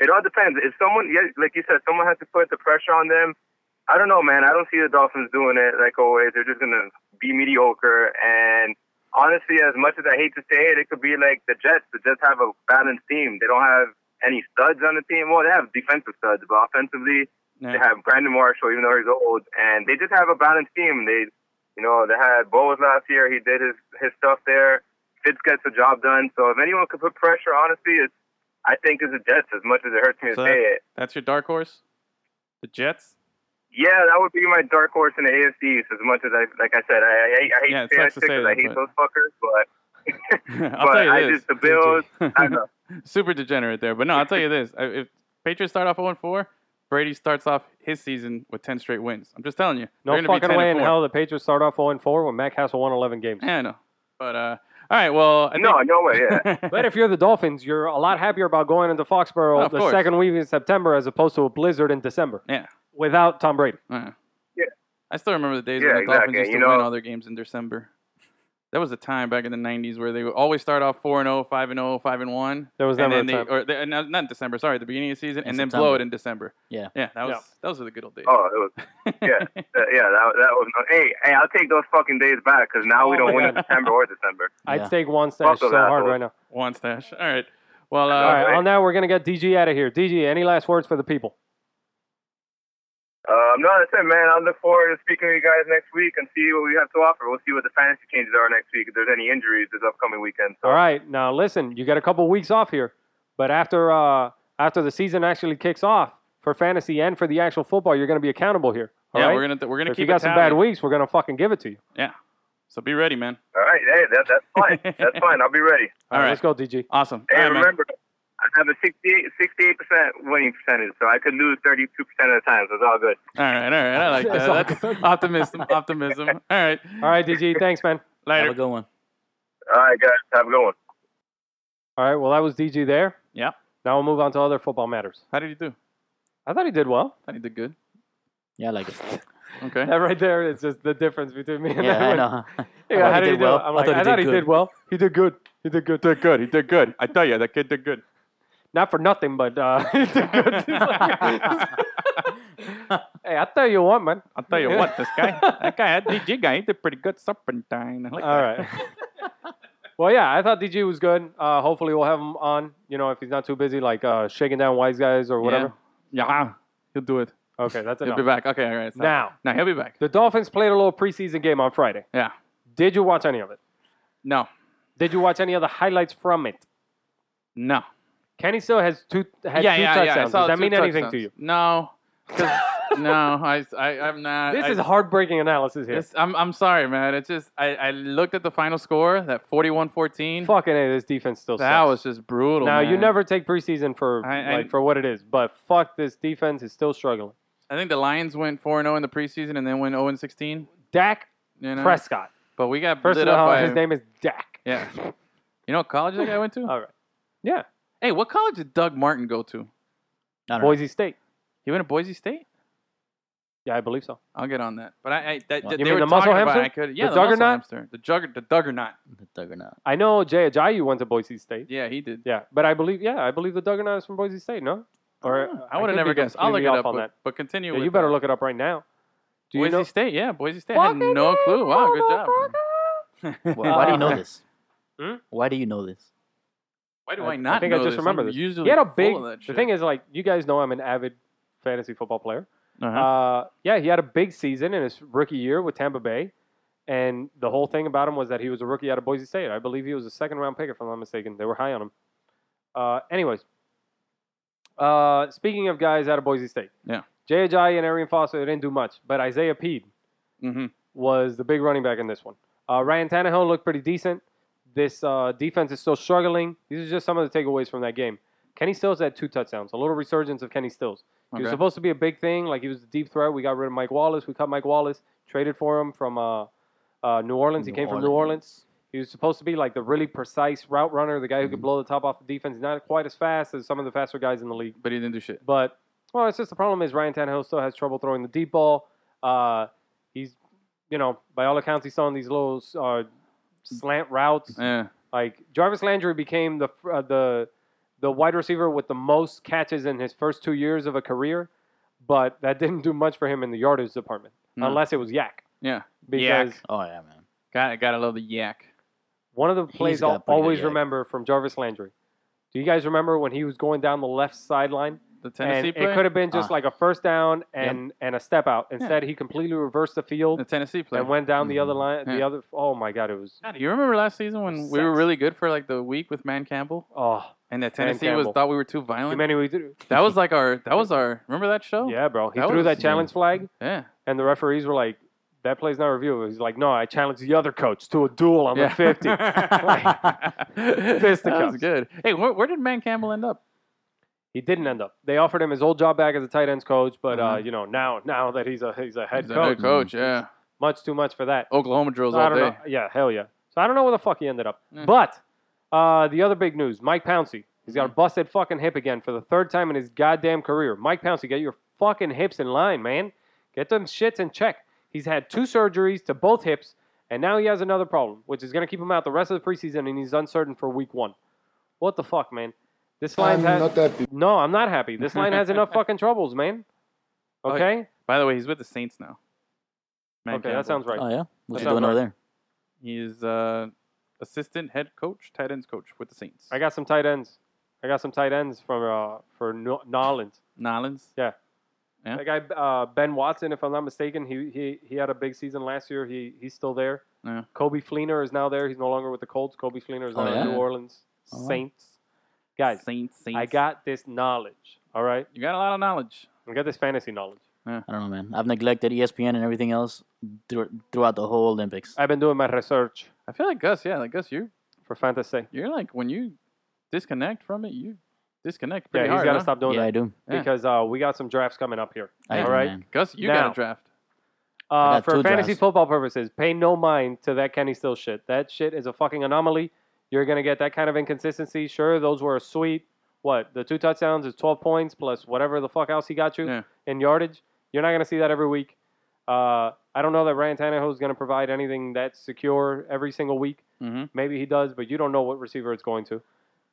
Speaker 6: It all depends. If someone, yeah, like you said, someone has to put the pressure on them. I don't know, man. I don't see the Dolphins doing it like always. They're just gonna be mediocre. And honestly, as much as I hate to say it, it could be like the Jets. The Jets have a balanced team. They don't have any studs on the team. Well, they have defensive studs, but offensively, they
Speaker 1: Yeah.
Speaker 6: have Brandon Marshall, even though he's old, and they just have a balanced team. They, you know, they had Bowles last year. He did his his stuff there. Fitz gets the job done. So if anyone could put pressure, honestly, it's I think it's the Jets. As much as it hurts me
Speaker 1: So
Speaker 6: to say it,
Speaker 1: That's your dark horse, the Jets.
Speaker 6: yeah, that would be my dark horse in the AFC. As much as I, like I said, I, I, I hate
Speaker 1: Yeah, it
Speaker 6: saying
Speaker 1: sucks to
Speaker 6: shit
Speaker 1: say
Speaker 6: 'cause
Speaker 1: that,
Speaker 6: I hate
Speaker 1: but-
Speaker 6: those fuckers, but
Speaker 1: I'll
Speaker 6: but
Speaker 1: tell you
Speaker 6: I
Speaker 1: this.
Speaker 6: just the Bills. I know.
Speaker 1: Super degenerate there, but no, I'll tell you this: I- if Patriots start off 0-4, Brady starts off his season with 10 straight wins. I'm just telling you,
Speaker 2: No
Speaker 1: they're gonna be
Speaker 2: fucking way
Speaker 1: 10
Speaker 2: in
Speaker 1: and
Speaker 2: hell the Patriots start off 0 4 when Matt Castle won 11 games.
Speaker 1: 4. Yeah, I know. But uh, all right, well, I
Speaker 6: no, no way. Yeah.
Speaker 1: think,
Speaker 2: But if you're the Dolphins, you're a lot happier about going into Foxborough
Speaker 1: Of
Speaker 2: the
Speaker 1: course.
Speaker 2: second week in September as opposed to a blizzard in December.
Speaker 1: Yeah.
Speaker 2: Without Tom Brady.
Speaker 1: Uh,
Speaker 6: Yeah.
Speaker 1: I still remember the days
Speaker 6: Yeah,
Speaker 1: when the
Speaker 6: exactly.
Speaker 1: Dolphins used to
Speaker 6: You know-
Speaker 1: win all their games in December. That was a time back in the 90s where they would always start off 4 and 0, 5 and 0, 5 and 1.
Speaker 2: There was
Speaker 1: and then
Speaker 2: never a
Speaker 1: they,
Speaker 2: time.
Speaker 1: or they, no, not in December, sorry, the beginning of the season,
Speaker 3: In
Speaker 1: and then
Speaker 3: September.
Speaker 1: blow it in December.
Speaker 3: Yeah.
Speaker 1: Yeah, that was
Speaker 2: Yeah.
Speaker 1: those were the good old days.
Speaker 6: Oh, it was. Yeah, that, yeah. That, that was. Hey, hey, I'll take those fucking days back because now we
Speaker 2: Oh,
Speaker 6: don't win in
Speaker 2: man.
Speaker 6: September or December.
Speaker 2: I'd
Speaker 3: Yeah.
Speaker 2: take one stash
Speaker 6: Fuck
Speaker 2: so
Speaker 6: those
Speaker 2: hard
Speaker 6: assholes.
Speaker 2: right now.
Speaker 1: One stash. All right. Well, uh,
Speaker 2: All right,
Speaker 6: right.
Speaker 2: on that, we're going to get DG out of here. DG, any last words for the people?
Speaker 6: Um, no, that's it, man. I look forward to speaking to you guys next week and see what we have to offer. We'll see what the fantasy changes are next week. If there's any injuries this upcoming weekend. So.
Speaker 2: All right, now listen, you got a couple weeks off here, but after uh, after the season actually kicks off for fantasy and for the actual football, you're going to be accountable here. All
Speaker 1: yeah,
Speaker 2: right?
Speaker 1: we're gonna we're gonna
Speaker 2: if
Speaker 1: keep
Speaker 2: you
Speaker 1: a
Speaker 2: got some
Speaker 1: tally.
Speaker 2: bad weeks, we're going to fucking give it to you.
Speaker 1: Yeah. So be ready, man.
Speaker 6: All right. Hey, that, that's fine. that's fine. I'll be ready.
Speaker 1: All
Speaker 2: All right,
Speaker 1: right.
Speaker 2: let's go, DG.
Speaker 1: Awesome.
Speaker 6: Hey,
Speaker 1: All right, man.
Speaker 6: remember, I have a 68 percent winning percentage, so I could lose thirty-two percent of the time. So it's all good.
Speaker 1: All right, all right. I like
Speaker 2: It's all
Speaker 1: that. That's optimism. Optimism. All right.
Speaker 2: All right, DG, thanks, man.
Speaker 3: Have
Speaker 1: Later.
Speaker 3: a good one.
Speaker 6: All right, guys, have a good one.
Speaker 2: All right, well, that was DG there.
Speaker 1: Yeah.
Speaker 2: Now we'll move on to other football matters.
Speaker 1: How did you do?
Speaker 2: I thought he did well.
Speaker 1: I thought you did good.
Speaker 3: Yeah, I like it.
Speaker 1: Okay.
Speaker 2: That right there is just the difference between me and
Speaker 3: Yeah,
Speaker 2: that
Speaker 3: I
Speaker 2: one.
Speaker 3: know.
Speaker 2: Yeah,
Speaker 3: I thought
Speaker 2: how
Speaker 3: he
Speaker 2: did he
Speaker 3: did
Speaker 2: do?
Speaker 3: well.
Speaker 2: I'm like, I thought, he, did
Speaker 3: good.
Speaker 2: well. He did good. He did good.
Speaker 7: did good. He did good. I tell you, that kid did good.
Speaker 2: Not for nothing, but uh, he did good. Hey, I tell you what, man.
Speaker 1: I'll tell you what, this guy, that guy, that DJ guy, he did pretty good serpentine. I like
Speaker 2: All
Speaker 1: that.
Speaker 2: right. well, yeah, I thought DG was good. Uh, hopefully, we'll have him on. You know, if he's not too busy, like uh, shaking down wise guys or whatever.
Speaker 1: Yeah. yeah, he'll do it.
Speaker 2: Okay, that's
Speaker 1: He'll
Speaker 2: enough.
Speaker 1: be back. Okay, all right. Now,
Speaker 2: Now,
Speaker 1: now he'll be back.
Speaker 2: the Dolphins played a little preseason game on Friday.
Speaker 1: Yeah.
Speaker 2: Did you watch any of it?
Speaker 1: No,
Speaker 2: Did you watch any of the highlights from it?
Speaker 1: no.
Speaker 2: Kenny still has two has
Speaker 1: yeah, yeah,
Speaker 2: two
Speaker 1: yeah. I
Speaker 2: touchdowns.
Speaker 1: saw
Speaker 2: Does that
Speaker 1: two
Speaker 2: mean anything
Speaker 1: touchdowns.
Speaker 2: to you?
Speaker 1: No, 'cause- no. I, I, I'm not.
Speaker 2: This
Speaker 1: I-
Speaker 2: is heartbreaking analysis here.
Speaker 1: It's, I'm, I'm sorry, man. It's just I, I looked at the final score, that 41-14.
Speaker 2: Fucking a, this defense still
Speaker 1: That
Speaker 2: sucks.
Speaker 1: was just brutal.
Speaker 2: now you
Speaker 1: man.
Speaker 2: never take preseason for
Speaker 1: I- I-
Speaker 2: like for what it is, but fuck this defense is still struggling.
Speaker 1: I think the Lions went 4-0 in the preseason and then went 0-16.
Speaker 2: Dak
Speaker 1: You know?
Speaker 2: Prescott.
Speaker 1: But we got
Speaker 2: First
Speaker 1: lit
Speaker 2: of all,
Speaker 1: up by
Speaker 2: his name Uh, is Dak.
Speaker 1: Yeah. You know what college that guy went to?
Speaker 2: All right. Yeah,
Speaker 1: Hey, what college did Doug Martin go to?
Speaker 3: I don't know.
Speaker 2: Boise State.
Speaker 1: He went to Boise State.
Speaker 2: Yeah, I believe so.
Speaker 1: I'll get on that. But I, I that,
Speaker 3: What?
Speaker 1: they
Speaker 2: You mean
Speaker 1: were
Speaker 2: the muscle
Speaker 1: talking about it. I
Speaker 2: hamster?
Speaker 1: could, yeah,
Speaker 2: The
Speaker 1: the,
Speaker 2: juggernaut?
Speaker 1: muscle hamster, the jugger, the juggernaut.
Speaker 3: The thug or not.
Speaker 2: I know Jay Ajayi went to Boise State.
Speaker 1: Yeah, he did.
Speaker 2: Yeah, but I believe yeah, I believe the Duggan is from Boise State. No, or
Speaker 1: I would have
Speaker 2: could be
Speaker 1: never guessed. I'll look
Speaker 2: completely
Speaker 1: it
Speaker 2: off
Speaker 1: up.
Speaker 2: on
Speaker 1: But,
Speaker 2: that.
Speaker 1: but continue.
Speaker 2: Yeah,
Speaker 1: with
Speaker 2: you better
Speaker 1: that.
Speaker 2: look it up right now. Do you
Speaker 1: Boise
Speaker 2: know?
Speaker 1: State. Yeah, Boise State. I had
Speaker 2: Fucking
Speaker 1: no clue. Wow, good job.
Speaker 3: Why, why do you
Speaker 1: Uh,
Speaker 3: know this?
Speaker 2: Hmm?
Speaker 3: Why do you know this?
Speaker 1: Why do
Speaker 2: I-
Speaker 1: I, not?
Speaker 2: I think I
Speaker 1: know
Speaker 2: just
Speaker 1: this?
Speaker 2: remember
Speaker 1: I'm
Speaker 2: this.
Speaker 1: Usually
Speaker 2: He had a big.
Speaker 1: Full of that
Speaker 2: The
Speaker 1: shit.
Speaker 2: thing is, like you guys know, I'm an avid fantasy football player.
Speaker 1: uh-huh.
Speaker 2: Uh, yeah, he had a big season in his rookie year with Tampa Bay, and the whole thing about him was that he was a rookie out of Boise State. I believe he was a second round pick, if I'm not mistaken. They were high on him. Uh, anyways, uh, speaking of guys out of Boise State,
Speaker 1: Yeah.
Speaker 2: Jay Ajayi and Arian Foster they didn't do much, but Isaiah Pede
Speaker 1: mm-hmm.
Speaker 2: was the big running back in this one. Uh, Ryan Tannehill looked pretty decent. This uh, defense is still struggling. These are just some of the takeaways from that game. Kenny Stills had two touchdowns, a little resurgence of Kenny Stills. He was
Speaker 1: Okay.
Speaker 2: supposed to be a big thing, like he was the deep threat. We got rid of Mike Wallace. We cut Mike Wallace, traded for him from uh, uh, New Orleans. he
Speaker 3: New
Speaker 2: came from New
Speaker 3: Orleans.
Speaker 2: Orleans. He was supposed to be like the really precise route runner, the guy who
Speaker 3: Mm-hmm.
Speaker 2: could blow the top off the defense. Not quite as fast as some of the faster guys in the league.
Speaker 1: But he didn't do shit.
Speaker 2: But well, it's just the problem is Ryan Tannehill still has trouble throwing the deep ball. Uh, he's, you know, by all accounts, he's throwing these little uh, slant routes.
Speaker 1: Yeah.
Speaker 2: Like Jarvis Landry became the uh, the the wide receiver with the most catches in his first two years of a career, but that didn't do much for him in the yardage department,
Speaker 1: No.
Speaker 2: unless it was Yak.
Speaker 1: Hmm. Yeah. Yak.
Speaker 2: Because
Speaker 3: Oh yeah, man.
Speaker 1: Got gotta love the yak.
Speaker 2: one of the
Speaker 3: He's
Speaker 2: plays
Speaker 3: got
Speaker 2: I'll
Speaker 3: pretty good
Speaker 2: always
Speaker 3: yak.
Speaker 2: remember from Jarvis Landry. Do you guys remember when he was going down the left sideline?
Speaker 1: The Tennessee
Speaker 2: and
Speaker 1: play.
Speaker 2: it could have been just
Speaker 3: Ah.
Speaker 2: like a first down and and a step out. Instead, he completely reversed the field
Speaker 1: the Tennessee play. Mm-hmm.
Speaker 2: and went down the other line. The
Speaker 1: Yeah.
Speaker 2: other oh my god, it was
Speaker 1: God, you remember last season when we were
Speaker 2: Sucks.
Speaker 1: really good for like the week with Man Campbell,
Speaker 2: oh
Speaker 1: and that
Speaker 2: Man
Speaker 1: Tennessee was
Speaker 2: Campbell.
Speaker 1: thought we were too violent.
Speaker 2: Emmanuel. Udoh-
Speaker 1: That was like our. That was our. Remember that show?
Speaker 2: Yeah, bro, he
Speaker 1: Oh. That
Speaker 2: threw
Speaker 1: was-
Speaker 2: that challenge flag,
Speaker 1: Yeah.
Speaker 2: and the referees were like, "That play's not reviewable." He's like, "No, I challenged the other coach to a duel on
Speaker 1: yeah.
Speaker 2: the 50.
Speaker 1: that
Speaker 2: Fisticuffs.
Speaker 1: was good. Hey, where, where did Man Campbell end up?
Speaker 2: He didn't end up. They offered him his old job back as a tight ends coach, but uh,
Speaker 1: Uh-huh.
Speaker 2: you know now now that he's a he's a head
Speaker 1: He's a
Speaker 2: coach,
Speaker 1: head coach. Yeah.
Speaker 2: much too much for that.
Speaker 1: Oklahoma drills
Speaker 2: I
Speaker 1: all
Speaker 2: don't
Speaker 1: day.
Speaker 2: know. Yeah, hell yeah. So I don't know where the fuck he ended up.
Speaker 1: Yeah.
Speaker 2: But uh, the other big news, Mike Pouncey. He's
Speaker 1: Mm.
Speaker 2: got a busted fucking hip again for the third time in his goddamn career. Mike Pouncey, get your fucking hips in line, man. Get them shits in check. He's had two surgeries to both hips, and now he has another problem, which is going to keep him out the rest of the preseason, and he's uncertain for week one. What the fuck, man? This line has. no, I'm not happy. This line has enough fucking troubles, man.
Speaker 1: Oh,
Speaker 2: Okay?
Speaker 1: By the way, he's with the Saints now. Man
Speaker 2: okay, that
Speaker 1: Campbell.
Speaker 2: sounds right.
Speaker 3: Oh yeah. What's he
Speaker 2: Yeah.
Speaker 3: doing over there?
Speaker 1: He's uh, assistant head coach, tight ends coach with the Saints.
Speaker 2: I got some tight ends. I got some tight ends for uh, for New- Nolans.
Speaker 1: Nolans. Yeah.
Speaker 2: That guy uh, Ben Watson, if I'm not mistaken, he, he he had a big season last year. He he's still there.
Speaker 1: Yeah.
Speaker 2: Kobe Fleener is now there. He's no longer with the Colts. Kobe Fleener is
Speaker 3: Oh,
Speaker 2: now in
Speaker 3: yeah?
Speaker 2: New Orleans
Speaker 3: Oh, wow.
Speaker 2: Saints. Guys,
Speaker 1: Saints, Saints.
Speaker 2: I got this knowledge. All right,
Speaker 1: You got a lot of knowledge.
Speaker 2: I got this fantasy knowledge.
Speaker 3: I don't know, man. I've neglected E ESPN and everything else thr- throughout the whole Olympics.
Speaker 2: I've been doing my research
Speaker 1: I feel like Gus. Yeah, like Gus, you
Speaker 2: for fantasy.
Speaker 1: you're like when you disconnect from it, you disconnect
Speaker 2: Yeah,
Speaker 1: pretty
Speaker 2: he's
Speaker 1: hard.
Speaker 2: got to
Speaker 1: huh?
Speaker 2: stop doing
Speaker 3: yeah, I
Speaker 2: that
Speaker 3: do.
Speaker 1: yeah.
Speaker 2: because uh, we got some drafts coming up here.
Speaker 3: I
Speaker 2: All
Speaker 3: do,
Speaker 2: right.
Speaker 3: man.
Speaker 1: Gus, you
Speaker 2: Now.
Speaker 1: got a draft.
Speaker 2: Uh,
Speaker 3: got
Speaker 2: for
Speaker 3: two
Speaker 2: fantasy
Speaker 3: drafts.
Speaker 2: football purposes, pay no mind to that Kenny Still shit. That shit is a fucking anomaly. You're gonna get that kind of inconsistency. Sure, those were sweet. What the two touchdowns is 12 points plus whatever the fuck else he got you
Speaker 1: Yeah.
Speaker 2: in yardage. You're not gonna see that every week. Uh, I don't know that Ryan Tannehill is gonna provide anything that secure every single week.
Speaker 1: Mhm.
Speaker 2: Maybe he does, but you don't know what receiver it's going to.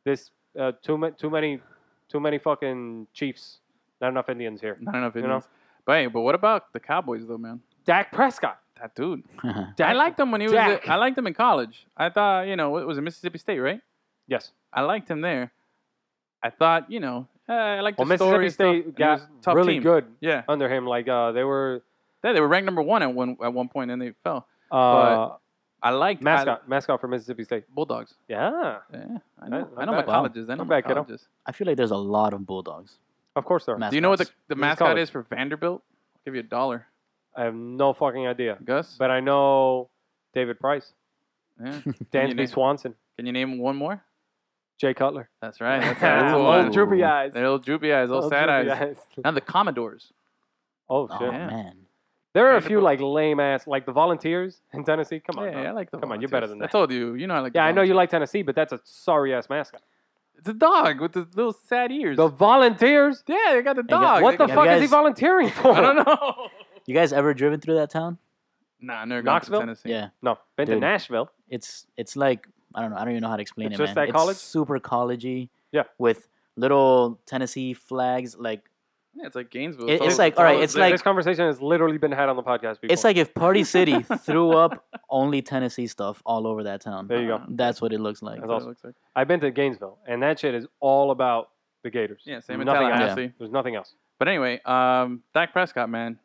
Speaker 2: This uh, too ma- too many too many fucking Chiefs Not enough Indians here.
Speaker 1: Not enough
Speaker 2: You know?
Speaker 1: Indians. But hey, but what about the Cowboys though, man?
Speaker 2: Dak Prescott.
Speaker 1: That dude.
Speaker 2: Dak,
Speaker 1: I liked him when he was.
Speaker 2: Dak.
Speaker 1: I liked him in college. I thought, you know, it was in Mississippi State, right?
Speaker 2: Yes.
Speaker 1: I liked him there. I thought, you know, eh, I like the
Speaker 2: Well,
Speaker 1: story.
Speaker 2: Mississippi State
Speaker 1: stuff.
Speaker 2: got
Speaker 1: It was a tough
Speaker 2: really
Speaker 1: team.
Speaker 2: good
Speaker 1: Yeah,
Speaker 2: under him. Like uh, they were
Speaker 1: they, they were ranked number one at one at one point, and they fell.
Speaker 2: uh,
Speaker 1: I liked I-
Speaker 2: mascot mascot for Mississippi State.
Speaker 1: Bulldogs.
Speaker 2: Yeah,
Speaker 1: Yeah, I know.
Speaker 2: not
Speaker 1: I know my
Speaker 2: bad.
Speaker 1: colleges. I know
Speaker 2: Not
Speaker 1: my
Speaker 2: bad, kiddo.
Speaker 1: colleges.
Speaker 3: I feel like there's a lot of bulldogs.
Speaker 2: of course there. Are.
Speaker 1: Do you know what the,
Speaker 3: mascots.
Speaker 1: the
Speaker 2: Who's
Speaker 1: mascot
Speaker 2: college?
Speaker 1: is for Vanderbilt? I'll give you a dollar,
Speaker 2: I have no fucking idea,
Speaker 1: Gus.
Speaker 2: but I know David Price,
Speaker 1: Yeah.
Speaker 2: Dansby
Speaker 1: name-
Speaker 2: Swanson,
Speaker 1: Can you name one more?
Speaker 2: Jay Cutler,
Speaker 1: That's right. That's
Speaker 2: Ah,
Speaker 1: that's the
Speaker 3: Ooh.
Speaker 2: old
Speaker 1: one.
Speaker 3: Drew-
Speaker 2: droopy eyes,
Speaker 1: They're little droopy eyes, little
Speaker 2: Old
Speaker 1: sad
Speaker 2: droopy
Speaker 1: eyes.
Speaker 2: eyes.
Speaker 1: Now the Commodores.
Speaker 2: Oh
Speaker 3: Oh
Speaker 2: shit!
Speaker 1: Yeah.
Speaker 3: man,
Speaker 2: There are a
Speaker 1: Vanderbilt.
Speaker 2: few like lame ass, like the Volunteers in Tennessee. Come on,
Speaker 1: yeah,
Speaker 2: dog.
Speaker 1: I like the.
Speaker 2: Come on, you're better
Speaker 1: Volunteers.
Speaker 2: than that.
Speaker 1: I told you. You know I like. the
Speaker 2: yeah, I know
Speaker 1: Volunteers.
Speaker 2: you like Tennessee, but that's a sorry ass mascot.
Speaker 1: It's a dog with the little sad ears.
Speaker 2: The Volunteers.
Speaker 1: yeah, they got the
Speaker 3: got-
Speaker 1: dog.
Speaker 2: What
Speaker 1: They
Speaker 2: the
Speaker 1: got-
Speaker 3: you
Speaker 2: fuck is he
Speaker 3: guys-
Speaker 2: volunteering for?
Speaker 1: I don't know.
Speaker 3: you guys ever driven through that town?
Speaker 1: Nah, I never gone to
Speaker 2: Knoxville?
Speaker 1: Tennessee.
Speaker 3: Yeah,
Speaker 2: No, been to
Speaker 3: Dude.
Speaker 2: Nashville.
Speaker 3: it's it's like I don't know. I don't even know how to explain
Speaker 2: It's
Speaker 3: it.
Speaker 2: just
Speaker 3: man.
Speaker 2: that college?
Speaker 3: It's super collegey.
Speaker 2: Yeah.
Speaker 3: with little Tennessee flags. Like
Speaker 1: Yeah, it's like Gainesville.
Speaker 3: It- it's
Speaker 1: always-
Speaker 3: like- all right,
Speaker 1: always
Speaker 3: it's
Speaker 1: there.
Speaker 2: this conversation has literally been had on the podcast before.
Speaker 3: it's like if Party City threw up only Tennessee stuff all over that town.
Speaker 2: there you go.
Speaker 3: That's what it looks like.
Speaker 1: That's what it
Speaker 2: awesome.
Speaker 1: looks like.
Speaker 2: I've been to Gainesville, and that shit is all about the Gators.
Speaker 1: Yeah, same in
Speaker 2: Nothing else.
Speaker 1: Tallahassee.
Speaker 2: There's nothing else.
Speaker 1: But anyway, um, Dak Prescott, man,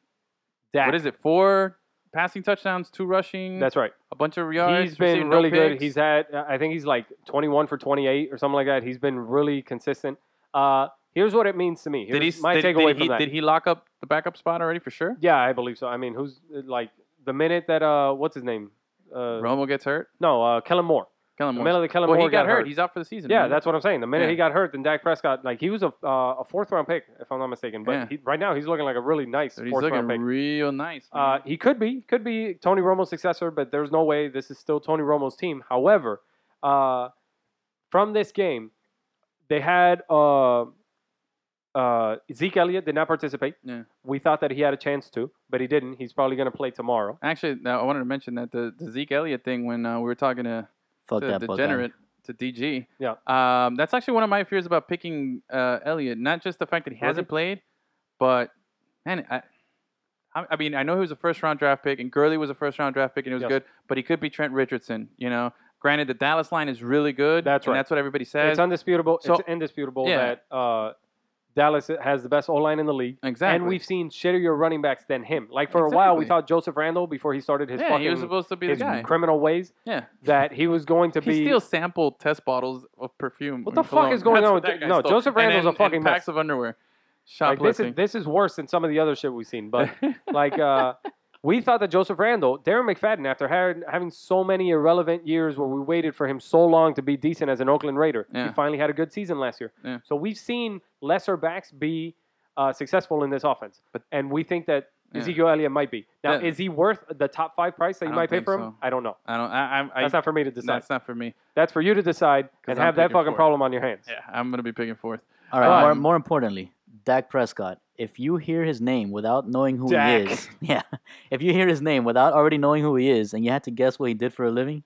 Speaker 2: Dak,
Speaker 1: what is it? Four passing touchdowns, two rushing,
Speaker 2: That's right.
Speaker 1: a bunch of yards.
Speaker 2: he's been
Speaker 1: receiving no
Speaker 2: really good.
Speaker 1: picks.
Speaker 2: He's had, I think he's like 21 for 28 or something like that. He's been really consistent. Uh, here's what it means to me. Here's
Speaker 1: did he?
Speaker 2: my
Speaker 1: did,
Speaker 2: takeaway
Speaker 1: did
Speaker 2: from
Speaker 1: he,
Speaker 2: that.
Speaker 1: Did he lock up the backup spot already for sure?
Speaker 2: yeah, I believe so. I mean, who's like the minute that uh, what's his name? Uh,
Speaker 1: Romo gets hurt.
Speaker 2: no, uh, Kellen Moore.
Speaker 1: Kellen
Speaker 2: The
Speaker 1: Moore.
Speaker 2: minute that Kellen
Speaker 1: well,
Speaker 2: Moore
Speaker 1: he got hurt. He's out for the season.
Speaker 2: yeah,
Speaker 1: remember?
Speaker 2: that's what I'm saying. The minute
Speaker 1: Yeah.
Speaker 2: he got hurt, then Dak Prescott, like he was a uh, a fourth round pick, if I'm not mistaken. But
Speaker 1: Yeah.
Speaker 2: he, right now he's looking like a really nice
Speaker 1: Dude, he's
Speaker 2: fourth
Speaker 1: looking
Speaker 2: round pick.
Speaker 1: real nice. man.
Speaker 2: Uh, he could be, could be Tony Romo's successor, but there's no way this is still Tony Romo's team. However, uh, from this game, they had uh, uh, Zeke Elliott did not participate.
Speaker 1: Yeah.
Speaker 2: We thought that he had a chance to, but he didn't. He's probably going to play tomorrow.
Speaker 1: Actually, now I wanted to mention that the, the Zeke Elliott thing when uh, we were talking to
Speaker 3: Fuck
Speaker 1: to
Speaker 3: that Buckeye.
Speaker 1: degenerate to DG.
Speaker 2: Yeah.
Speaker 1: Um, that's actually one of my fears about picking uh, Elliott. Not just the fact that he
Speaker 2: Really?
Speaker 1: hasn't played, but man, I, I, I mean, I know he was a first round draft pick, and Gurley was a first round draft pick, and it was
Speaker 2: Yes.
Speaker 1: good. But he could be Trent Richardson. You know, granted, the Dallas line is really good.
Speaker 2: That's
Speaker 1: and
Speaker 2: right.
Speaker 1: That's what everybody
Speaker 2: it's
Speaker 1: says.
Speaker 2: undisputable.
Speaker 1: so-
Speaker 2: it's indisputable
Speaker 1: Yeah.
Speaker 2: that uh, Dallas has the best O line in the league.
Speaker 1: exactly.
Speaker 2: And we've seen shittier running backs than him. Like for a while, we
Speaker 1: Exactly.
Speaker 2: thought Joseph Randall before he started his
Speaker 1: yeah,
Speaker 2: fucking
Speaker 1: he was supposed to be the
Speaker 2: his
Speaker 1: guy.
Speaker 2: criminal ways
Speaker 1: yeah,
Speaker 2: that he was going to
Speaker 1: he
Speaker 2: be
Speaker 1: still sampled test bottles of perfume.
Speaker 2: What the
Speaker 1: and
Speaker 2: fuck
Speaker 1: cologne.
Speaker 2: is going
Speaker 1: That's
Speaker 2: on
Speaker 1: what
Speaker 2: with
Speaker 1: that guy
Speaker 2: the- no,
Speaker 1: stole.
Speaker 2: Joseph
Speaker 1: And
Speaker 2: Randall's
Speaker 1: then-
Speaker 2: a fucking
Speaker 1: and
Speaker 2: mess.
Speaker 1: packs of underwear.
Speaker 2: like this is
Speaker 1: Shoplifting.
Speaker 2: this is worse than some of the other shit we've seen. But like uh, we thought that Joseph Randall, Darren McFadden, after ha- having so many irrelevant years where we waited for him so long to be decent as an Oakland Raider,
Speaker 1: Yeah.
Speaker 2: he finally had a good season last year.
Speaker 1: Yeah.
Speaker 2: So we've seen lesser backs be uh, successful in this offense,
Speaker 1: But-
Speaker 2: and we think that.
Speaker 1: Yeah.
Speaker 2: Ezekiel Elliott might be. Now,
Speaker 1: Yeah.
Speaker 2: is he worth the top five price
Speaker 1: I
Speaker 2: that you
Speaker 1: don't
Speaker 2: might pay
Speaker 1: think
Speaker 2: for him?
Speaker 1: so.
Speaker 2: I don't know.
Speaker 1: I don't. I, I, I,
Speaker 2: That's not for me to decide.
Speaker 1: That's not for me.
Speaker 2: That's for you to decide and
Speaker 1: I'm
Speaker 2: have that
Speaker 1: picking
Speaker 2: fucking
Speaker 1: fourth.
Speaker 2: problem on your hands.
Speaker 1: Yeah, I'm gonna be picking fourth.
Speaker 3: All right. more,
Speaker 1: Um,
Speaker 3: more importantly, Dak Prescott. If you hear his name without knowing who
Speaker 2: Dak.
Speaker 3: he is, yeah. If you hear his name without already knowing who he is, and you had to guess what he did for a living,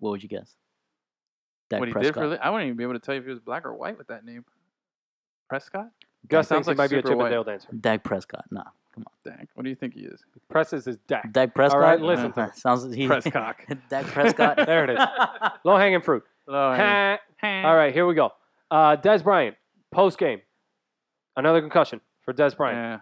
Speaker 3: what would you guess? Dak
Speaker 1: what he
Speaker 3: Prescott.
Speaker 1: did for li- I wouldn't even be able to tell you if he was black or white with that name. Prescott?
Speaker 2: Gus
Speaker 1: Sounds
Speaker 2: thinks he
Speaker 1: like
Speaker 2: might be a
Speaker 1: super
Speaker 2: Chip
Speaker 1: white.
Speaker 2: and Dale dancer.
Speaker 3: Dak Prescott. Nah, come
Speaker 1: Dak. What do you think he is?
Speaker 2: He presses his deck.
Speaker 3: on. Dak Prescott.
Speaker 2: right, listen
Speaker 3: Uh, sounds he,
Speaker 2: Prescott.
Speaker 3: Dak Prescott.
Speaker 2: There it is. Low hanging fruit.
Speaker 1: Oh,
Speaker 2: Ha. All right, here we go. Uh, Des Bryant, post game. Another concussion for Des Bryant.
Speaker 1: Yeah.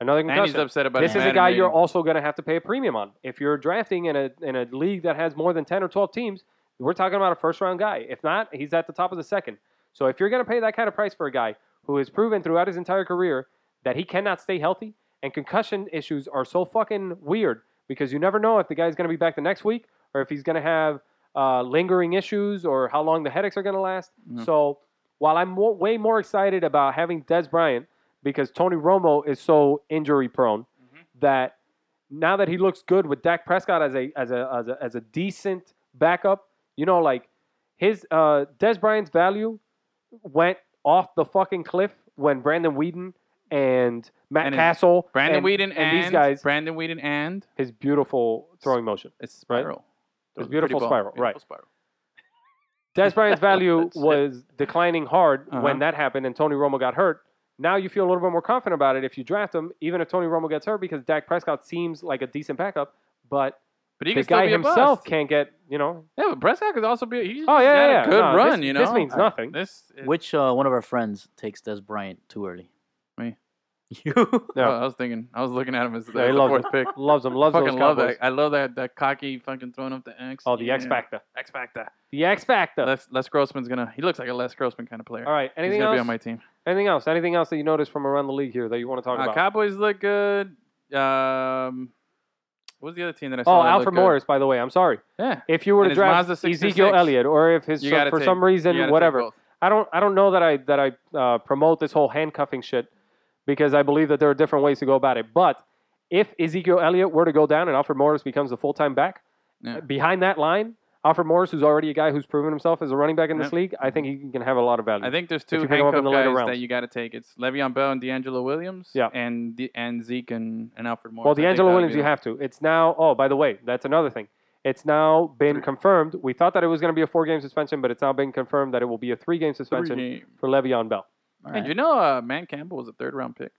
Speaker 2: Another
Speaker 1: And he's
Speaker 2: concussion.
Speaker 1: upset about
Speaker 2: This
Speaker 1: his
Speaker 2: is a
Speaker 1: Madden
Speaker 2: guy you're
Speaker 1: rating.
Speaker 2: also going to have to pay a premium on. If you're drafting in a, in a league that has more than 10 or 12 teams, we're talking about a first round guy. If not, he's at the top of the second. So if you're going to pay that kind of price for a guy who has proven throughout his entire career that he cannot stay healthy and concussion issues are so fucking weird because you never know if the guy's going to be back the next week or if he's going to have uh, lingering issues or how long the headaches are going to last.
Speaker 1: Mhm.
Speaker 2: So while I'm w- way more excited about having Des Bryant because Tony Romo is so injury prone
Speaker 1: Mm-hmm.
Speaker 2: that now that he looks good with Dak Prescott as a as a as a, as a decent backup, you know, like his uh, Des Bryant's value went off the fucking cliff when Brandon Whedon and Matt
Speaker 1: And his-
Speaker 2: Castle,
Speaker 1: Brandon
Speaker 2: and,
Speaker 1: Whedon and,
Speaker 2: and these guys,
Speaker 1: Brandon Whedon and
Speaker 2: his beautiful throwing motion.
Speaker 1: it's
Speaker 2: Right?
Speaker 1: spiral. That was a pretty
Speaker 2: beautiful
Speaker 1: ball.
Speaker 2: spiral, right.
Speaker 1: Beautiful spiral.
Speaker 2: Des Bryant's value
Speaker 1: That's it.
Speaker 2: was declining hard
Speaker 1: Uh-huh.
Speaker 2: when that happened, and Tony Romo got hurt. Now you feel a little bit more confident about it if you draft him, even if Tony Romo gets hurt, because Dak Prescott seems like a decent backup, but
Speaker 1: But he
Speaker 2: the
Speaker 1: could still
Speaker 2: guy
Speaker 1: be a bust.
Speaker 2: himself can't get, you know.
Speaker 1: Yeah, but Prescott could also be. He's
Speaker 2: Oh, yeah,
Speaker 1: had
Speaker 2: yeah,
Speaker 1: a
Speaker 2: yeah.
Speaker 1: good
Speaker 2: No,
Speaker 1: run.
Speaker 2: this-
Speaker 1: you know,
Speaker 2: this means nothing.
Speaker 1: This is,
Speaker 3: Which uh, one of our friends takes Des Bryant too early?
Speaker 1: Me.
Speaker 3: You.
Speaker 2: No.
Speaker 1: Oh, I was thinking. I was looking at him as the,
Speaker 2: Yeah, he
Speaker 1: the
Speaker 2: loves
Speaker 1: fourth pick.
Speaker 2: Loves him, loves
Speaker 1: fucking
Speaker 2: those
Speaker 1: love
Speaker 2: Cowboys.
Speaker 1: that. I love that that cocky fucking throwing up the X.
Speaker 2: Oh, the
Speaker 1: Yeah.
Speaker 2: X Factor.
Speaker 1: X Factor.
Speaker 2: The X Factor.
Speaker 1: Les, Les Grossman's gonna. He looks like a Les Grossman kind of player.
Speaker 2: All right.
Speaker 1: He's
Speaker 2: Anything
Speaker 1: gonna
Speaker 2: else?
Speaker 1: be on my team.
Speaker 2: Anything else? Anything else that you noticed from around the league here that you want to talk
Speaker 1: Uh,
Speaker 2: about?
Speaker 1: Cowboys look good. Um, what was the other team that I saw?
Speaker 2: oh,
Speaker 1: that looked
Speaker 2: Alfred
Speaker 1: good?
Speaker 2: Morris, by the way. I'm sorry.
Speaker 1: Yeah,
Speaker 2: If you were
Speaker 1: And
Speaker 2: to
Speaker 1: his
Speaker 2: draft
Speaker 1: Mazda 626,
Speaker 2: Ezekiel Elliott, or if his
Speaker 1: you
Speaker 2: some-
Speaker 1: gotta
Speaker 2: for
Speaker 1: take-
Speaker 2: some
Speaker 1: You
Speaker 2: reason
Speaker 1: gotta take
Speaker 2: whatever,
Speaker 1: both.
Speaker 2: I don't I don't know that I that I uh, promote this whole handcuffing shit because I believe that there are different ways to go about it. But if Ezekiel Elliott were to go down and Alfred Morris becomes a full time back uh,
Speaker 1: Yeah.
Speaker 2: behind that line, Alfred Morris, who's already a guy who's proven himself as a running back in this
Speaker 1: Yeah.
Speaker 2: league, I think he can have a lot of value.
Speaker 1: I think there's
Speaker 2: you
Speaker 1: two
Speaker 2: pick him up in
Speaker 1: handcuff
Speaker 2: the later
Speaker 1: guys
Speaker 2: rounds.
Speaker 1: that you got to take. It's Le'Veon Bell and D'Angelo Williams.
Speaker 2: Yeah.
Speaker 1: and the, and Zeke and, and Alfred Morris.
Speaker 2: well,
Speaker 1: I think
Speaker 2: D'Angelo
Speaker 1: that'll
Speaker 2: Williams,
Speaker 1: be
Speaker 2: you
Speaker 1: the-
Speaker 2: have to. It's now. Oh, by the way, that's another thing. It's now been confirmed. We thought that it was going to be a four game suspension, but it's now been confirmed that it will be a three game
Speaker 1: three
Speaker 2: suspension
Speaker 1: game.
Speaker 2: for Le'Veon Bell.
Speaker 3: All
Speaker 1: And
Speaker 3: right.
Speaker 1: you know, uh, Man Campbell was a third round pick,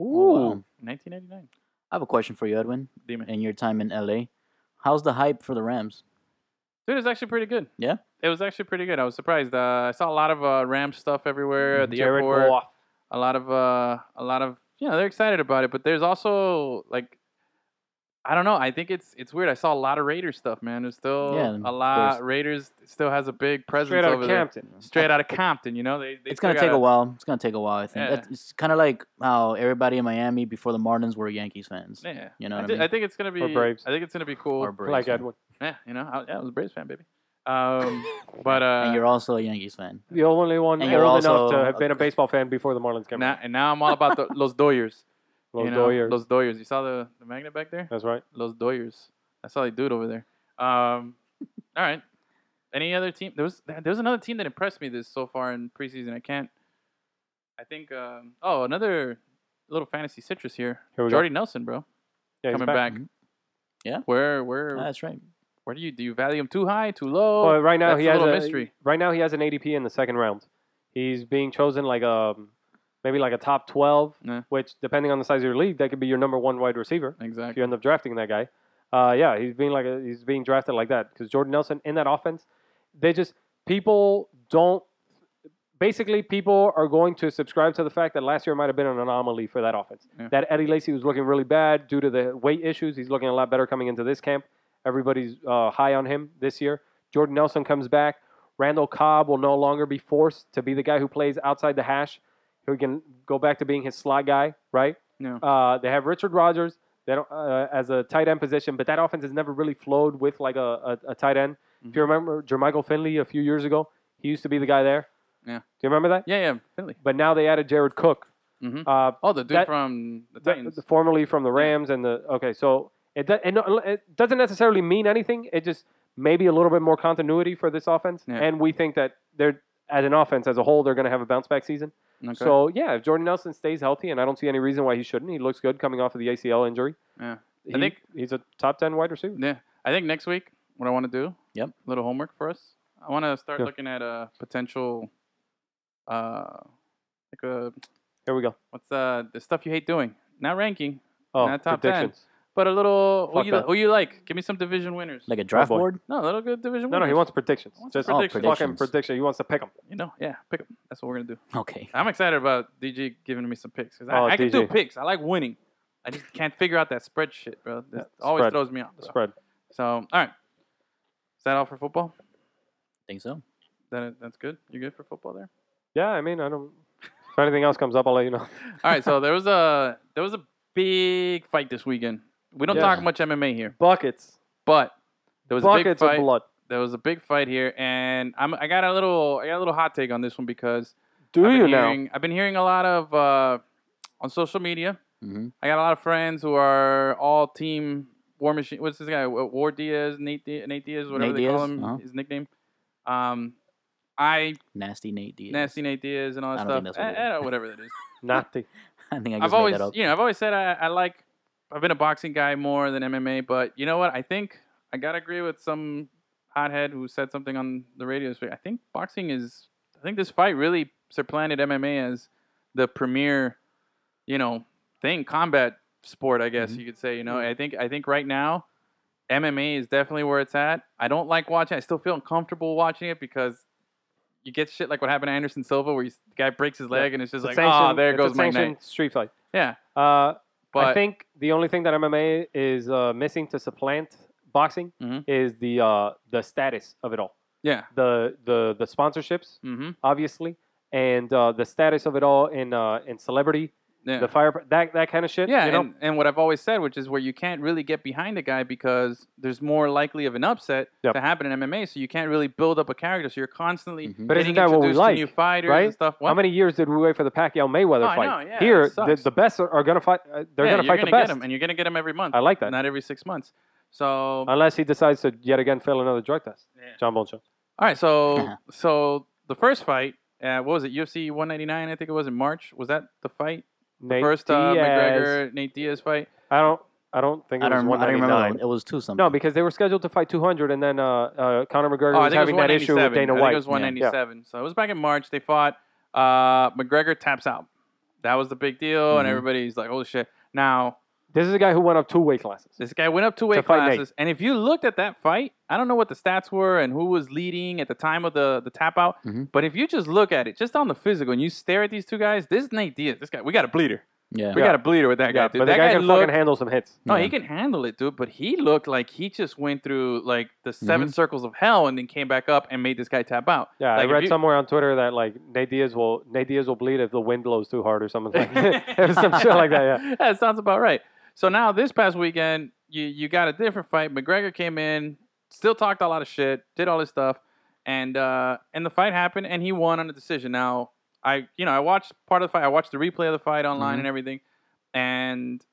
Speaker 3: Oh, wow.
Speaker 2: Ooh.
Speaker 1: in 1999.
Speaker 3: I have a question for you, Edwin.
Speaker 1: Demon.
Speaker 3: In your time in LA, how's the hype for the Rams?
Speaker 1: Dude, it's actually pretty good.
Speaker 3: Yeah?
Speaker 1: It was actually pretty good. I was surprised. Uh, I saw a lot of uh, Rams stuff everywhere at the
Speaker 2: Jared
Speaker 1: airport.
Speaker 2: Goff.
Speaker 1: A lot of, uh, a lot of, you know, they're excited about it. But there's also like, I don't know. I think it's it's weird. I saw a lot of Raiders stuff, man. There's still
Speaker 3: Yeah,
Speaker 1: a
Speaker 3: of
Speaker 1: lot.
Speaker 3: course.
Speaker 1: Raiders still has a big presence
Speaker 2: Straight out
Speaker 1: over
Speaker 2: of
Speaker 1: there.
Speaker 2: Campton.
Speaker 1: Straight out of Compton, you know. They, they
Speaker 3: It's gonna
Speaker 1: still
Speaker 3: take
Speaker 1: gotta-
Speaker 3: a while. It's gonna take a while. I think
Speaker 1: Yeah.
Speaker 3: That's- it's kind of like how everybody in Miami before the Marlins were Yankees fans.
Speaker 1: Yeah,
Speaker 3: You know
Speaker 1: I,
Speaker 3: what I
Speaker 1: thi-
Speaker 3: mean?
Speaker 1: I think it's gonna be.
Speaker 2: Braves.
Speaker 1: I think it's gonna be cool.
Speaker 3: Or Braves
Speaker 2: Like
Speaker 3: fan.
Speaker 2: Edwin.
Speaker 1: yeah, you know. I, yeah, I was a Braves fan, baby. Um, but uh,
Speaker 3: and you're also a Yankees fan.
Speaker 2: The only one
Speaker 3: And
Speaker 2: old
Speaker 3: you're
Speaker 2: enough
Speaker 3: also
Speaker 2: to have
Speaker 3: a-
Speaker 2: been a baseball fan before the Marlins came
Speaker 1: now,
Speaker 2: out.
Speaker 1: and now I'm all about the, Los Doyers.
Speaker 2: Los
Speaker 1: you know,
Speaker 2: Doyers.
Speaker 1: Los Doyers. You saw the, the magnet back there?
Speaker 2: That's right.
Speaker 1: Los Doyers. That's all they do it over there. Um, all right. Any other team? There was there was another team that impressed me this so far in preseason. I can't. I think. Um, oh, another little fantasy citrus here.
Speaker 2: Here we go.
Speaker 1: Jordy Nelson, bro,
Speaker 2: Yeah, he's Mm-hmm.
Speaker 1: coming back.
Speaker 3: Mhm. Yeah.
Speaker 1: Where
Speaker 3: Ah,
Speaker 1: where
Speaker 3: that's right.
Speaker 1: where do you do you value him too high, too low?
Speaker 2: Well, right now
Speaker 1: That's
Speaker 2: he
Speaker 1: a
Speaker 2: has
Speaker 1: little
Speaker 2: a
Speaker 1: mystery.
Speaker 2: right now he has an ADP in the second round. He's being chosen like a maybe like a top twelve,
Speaker 1: Yeah.
Speaker 2: which depending on the size of your league, that could be your number one wide receiver if
Speaker 1: Exactly.
Speaker 2: you end up drafting that guy. Uh, yeah, he's being like a, he's being drafted like that because Jordan Nelson in that offense, they just people don't. Basically, people are going to subscribe to the fact that last year might have been an anomaly for that offense.
Speaker 1: Yeah.
Speaker 2: That Eddie Lacy was looking really bad due to the weight issues. He's looking a lot better coming into this camp. Everybody's uh, high on him this year. Jordan Nelson comes back. Randall Cobb will no longer be forced to be the guy who plays outside the hash. He can go back to being his slot guy, right?
Speaker 1: No.
Speaker 2: Uh, they have Richard Rodgers they don't, uh, as a tight end position, but that offense has never really flowed with like a, a, a tight end. If
Speaker 1: Mm-hmm.
Speaker 2: you remember Jermichael Finley a few years ago, he used to be the guy there.
Speaker 1: Yeah.
Speaker 2: Do you remember that?
Speaker 1: Yeah, yeah, Finley.
Speaker 2: But now they added Jared Cook,
Speaker 1: Mhm.
Speaker 2: uh,
Speaker 1: Oh, the dude
Speaker 2: That-
Speaker 1: from the
Speaker 2: the-
Speaker 1: Titans.
Speaker 2: the- formerly from the Rams and the okay. So it, do- it, no- it doesn't necessarily mean anything. It just maybe a little bit more continuity for this offense,
Speaker 1: Yeah.
Speaker 2: and we think that they're as an offense as a whole, they're going to have a bounce back season.
Speaker 1: Okay.
Speaker 2: So yeah, if Jordan Nelson stays healthy, and I don't see any reason why he shouldn't, he looks good coming off of the ACL injury.
Speaker 1: Yeah.
Speaker 2: He,
Speaker 1: I think-
Speaker 2: he's a top ten wide receiver.
Speaker 1: Yeah, I think next week what I want to do.
Speaker 3: Yep.
Speaker 1: A little homework for us. I want to start
Speaker 2: Yeah.
Speaker 1: looking at a potential, uh, like a
Speaker 2: Here we go.
Speaker 1: what's uh the stuff you hate doing. Not ranking,
Speaker 2: Oh,
Speaker 1: Not top 10.
Speaker 2: predictions.
Speaker 1: but a little
Speaker 2: Fuck
Speaker 1: who you,
Speaker 2: that.
Speaker 1: who you like. Give me some division winners.
Speaker 3: Like a draft
Speaker 2: Oh, boy.
Speaker 3: board.
Speaker 1: no, a little good division.
Speaker 2: No, no,
Speaker 1: winners.
Speaker 2: he wants predictions.
Speaker 1: I want
Speaker 2: Just
Speaker 1: some
Speaker 3: oh,
Speaker 1: predictions.
Speaker 2: fucking
Speaker 3: predictions.
Speaker 2: prediction. He wants to pick them.
Speaker 1: You know, yeah, pick 'em. That's what we're gonna do.
Speaker 3: Okay.
Speaker 1: I'm excited about DG giving me some picks because I,
Speaker 2: Oh,
Speaker 1: I can
Speaker 2: DG.
Speaker 1: do picks. I like winning. I just can't figure out that spread shit, bro. That always
Speaker 2: spread.
Speaker 1: throws me off. bro.
Speaker 2: Spread.
Speaker 1: So, all right. Is that all for football?
Speaker 3: think so.
Speaker 1: That, that's good. You're good for football there.
Speaker 2: Yeah, I mean, I don't. If anything else comes up, I'll let you know.
Speaker 1: All right, so there was a there was a big fight this weekend. We don't
Speaker 2: Yeah.
Speaker 1: talk much MMA here,
Speaker 2: Buckets.
Speaker 1: but there was a big
Speaker 2: Buckets of
Speaker 1: fight.
Speaker 2: blood.
Speaker 1: There was a big fight here, and I'm, I got a little I got a little hot take on this one because
Speaker 2: Do
Speaker 1: I've been
Speaker 2: you now?
Speaker 1: hearing, I've been hearing a lot of uh, on social media.
Speaker 3: hmm
Speaker 1: I got a lot of friends who are all team War Machine. What's this guy? Wa- War Diaz, Nate, Di- Nate Diaz, whatever
Speaker 3: Nate
Speaker 1: they call
Speaker 3: Diaz,
Speaker 1: him,
Speaker 3: uh-huh.
Speaker 1: his nickname. Um, I
Speaker 3: Nasty Nate Diaz.
Speaker 1: nasty Nate Diaz and all that
Speaker 3: I don't
Speaker 1: stuff.
Speaker 3: think
Speaker 1: Eh,
Speaker 3: that's what it
Speaker 1: eh, whatever that is.
Speaker 2: Nothing.
Speaker 3: I think I just
Speaker 1: I've
Speaker 3: made
Speaker 1: always,
Speaker 3: that up.
Speaker 1: you know, I've always said I, I like. I've been a boxing guy more than MMA, but you know what? I think I gotta agree with some hothead who said something on the radio this week. I think boxing is. I think this fight really supplanted MMA as the premier, you know, thing combat sport. I guess
Speaker 2: Mm-hmm.
Speaker 1: you could say. You know, I think I think right now, MMA is definitely where it's at. I don't like watching. I still feel uncomfortable watching it because you get shit like what happened to Anderson Silva, where he's, the guy breaks his leg and it's just
Speaker 2: It's
Speaker 1: like,
Speaker 2: a
Speaker 1: ah,
Speaker 2: sanctioned-
Speaker 1: there
Speaker 2: it's
Speaker 1: goes
Speaker 2: a
Speaker 1: my
Speaker 2: sanctioned
Speaker 1: night.
Speaker 2: street fight.
Speaker 1: Yeah,
Speaker 2: Uh,
Speaker 1: but
Speaker 2: I think the only thing that MMA is uh, missing to supplant boxing
Speaker 1: Mhm.
Speaker 2: is the uh, the status of it all.
Speaker 1: yeah.
Speaker 2: The the the sponsorships,
Speaker 1: Mm-hmm.
Speaker 2: obviously, and uh, the status of it all in uh, in celebrity,
Speaker 1: Yeah.
Speaker 2: the fire that that kind of shit.
Speaker 1: Yeah,
Speaker 2: you know?
Speaker 1: and, and what I've always said, which is where you can't really get behind a guy because there's more likely of an upset
Speaker 2: Yep.
Speaker 1: to happen in MMA, so you can't really build up a character. So you're constantly
Speaker 3: Mhm.
Speaker 2: But
Speaker 1: getting
Speaker 2: isn't that what we
Speaker 1: introduced
Speaker 2: like,
Speaker 1: to new fighters
Speaker 2: right?
Speaker 1: and stuff. What?
Speaker 2: How many years did we wait for the Pacquiao Mayweather
Speaker 1: Oh, I
Speaker 2: fight?
Speaker 1: know, yeah,
Speaker 2: Here,
Speaker 1: it sucks.
Speaker 2: the, the best are, are gonna fight. Uh, they're
Speaker 1: yeah,
Speaker 2: gonna
Speaker 1: you're
Speaker 2: fight
Speaker 1: gonna
Speaker 2: the
Speaker 1: get
Speaker 2: best.
Speaker 1: them, and you're gonna get them every month.
Speaker 2: I like that. Uh,
Speaker 1: not every six months. So
Speaker 2: Unless he decides to yet again fail another drug test. John Boncho.
Speaker 1: All right, so so the first fight, uh, what was it? UFC 199, I think it was in March. Was that the fight?
Speaker 2: Nate
Speaker 1: first uh,
Speaker 2: Diaz.
Speaker 1: McGregor Nate Diaz fight.
Speaker 2: I don't. I don't think it
Speaker 3: I don't,
Speaker 2: was
Speaker 3: rem- I don't
Speaker 2: 199.
Speaker 3: remember. It was two something.
Speaker 2: No, because they were scheduled to fight 200, and then uh, uh, Conor McGregor
Speaker 1: Oh, I
Speaker 2: was
Speaker 1: think it was
Speaker 2: having that issue with
Speaker 1: 197.
Speaker 2: Dana
Speaker 1: I
Speaker 2: White.
Speaker 1: think it was 197. So it was back in March. They fought. Uh, McGregor taps out. That was the big deal, and
Speaker 2: Mm-hmm.
Speaker 3: Mhm.
Speaker 1: everybody's like, "Holy shit!" Now
Speaker 2: This is a guy who went up two weight classes.
Speaker 1: this guy went up two weight
Speaker 2: fight Nate.
Speaker 1: classes, and if you looked at that fight, I don't know what the stats were and who was leading at the time of the the tap out,
Speaker 2: Mm-hmm.
Speaker 3: Mhm.
Speaker 1: but if you just look at it, just on the physical, and you stare at these two guys, this is Nate Diaz, this guy, we got a bleeder.
Speaker 3: yeah.
Speaker 1: We got a bleeder with that guy.
Speaker 2: Yeah,
Speaker 1: dude.
Speaker 2: but
Speaker 1: that
Speaker 2: the guy, can
Speaker 1: looked,
Speaker 2: fucking handle some hits.
Speaker 1: No,
Speaker 3: Yeah.
Speaker 1: he can handle it, dude. But he looked like he just went through like the 7 circles of hell and then came back up and made this guy tap out.
Speaker 2: Mm-hmm. Yeah,
Speaker 1: Like, if
Speaker 2: I read
Speaker 1: you-
Speaker 2: somewhere on Twitter that like Nate Diaz will Nate Diaz will bleed if the wind blows too hard or something like it was some shit like that. Yeah,
Speaker 1: that sounds about right. So now this past weekend, you you got a different fight. McGregor came in, still talked a lot of shit, did all his stuff, and uh, and the fight happened, and he won on a decision. Now I you know I watched part of the fight, I watched the replay of the fight online
Speaker 2: Mm-hmm.
Speaker 3: Mhm.
Speaker 1: and everything, and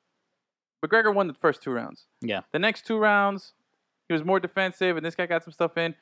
Speaker 1: McGregor won the first two rounds.
Speaker 3: Yeah.
Speaker 1: The next two rounds, he was more defensive, and this guy got some stuff in.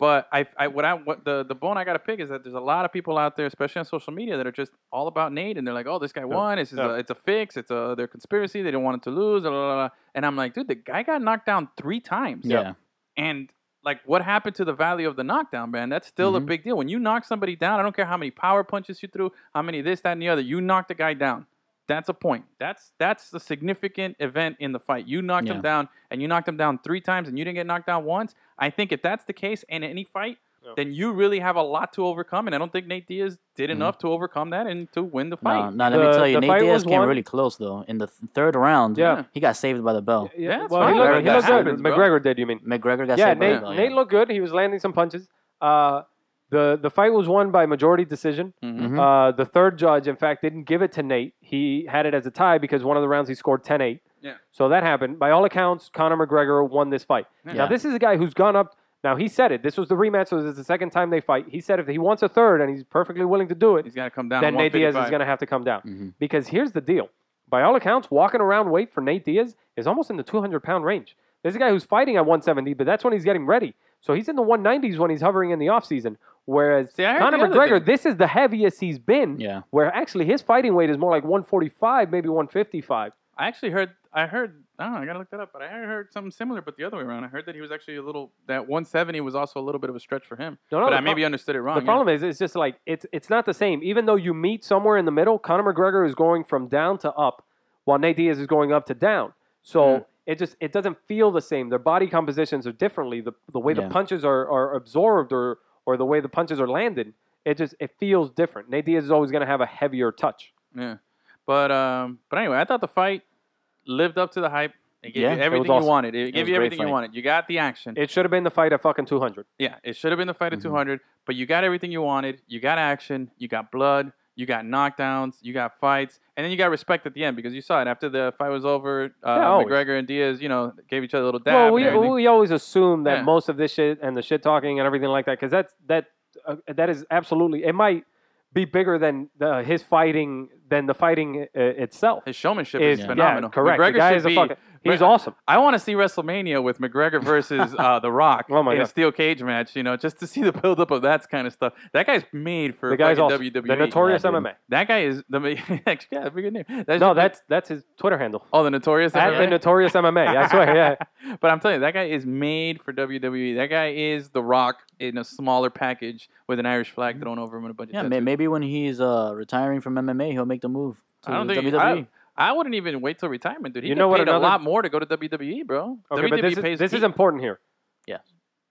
Speaker 1: But I, I what I what the the bone I gotta pick is that there's a lot of people out there, especially on social media, that are just all about Nate, and they're like, "Oh, this guy won. It's
Speaker 2: Yeah.
Speaker 1: a, it's a fix. It's a their conspiracy. They don't want it to lose." blah, blah, blah, blah. And I'm like, dude, the guy got knocked down three times.
Speaker 3: Yeah.
Speaker 1: And like, what happened to the value of the knockdown, man? That's still a
Speaker 2: Mm-hmm.
Speaker 3: Mhm.
Speaker 1: big deal. When you knock somebody down, I don't care how many power punches you threw, how many this, that, and the other. You knocked a guy down. That's a point. That's that's a significant event in the fight. You knocked him
Speaker 3: Yeah.
Speaker 1: down, and you knocked him down three times, and you didn't get knocked down once. I think if that's the case in any fight,
Speaker 2: Yeah.
Speaker 1: then you really have a lot to overcome, and I don't think Nate Diaz did
Speaker 2: Mm-hmm.
Speaker 1: enough to overcome that and to win the fight.
Speaker 3: No, no, let me
Speaker 2: The-
Speaker 3: tell you,
Speaker 2: the
Speaker 3: Nate
Speaker 2: fight
Speaker 3: Diaz
Speaker 2: was
Speaker 3: came
Speaker 2: won-
Speaker 3: really close though. In the th- third round,
Speaker 2: Yeah.
Speaker 3: he got saved by the bell.
Speaker 1: Yeah, it's
Speaker 2: well, he
Speaker 1: fine.
Speaker 2: looked, he
Speaker 3: That
Speaker 2: looked good.
Speaker 1: happens, bro.
Speaker 2: McGregor did. You mean?
Speaker 3: McGregor got
Speaker 2: Yeah,
Speaker 3: saved by
Speaker 2: Nate,
Speaker 3: the bell.
Speaker 2: Nate looked good. He was landing some punches. Uh, the the fight was won by majority decision.
Speaker 1: Mhm.
Speaker 3: Mhm.
Speaker 2: Uh, the third judge, in fact, didn't give it to Nate. He had it as a tie because one of the rounds he scored 10 8.
Speaker 1: Yeah.
Speaker 2: So that happened. By all accounts, Conor McGregor won this fight. Now,
Speaker 3: Yeah.
Speaker 2: this is a guy who's gone up. Now, he said it. This was the rematch, so this is the second time they fight. He said if he wants a third and he's perfectly willing to do it,
Speaker 1: He's got to come down.
Speaker 2: then
Speaker 1: to
Speaker 2: Nate Diaz is
Speaker 1: 155.
Speaker 2: going to have to come down.
Speaker 3: Mhm.
Speaker 2: Because here's the deal. By all accounts, walking around weight for Nate Diaz is almost in the 200 pound range. There's a guy who's fighting at 170, but that's when he's getting ready. So he's in the 190s when he's hovering in the offseason. Whereas
Speaker 1: See, I heard
Speaker 2: Conor
Speaker 1: the other
Speaker 2: McGregor,
Speaker 1: thing.
Speaker 2: this is the heaviest he's been,
Speaker 3: Yeah.
Speaker 2: where actually his fighting weight is more like 145, maybe 155.
Speaker 1: I actually heard. I heard. I don't know. I gotta look that up. But I heard something similar, but the other way around. I heard that he was actually a little. That 170 was also a little bit of a stretch for him.
Speaker 2: No, no,
Speaker 1: but
Speaker 2: the
Speaker 1: I maybe
Speaker 2: pro-
Speaker 1: understood it wrong.
Speaker 2: The
Speaker 1: yeah.
Speaker 2: problem is, it's just like it's it's not the same. Even though you meet somewhere in the middle, Conor McGregor is going from down to up, while Nate Diaz is going up to down. So
Speaker 1: Yeah.
Speaker 2: it just it doesn't feel the same. Their body compositions are differently. The the way
Speaker 3: Yeah.
Speaker 2: the punches are, are absorbed or or the way the punches are landed, it just it feels different. Nate Diaz is always going to have a heavier touch.
Speaker 1: Yeah. But um. But anyway, I thought the fight lived up to the hype. It gave
Speaker 3: Yeah, it
Speaker 1: you
Speaker 3: was
Speaker 1: everything
Speaker 2: awesome.
Speaker 1: you wanted. It, gave
Speaker 3: was
Speaker 1: you
Speaker 3: a great
Speaker 1: everything you
Speaker 3: fight.
Speaker 1: wanted. You got the action.
Speaker 2: It Mm-hmm. should have been the fight at fucking 200.
Speaker 1: yeah. It should have been the fight at
Speaker 3: Mhm.
Speaker 1: 200. But you got everything you wanted. You got action. You got blood. You got knockdowns. You got fights. And then you got respect at the end because you saw it after the fight was over. Uh,
Speaker 2: Yeah, always.
Speaker 1: McGregor and Diaz, you know, gave each other a little dab.
Speaker 2: Well,
Speaker 1: and
Speaker 2: we,
Speaker 1: everything.
Speaker 2: we always assume that
Speaker 1: Yeah.
Speaker 2: most of this shit and the shit talking and everything like that, because that's that uh, that is absolutely it might be bigger than the, his fighting than the fighting uh, itself.
Speaker 1: His showmanship
Speaker 2: Is
Speaker 1: is
Speaker 2: yeah,
Speaker 1: phenomenal.
Speaker 2: correct. The
Speaker 1: McGregor
Speaker 2: guy
Speaker 1: should
Speaker 2: is a
Speaker 1: be
Speaker 2: fucking- He's
Speaker 1: But-
Speaker 2: awesome.
Speaker 1: I want to see WrestleMania with McGregor versus uh, The Rock
Speaker 2: Oh my
Speaker 1: in a
Speaker 2: God.
Speaker 1: steel cage match. You know, just to see the buildup of that kind of stuff. That guy's made for
Speaker 2: The guy's
Speaker 1: fucking
Speaker 2: awesome.
Speaker 1: WWE.
Speaker 2: The notorious
Speaker 3: Yeah, dude.
Speaker 2: MMA.
Speaker 1: That guy is the yeah, that's a good name. That's
Speaker 2: No, that's that's his Twitter handle.
Speaker 1: oh the notorious.
Speaker 2: At
Speaker 1: MMA?
Speaker 2: the notorious MMA. I swear. Yeah.
Speaker 1: but I'm telling you, that guy is made for WWE. That guy is The Rock in a smaller package with an Irish
Speaker 2: Mm-hmm.
Speaker 1: flag thrown over him and a bunch
Speaker 3: Yeah,
Speaker 1: of
Speaker 3: may,
Speaker 1: tattoos.
Speaker 3: maybe when he's uh, retiring from MMA, he'll make the move. To E.
Speaker 1: I don't think
Speaker 3: WWE.
Speaker 1: I, I wouldn't even wait till retirement, dude. He
Speaker 2: E. You
Speaker 1: got
Speaker 2: know what
Speaker 1: paid
Speaker 2: another-
Speaker 1: a lot more to go to WWE, bro.
Speaker 2: Okay,
Speaker 1: WWE
Speaker 2: but this,
Speaker 1: E pays
Speaker 2: is, this is
Speaker 1: heat.
Speaker 2: important here.
Speaker 3: Yeah.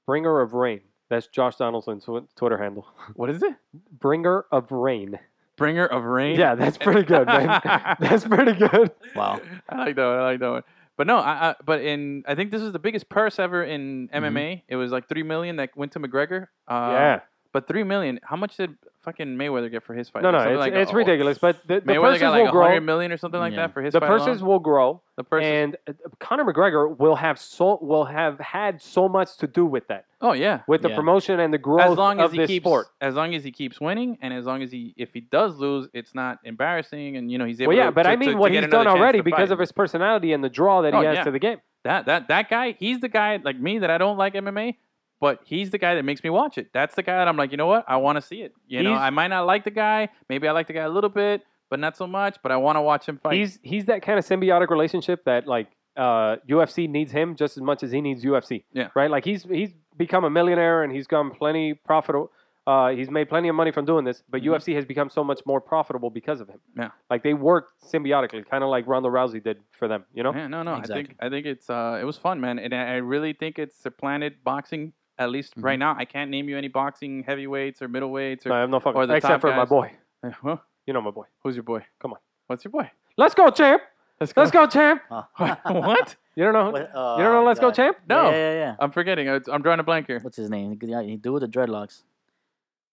Speaker 2: Bringer of Rain. That's Josh Donaldson's tw- Twitter handle.
Speaker 1: what is it?
Speaker 2: Bringer of Rain.
Speaker 1: Bringer of rain.
Speaker 2: Yeah, that's pretty good, man. that's pretty good.
Speaker 3: Wow.
Speaker 1: I like that. One, I like that one. But no, I, I but in I think this is the biggest purse ever in MMA. It was like three million that went to McGregor. Uh,
Speaker 2: Mm-hmm. yeah.
Speaker 1: But three million. How much did fucking Mayweather get for his fight?
Speaker 2: No,
Speaker 1: Like
Speaker 2: no,
Speaker 1: something
Speaker 2: it's,
Speaker 1: like
Speaker 2: it's
Speaker 1: a-
Speaker 2: ridiculous. But the, the
Speaker 1: Mayweather
Speaker 2: purses
Speaker 1: got like
Speaker 2: will
Speaker 1: a
Speaker 2: grow.
Speaker 1: hundred million or something like
Speaker 3: Yeah.
Speaker 1: that for his
Speaker 2: The
Speaker 1: fight
Speaker 2: purses
Speaker 1: alone.
Speaker 2: will grow,
Speaker 1: The purses.
Speaker 2: and uh, Conor McGregor will have so will have had so much to do with that,
Speaker 1: oh yeah.
Speaker 2: with the
Speaker 3: Yeah.
Speaker 2: promotion and the growth
Speaker 1: As long as
Speaker 2: of
Speaker 1: he
Speaker 2: this
Speaker 1: keeps,
Speaker 2: sport.
Speaker 1: as long as he keeps winning, and as long as he, if he does lose, it's not embarrassing, and you know he's able.
Speaker 2: Well, yeah,
Speaker 1: to,
Speaker 2: but
Speaker 1: to-
Speaker 2: I
Speaker 1: to-
Speaker 2: mean
Speaker 1: to
Speaker 2: what
Speaker 1: get
Speaker 2: he's
Speaker 1: another
Speaker 2: done
Speaker 1: chance
Speaker 2: already
Speaker 1: to
Speaker 2: because
Speaker 1: fight.
Speaker 2: of his personality and the draw that he
Speaker 1: Oh,
Speaker 2: has
Speaker 1: yeah.
Speaker 2: to the game.
Speaker 1: That that that guy, he's the guy like me that I don't like MMA, but he's the guy that makes me watch it. That's the guy that I'm like, you know what? I want to see it. You know,
Speaker 2: He's-
Speaker 1: I might not like the guy, maybe I like the guy a little bit, but not so much. But I want to watch him fight.
Speaker 2: He's he's that kind of symbiotic relationship that like uh, UFC needs him just as much as he needs UFC.
Speaker 1: Yeah.
Speaker 2: Right. Like he's he's become a millionaire and he's gone plenty profitable. Uh, he's made plenty of money from doing this, but
Speaker 1: Mhm.
Speaker 2: UFC has become so much more profitable because of him.
Speaker 1: Yeah.
Speaker 2: Like they work symbiotically, kind of like Ronda Rousey did for them. You know.
Speaker 1: yeah, no, no, I
Speaker 3: Exactly.
Speaker 1: think I think it's uh, it was fun, man, and I, I really think it's supplanted boxing. At least
Speaker 2: Mm-hmm.
Speaker 1: right now, I can't name you any boxing heavyweights or middleweights
Speaker 2: No,
Speaker 1: or
Speaker 2: I'm not fucking.
Speaker 1: or the top
Speaker 2: Except for my
Speaker 1: guys.
Speaker 2: boy.
Speaker 1: Huh?
Speaker 2: You know my boy.
Speaker 1: who's your boy?
Speaker 2: Come on.
Speaker 1: what's your boy?
Speaker 2: Let's go, champ. Let's go, champ.
Speaker 1: what?
Speaker 2: You don't know.
Speaker 3: What- oh,
Speaker 2: you don't know. Let's go,
Speaker 3: God.
Speaker 2: champ.
Speaker 1: No.
Speaker 3: Yeah, yeah, yeah.
Speaker 1: I'm forgetting. I- I'm drawing a blank here.
Speaker 3: What's his name? The guy- He do with the dreadlocks.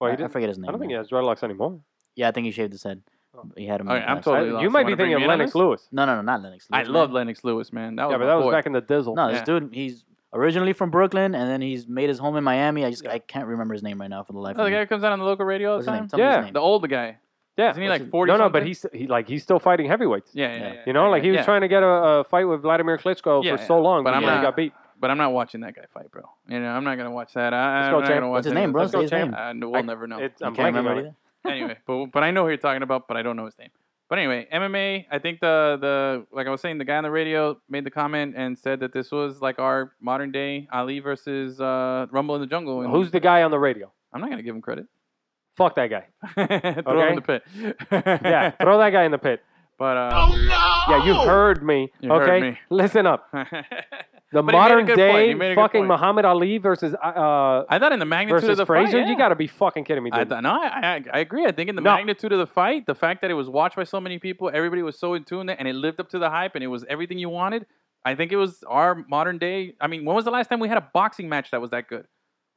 Speaker 2: Well, Oh, he
Speaker 3: I, I
Speaker 2: didn't-
Speaker 3: forget his name.
Speaker 2: I don't think Oh. he
Speaker 3: man.
Speaker 2: has dreadlocks anymore.
Speaker 3: Yeah, I think he shaved his head. He had him.
Speaker 1: All
Speaker 3: in
Speaker 1: right,
Speaker 3: the
Speaker 1: I'm
Speaker 3: back.
Speaker 1: totally
Speaker 2: I-
Speaker 1: lost.
Speaker 2: you might be
Speaker 1: Wanna bring
Speaker 2: thinking of
Speaker 1: me in on
Speaker 2: Lennox
Speaker 1: this?
Speaker 2: Lewis.
Speaker 3: No, no, no, not Lennox.
Speaker 1: I
Speaker 3: Lewis,
Speaker 1: love
Speaker 3: man.
Speaker 1: Lennox Lewis, man. That was
Speaker 2: Yeah, but
Speaker 1: my
Speaker 2: that was
Speaker 1: boy.
Speaker 2: back in the Dizzle.
Speaker 3: No, this
Speaker 1: Yeah.
Speaker 3: dude, he's originally from Brooklyn, and then he's made his home in Miami. I just, I can't remember his name right now for the life
Speaker 1: Oh,
Speaker 3: of
Speaker 1: the guy
Speaker 3: me.
Speaker 1: who comes out on the local radio all
Speaker 3: What's
Speaker 1: the
Speaker 3: his
Speaker 1: time?
Speaker 3: name? Tell me
Speaker 2: Yeah.
Speaker 3: his name.
Speaker 1: The older guy.
Speaker 2: Yeah.
Speaker 1: Isn't he
Speaker 2: What's
Speaker 1: like
Speaker 2: his-
Speaker 1: 40
Speaker 2: No, no, but
Speaker 1: something?
Speaker 2: he's he, like he's still fighting heavyweights.
Speaker 1: Yeah, yeah, yeah.
Speaker 2: You know, like he was
Speaker 1: yeah.
Speaker 2: trying to get a, a fight with Vladimir Klitschko
Speaker 1: Yeah,
Speaker 2: for
Speaker 1: yeah.
Speaker 2: so long,
Speaker 1: But
Speaker 2: but
Speaker 1: I'm
Speaker 2: he
Speaker 1: not-
Speaker 2: got beat.
Speaker 1: But I'm not watching that guy fight, bro. You know, I'm not gonna watch that. I,
Speaker 2: Let's
Speaker 1: I'm
Speaker 2: go,
Speaker 1: not
Speaker 2: champ.
Speaker 1: gonna watch
Speaker 3: What's his
Speaker 1: that.
Speaker 3: name, bro?
Speaker 2: Let's
Speaker 3: Say
Speaker 2: go,
Speaker 3: his
Speaker 2: champ.
Speaker 3: name.
Speaker 1: And Uh, we'll
Speaker 2: I-
Speaker 1: never know.
Speaker 2: It's, uh,
Speaker 3: You
Speaker 2: I'm
Speaker 3: can't
Speaker 2: blanking
Speaker 3: remember
Speaker 2: on
Speaker 3: it
Speaker 2: it.
Speaker 3: either.
Speaker 1: anyway, but but I know who you're talking about, but I don't know his name. But anyway, MMA. I think the the like I was saying, the guy on the radio made the comment and said that this was like our modern day Ali versus uh, Rumble in the Jungle. And
Speaker 2: Who's the guy on the radio?
Speaker 1: I'm not gonna give him credit.
Speaker 2: Fuck that guy.
Speaker 1: Throw him in the pit.
Speaker 2: Yeah, throw that guy in the pit.
Speaker 1: but uh,
Speaker 2: Yeah, you heard me.
Speaker 1: You heard
Speaker 2: okay,
Speaker 1: me.
Speaker 2: listen up. The
Speaker 1: But he made a
Speaker 2: modern
Speaker 1: good point. He made
Speaker 2: day
Speaker 1: a good
Speaker 2: fucking
Speaker 1: point.
Speaker 2: Muhammad Ali versus uh,
Speaker 1: I thought in the magnitude of
Speaker 2: versus
Speaker 1: the
Speaker 2: Fraser.
Speaker 1: fight, yeah.
Speaker 2: You got to be fucking kidding me,
Speaker 1: I
Speaker 2: dude.
Speaker 1: th- no, I, I I agree. I think in the
Speaker 2: No.
Speaker 1: magnitude of the fight, the fact that it was watched by so many people, everybody was so in tune, and it lived up to the hype, and it was everything you wanted. I think it was our modern day. I mean, when was the last time we had a boxing match that was that good?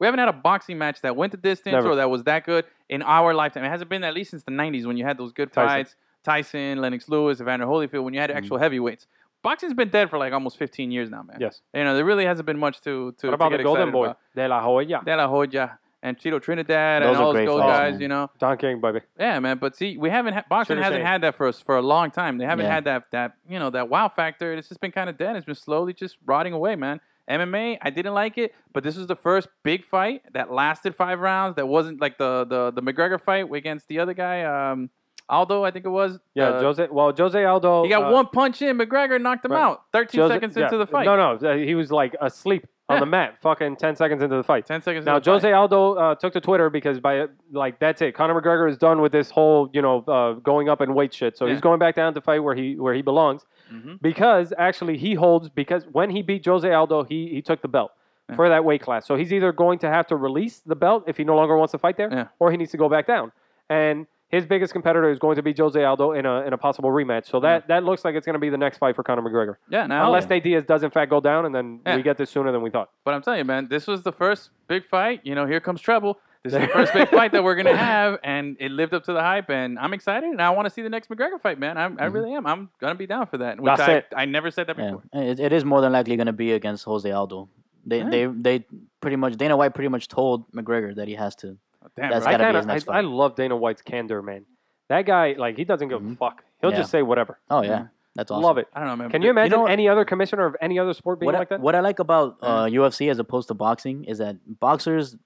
Speaker 1: We haven't had a boxing match that went the distance
Speaker 2: Never.
Speaker 1: or that was that good in our lifetime. It hasn't been at least since the '90s when you had those good
Speaker 2: Tyson. Mm-hmm.
Speaker 1: fights. Tyson, Lennox Lewis, Evander Holyfield, when you had actual heavyweights. Boxing's been dead for like almost 15 years now, man.
Speaker 2: yes.
Speaker 1: You know, there really hasn't been much to to.
Speaker 2: What about
Speaker 1: to
Speaker 2: the
Speaker 1: get
Speaker 2: Golden
Speaker 1: excited
Speaker 2: Boy
Speaker 1: about.
Speaker 2: De La Hoya?
Speaker 1: De La Hoya and Cheeto Trinidad
Speaker 3: Those
Speaker 1: and
Speaker 3: are
Speaker 1: all
Speaker 3: great
Speaker 1: those gold
Speaker 3: fights,
Speaker 1: guys,
Speaker 3: man.
Speaker 1: you know.
Speaker 2: Don King, baby.
Speaker 1: Yeah, man. But see, we haven't ha- boxing
Speaker 2: Should've
Speaker 1: hasn't
Speaker 2: said-
Speaker 1: had that for us for a long time. They haven't
Speaker 3: Yeah.
Speaker 1: had that that you know that wow factor. It's just been kind of dead. It's been slowly just rotting away, man. MMA, I didn't like it, but this was the first big fight that lasted five rounds. That wasn't like the the the McGregor fight against the other guy, um, Aldo, I think it was.
Speaker 2: Yeah,
Speaker 1: Uh,
Speaker 2: Jose. Well, Jose Aldo.
Speaker 1: He got
Speaker 2: uh,
Speaker 1: one punch in. McGregor knocked him
Speaker 2: right.
Speaker 1: out. Thirteen
Speaker 2: Jose-
Speaker 1: seconds
Speaker 2: yeah.
Speaker 1: into the fight.
Speaker 2: No, no, uh, he was like asleep on
Speaker 1: Yeah.
Speaker 2: the mat, fucking ten seconds into the fight.
Speaker 1: Ten seconds.
Speaker 2: Now
Speaker 1: into the fight.
Speaker 2: Jose Aldo uh, took to Twitter because by like that's it. Conor McGregor is done with this whole you know uh, going up in weight shit, so he's
Speaker 1: Yeah.
Speaker 2: going back down to fight where he where he belongs.
Speaker 1: Mhm.
Speaker 2: Because actually he holds because when he beat Jose Aldo, he he took the belt
Speaker 1: Yeah.
Speaker 2: for that weight class. So he's either going to have to release the belt if he no longer wants to fight there,
Speaker 1: Yeah.
Speaker 2: or he needs to go back down. And his biggest competitor is going to be Jose Aldo in a in a possible rematch. So that that looks like it's going to be the next fight for Conor McGregor,
Speaker 1: Yeah, now
Speaker 2: unless Nate Diaz does in fact go down, and then
Speaker 1: Yeah.
Speaker 2: we get this sooner than we thought.
Speaker 1: But I'm telling you, man, this was the first big fight. You know, here comes trouble. This is the first big fight that we're gonna have, and it lived up to the hype. And I'm excited, and I want to see the next McGregor fight, man. I'm, I really am. I'm gonna be down for that. Which
Speaker 2: Mm-hmm. That's
Speaker 1: I,
Speaker 2: it.
Speaker 1: I never said that
Speaker 3: Yeah,
Speaker 1: before.
Speaker 3: it, it is more than likely going to be against Jose Aldo. They,
Speaker 1: Yeah.
Speaker 3: they, they pretty much Dana White pretty much told McGregor that he has to.
Speaker 1: Damn,
Speaker 3: That's
Speaker 1: right?
Speaker 2: I
Speaker 3: gotta be
Speaker 2: kinda,
Speaker 3: his next
Speaker 2: I, I
Speaker 3: fight.
Speaker 2: love Dana White's candor, man. That guy, like, he doesn't give a
Speaker 3: Mhm.
Speaker 2: fuck. He'll
Speaker 3: Yeah.
Speaker 2: just say whatever.
Speaker 3: Oh yeah, That's awesome.
Speaker 2: Love it.
Speaker 1: I don't know, man.
Speaker 2: Can you imagine
Speaker 3: know what-
Speaker 2: any other commissioner of any other sport being
Speaker 3: what, I-
Speaker 2: like that? Mm-hmm.
Speaker 3: what I like about uh, UFC as opposed to boxing is that boxers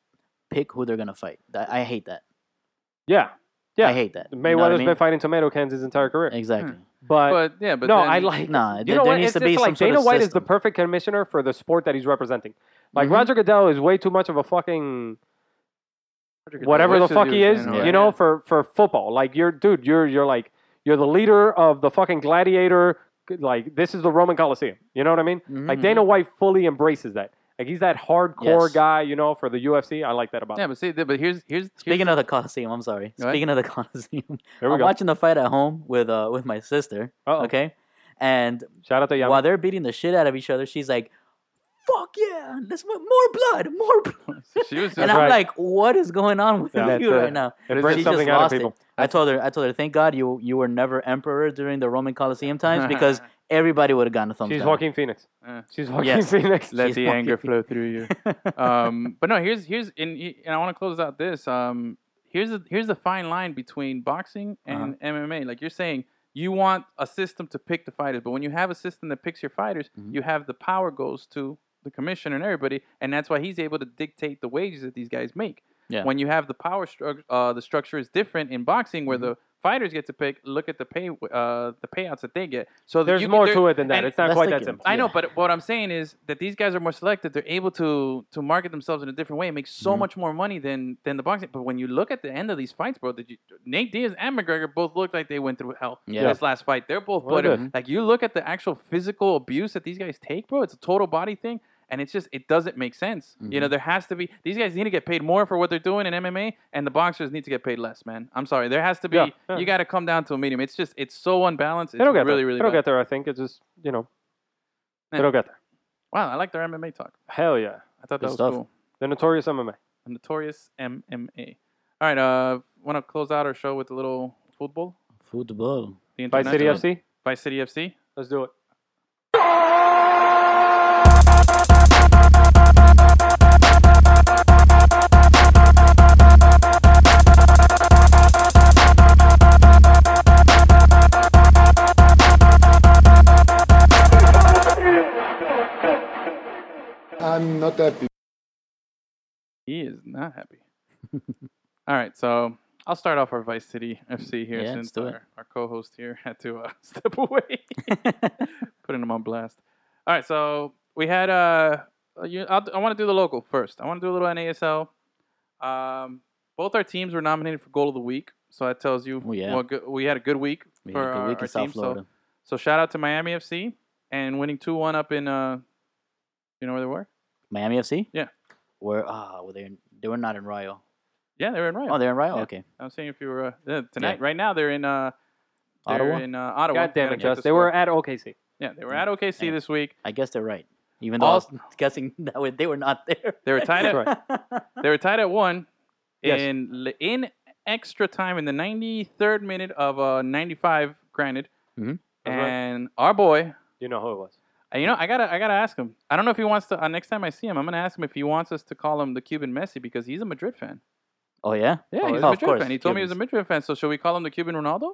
Speaker 3: pick who they're gonna fight. That- I hate that.
Speaker 2: yeah, yeah.
Speaker 3: I hate that. You know
Speaker 2: Mayweather's
Speaker 3: what I mean?
Speaker 2: been fighting tomato cans his entire career,
Speaker 3: exactly.
Speaker 2: but,
Speaker 1: But yeah, but
Speaker 2: no,
Speaker 1: then-
Speaker 2: I like.
Speaker 3: Nah,
Speaker 2: you
Speaker 3: there-
Speaker 2: know
Speaker 3: there
Speaker 2: what?
Speaker 3: needs
Speaker 2: It's
Speaker 3: to
Speaker 2: just
Speaker 3: be some
Speaker 2: like
Speaker 3: sort
Speaker 2: Dana
Speaker 3: of
Speaker 2: White is the
Speaker 3: system.
Speaker 2: perfect commissioner for the sport that he's representing. Like
Speaker 3: Mhm.
Speaker 2: Roger Goodell is way too much of a fucking whatever the
Speaker 1: Wishes
Speaker 2: fuck he
Speaker 1: was
Speaker 2: is,
Speaker 1: in,
Speaker 3: yeah.
Speaker 1: or-
Speaker 2: you know, for for football. Like you're, dude, you're you're like you're the leader of the fucking gladiator. Like this is the Roman Coliseum. You know what I mean? Like
Speaker 3: Mhm.
Speaker 2: Dana White fully embraces that. Like he's that hardcore
Speaker 3: Yes.
Speaker 2: guy, you know, for the UFC. I like that about
Speaker 1: Yeah,
Speaker 2: him.
Speaker 1: but see, th- but here's here's, here's
Speaker 3: Speaking of the Coliseum, I'm sorry.
Speaker 1: Go ahead.
Speaker 3: Speaking of the Coliseum,
Speaker 2: There we
Speaker 3: I'm
Speaker 2: go.
Speaker 3: watching the fight at home with uh with my sister.
Speaker 2: Uh-oh.
Speaker 3: Okay, and
Speaker 2: Shout out to Yami.
Speaker 3: while they're beating the shit out of each other, she's like, "Fuck yeah, let's more blood, more blood."
Speaker 1: she was
Speaker 3: And
Speaker 1: just-
Speaker 3: I'm
Speaker 2: right.
Speaker 3: like, "What is going on with
Speaker 2: Yeah. That's
Speaker 3: you
Speaker 2: it.
Speaker 3: right now?"
Speaker 2: it
Speaker 1: she
Speaker 2: brings
Speaker 3: She
Speaker 2: something
Speaker 3: just
Speaker 2: out of
Speaker 3: lost
Speaker 2: people.
Speaker 3: it. I told her, I told her, thank God you you were never emperor during the Roman Coliseum times because everybody would have gotten a thumbs
Speaker 2: She's
Speaker 3: down.
Speaker 2: Joaquin Phoenix.
Speaker 1: Yeah.
Speaker 2: She's Joaquin
Speaker 3: Yes.
Speaker 2: Phoenix.
Speaker 1: uh, let
Speaker 3: She's
Speaker 1: the
Speaker 3: walking.
Speaker 1: anger flow through you. um, but no, here's here's and, y- and I want to close out this. Um, here's the here's the fine line between boxing
Speaker 2: Uh-huh.
Speaker 1: and MMA. Like you're saying, you want a system to pick the fighters, but when you have a system that picks your fighters,
Speaker 3: Mhm.
Speaker 2: Mm-hmm.
Speaker 1: you have the power goes to the commissioner and everybody, and that's why he's able to dictate the wages that these guys make.
Speaker 3: Yeah.
Speaker 1: When you have the power structure, uh, the structure is different in boxing,
Speaker 2: Mm-hmm.
Speaker 1: where the fighters get to pick. Look at the pay, uh, the payouts that they get. So
Speaker 2: There's
Speaker 1: you can-
Speaker 2: more
Speaker 1: there-
Speaker 2: to it than that.
Speaker 1: and
Speaker 2: It's not
Speaker 3: that's
Speaker 2: quite
Speaker 3: the
Speaker 2: that
Speaker 3: game.
Speaker 2: simple.
Speaker 1: I know,
Speaker 3: Yeah.
Speaker 1: but what I'm saying is that these guys are more selective. They're able to to market themselves in a different way, make so
Speaker 2: Mm-hmm.
Speaker 3: Mhm.
Speaker 1: much more money than than the boxing. But when you look at the end of these fights, bro, did you, Nate Diaz and McGregor both look like they went through hell.
Speaker 3: Yeah.
Speaker 1: This last fight, they're both
Speaker 2: Well, they
Speaker 1: blooded. Like you look at the actual physical abuse that these guys take, bro. It's a total body thing. And it's just it doesn't make sense. You
Speaker 2: Mm-hmm.
Speaker 1: know, there has to be these guys need to get paid more for what they're doing in MMA, and the boxers need to get paid less, man. I'm sorry, there has to be.
Speaker 2: Yeah, yeah.
Speaker 1: You got to come down to a medium. It's just it's so unbalanced. It's
Speaker 2: It'll get
Speaker 1: really
Speaker 2: there.
Speaker 1: really.
Speaker 2: It'll
Speaker 1: bad.
Speaker 2: get there. I think it's just you know,
Speaker 1: Yeah.
Speaker 2: it'll get there.
Speaker 1: Wow, I like their MMA talk.
Speaker 2: Hell yeah,
Speaker 1: I thought that
Speaker 3: Good
Speaker 1: was
Speaker 3: stuff.
Speaker 1: cool.
Speaker 2: the notorious MMA.
Speaker 1: A notorious MMA. All right, uh, want to close out our show with a little football?
Speaker 3: Football.
Speaker 1: The
Speaker 2: Vice City
Speaker 1: international-
Speaker 2: FC.
Speaker 1: Vice City FC.
Speaker 2: Let's do it.
Speaker 7: I'm not happy.
Speaker 1: He is not happy. All right, so I'll start off our Vice City FC here
Speaker 3: Yeah, let's
Speaker 1: since
Speaker 3: do it.
Speaker 1: our, our co-host here had to uh, step away, putting him on blast. All right, so we had uh, you, I'll, I want to do the local first. I want to do a little NASL. Um, both our teams were nominated for Goal of the Week, so that tells you
Speaker 3: Oh, yeah.
Speaker 1: what good, we had a good week
Speaker 3: We had
Speaker 1: for
Speaker 3: a good
Speaker 1: our,
Speaker 3: week
Speaker 1: our
Speaker 3: in South
Speaker 1: team, so-
Speaker 3: Florida.
Speaker 1: So shout out to Miami FC and winning two one up in uh, you know where they were?
Speaker 3: Miami FC.
Speaker 1: Yeah.
Speaker 3: Where ah, were they? in- They were not in Rio.
Speaker 1: Yeah, they were in Rio.
Speaker 3: Oh, they're in Rio.
Speaker 1: Yeah.
Speaker 3: Okay.
Speaker 1: I'm saying if you were uh, yeah, tonight, right now they're in uh, they're
Speaker 3: Ottawa?
Speaker 1: in uh, Ottawa.
Speaker 2: God damn
Speaker 1: Gotta
Speaker 2: it,
Speaker 1: get
Speaker 2: Jess.
Speaker 1: the
Speaker 2: They were
Speaker 1: score.
Speaker 2: at OKC.
Speaker 1: yeah they were at OKC
Speaker 3: Yeah.
Speaker 1: this week.
Speaker 3: I guess they're right. Even though I was
Speaker 1: Also-
Speaker 3: guessing that way they were not there.
Speaker 1: They were tied at
Speaker 2: That's
Speaker 1: they were tied at one
Speaker 2: Yes.
Speaker 1: in in extra time in the 93rd minute of uh 95 granted
Speaker 3: Mhm.
Speaker 2: That's right.
Speaker 1: and our boy.
Speaker 2: You know who it was.
Speaker 1: uh, You know, I gotta, I gotta ask him. I don't know if he wants to. Uh, next time I see him, I'm gonna ask him if he wants us to call him the Cuban Messi because he's a Madrid fan.
Speaker 3: Oh yeah.
Speaker 1: Yeah, he's
Speaker 3: oh, oh,
Speaker 1: a
Speaker 3: of
Speaker 1: Madrid
Speaker 3: course,
Speaker 1: fan. He told me he was a
Speaker 3: Cubans.
Speaker 1: Madrid fan. So should we call him the Cuban Ronaldo?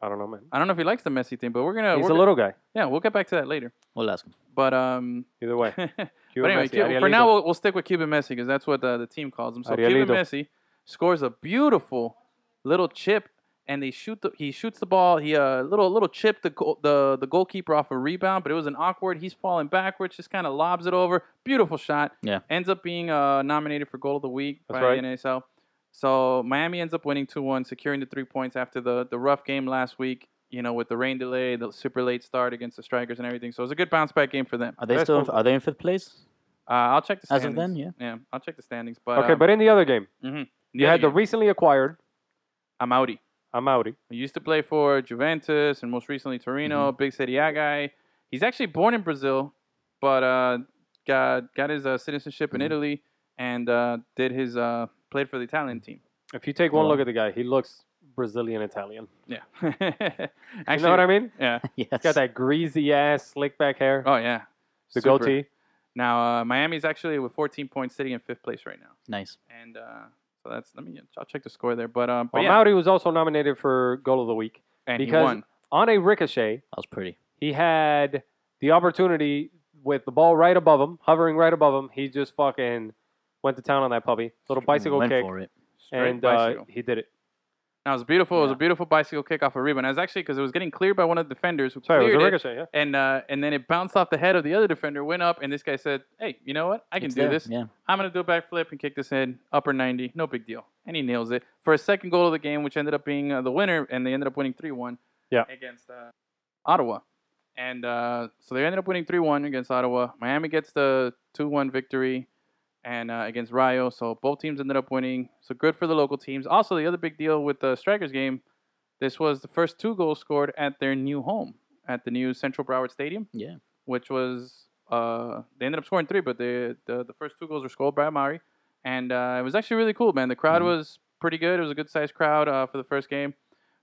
Speaker 2: I don't know, man.
Speaker 1: I don't know if he likes the Messi thing, but we're gonna.
Speaker 2: He's
Speaker 1: we're
Speaker 2: a little guy.
Speaker 1: yeah, we'll get back to that later.
Speaker 3: We'll ask him.
Speaker 1: But um,
Speaker 2: Either way.
Speaker 1: but
Speaker 2: Cuban
Speaker 1: anyway,
Speaker 2: Messi,
Speaker 1: Cu-
Speaker 2: Arielito.
Speaker 1: for now we'll, we'll stick with Cuban Messi because that's what uh, the, the team calls him. So Cuban
Speaker 2: Arielito.
Speaker 1: Messi scores a beautiful little chip, and they shoot the he shoots the ball. He uh little little chip the goal, the the goalkeeper off a rebound, but it was an awkward. He's falling backwards, just kind of lobs it over. Beautiful shot.
Speaker 3: Yeah.
Speaker 1: Ends up being uh nominated for goal of the week
Speaker 2: That's
Speaker 1: by
Speaker 2: right.
Speaker 1: the NASL. So Miami ends up winning 2-1, securing the three points after the, the rough game last week, you know, with the rain delay, the super late start against the strikers and everything. So it was a good bounce back game for them.
Speaker 3: Are they
Speaker 2: That's
Speaker 3: still? In,
Speaker 2: cool.
Speaker 3: are they in fifth place?
Speaker 1: Uh, I'll check the
Speaker 3: As
Speaker 1: standings.
Speaker 3: of then, yeah.
Speaker 1: Yeah, I'll check the standings. But
Speaker 2: Okay,
Speaker 1: um,
Speaker 2: but in the other game,
Speaker 1: mhm.
Speaker 2: you had the recently acquired
Speaker 1: Amauri.
Speaker 2: Amauri.
Speaker 1: He used to play for Juventus and most recently Torino.
Speaker 2: Mm-hmm.
Speaker 1: Big Serie A guy. He's actually born in Brazil, but uh, got got his uh, citizenship
Speaker 2: Mm-hmm.
Speaker 1: in Italy and uh, did his uh, played for the Italian team.
Speaker 2: If you take one
Speaker 3: Wow.
Speaker 2: look at the guy, he looks Brazilian Italian.
Speaker 1: Yeah, actually,
Speaker 2: you know what I mean?
Speaker 1: yeah.
Speaker 3: yes.
Speaker 2: He's got that greasy ass, slick back hair,
Speaker 1: Oh yeah,
Speaker 2: the
Speaker 1: Super.
Speaker 2: goatee.
Speaker 1: Now uh, Miami's actually with 14 points, sitting in fifth place right now,
Speaker 3: Nice.
Speaker 1: and uh, so that's let me I'll check the score there. But um, but
Speaker 2: Well,
Speaker 1: yeah,
Speaker 2: Mauri was also nominated for Goal of the Week
Speaker 1: and he
Speaker 2: because
Speaker 1: won.
Speaker 2: on a ricochet,
Speaker 3: That was pretty.
Speaker 2: He had the opportunity with the ball right above him, hovering right above him. He just fucking went to town on that puppy. Little bicycle
Speaker 3: Went
Speaker 2: kick.
Speaker 3: for it.
Speaker 1: Straight
Speaker 2: And uh,
Speaker 1: bicycle.
Speaker 2: he did it.
Speaker 1: Now it was beautiful. It was a
Speaker 3: Yeah.
Speaker 1: beautiful bicycle kick off a rebound. It was actually because it was getting cleared by one of the defenders who
Speaker 2: Sorry, it was
Speaker 1: cleared
Speaker 2: a
Speaker 1: it,
Speaker 2: ricochet, yeah.
Speaker 1: and uh, and then it bounced off the head of the other defender, went up, and this guy said, "Hey, you know what? I can
Speaker 3: It's
Speaker 1: do
Speaker 3: there,
Speaker 1: this.
Speaker 3: Yeah.
Speaker 1: I'm gonna do a backflip and kick this in upper 90. No big deal." And he nails it for a second goal of the game, which ended up being uh, the winner, and they ended up winning three one.
Speaker 2: Yeah.
Speaker 1: Against uh, Ottawa, and uh, so they ended up winning three one against Ottawa. Miami gets the two one victory and uh, against Rio. So both teams ended up winning. So good for the local teams. Also, the other big deal with the Strikers game, this was the first two goals scored at their new home at the new Central Broward Stadium.
Speaker 3: Yeah.
Speaker 1: Which was uh, they ended up scoring three, but the the, the first two goals were scored by Amari, and uh, it was actually really cool, man. The crowd
Speaker 3: Mhm.
Speaker 2: Mm-hmm.
Speaker 1: was pretty good. It was a good sized crowd uh, for the first game.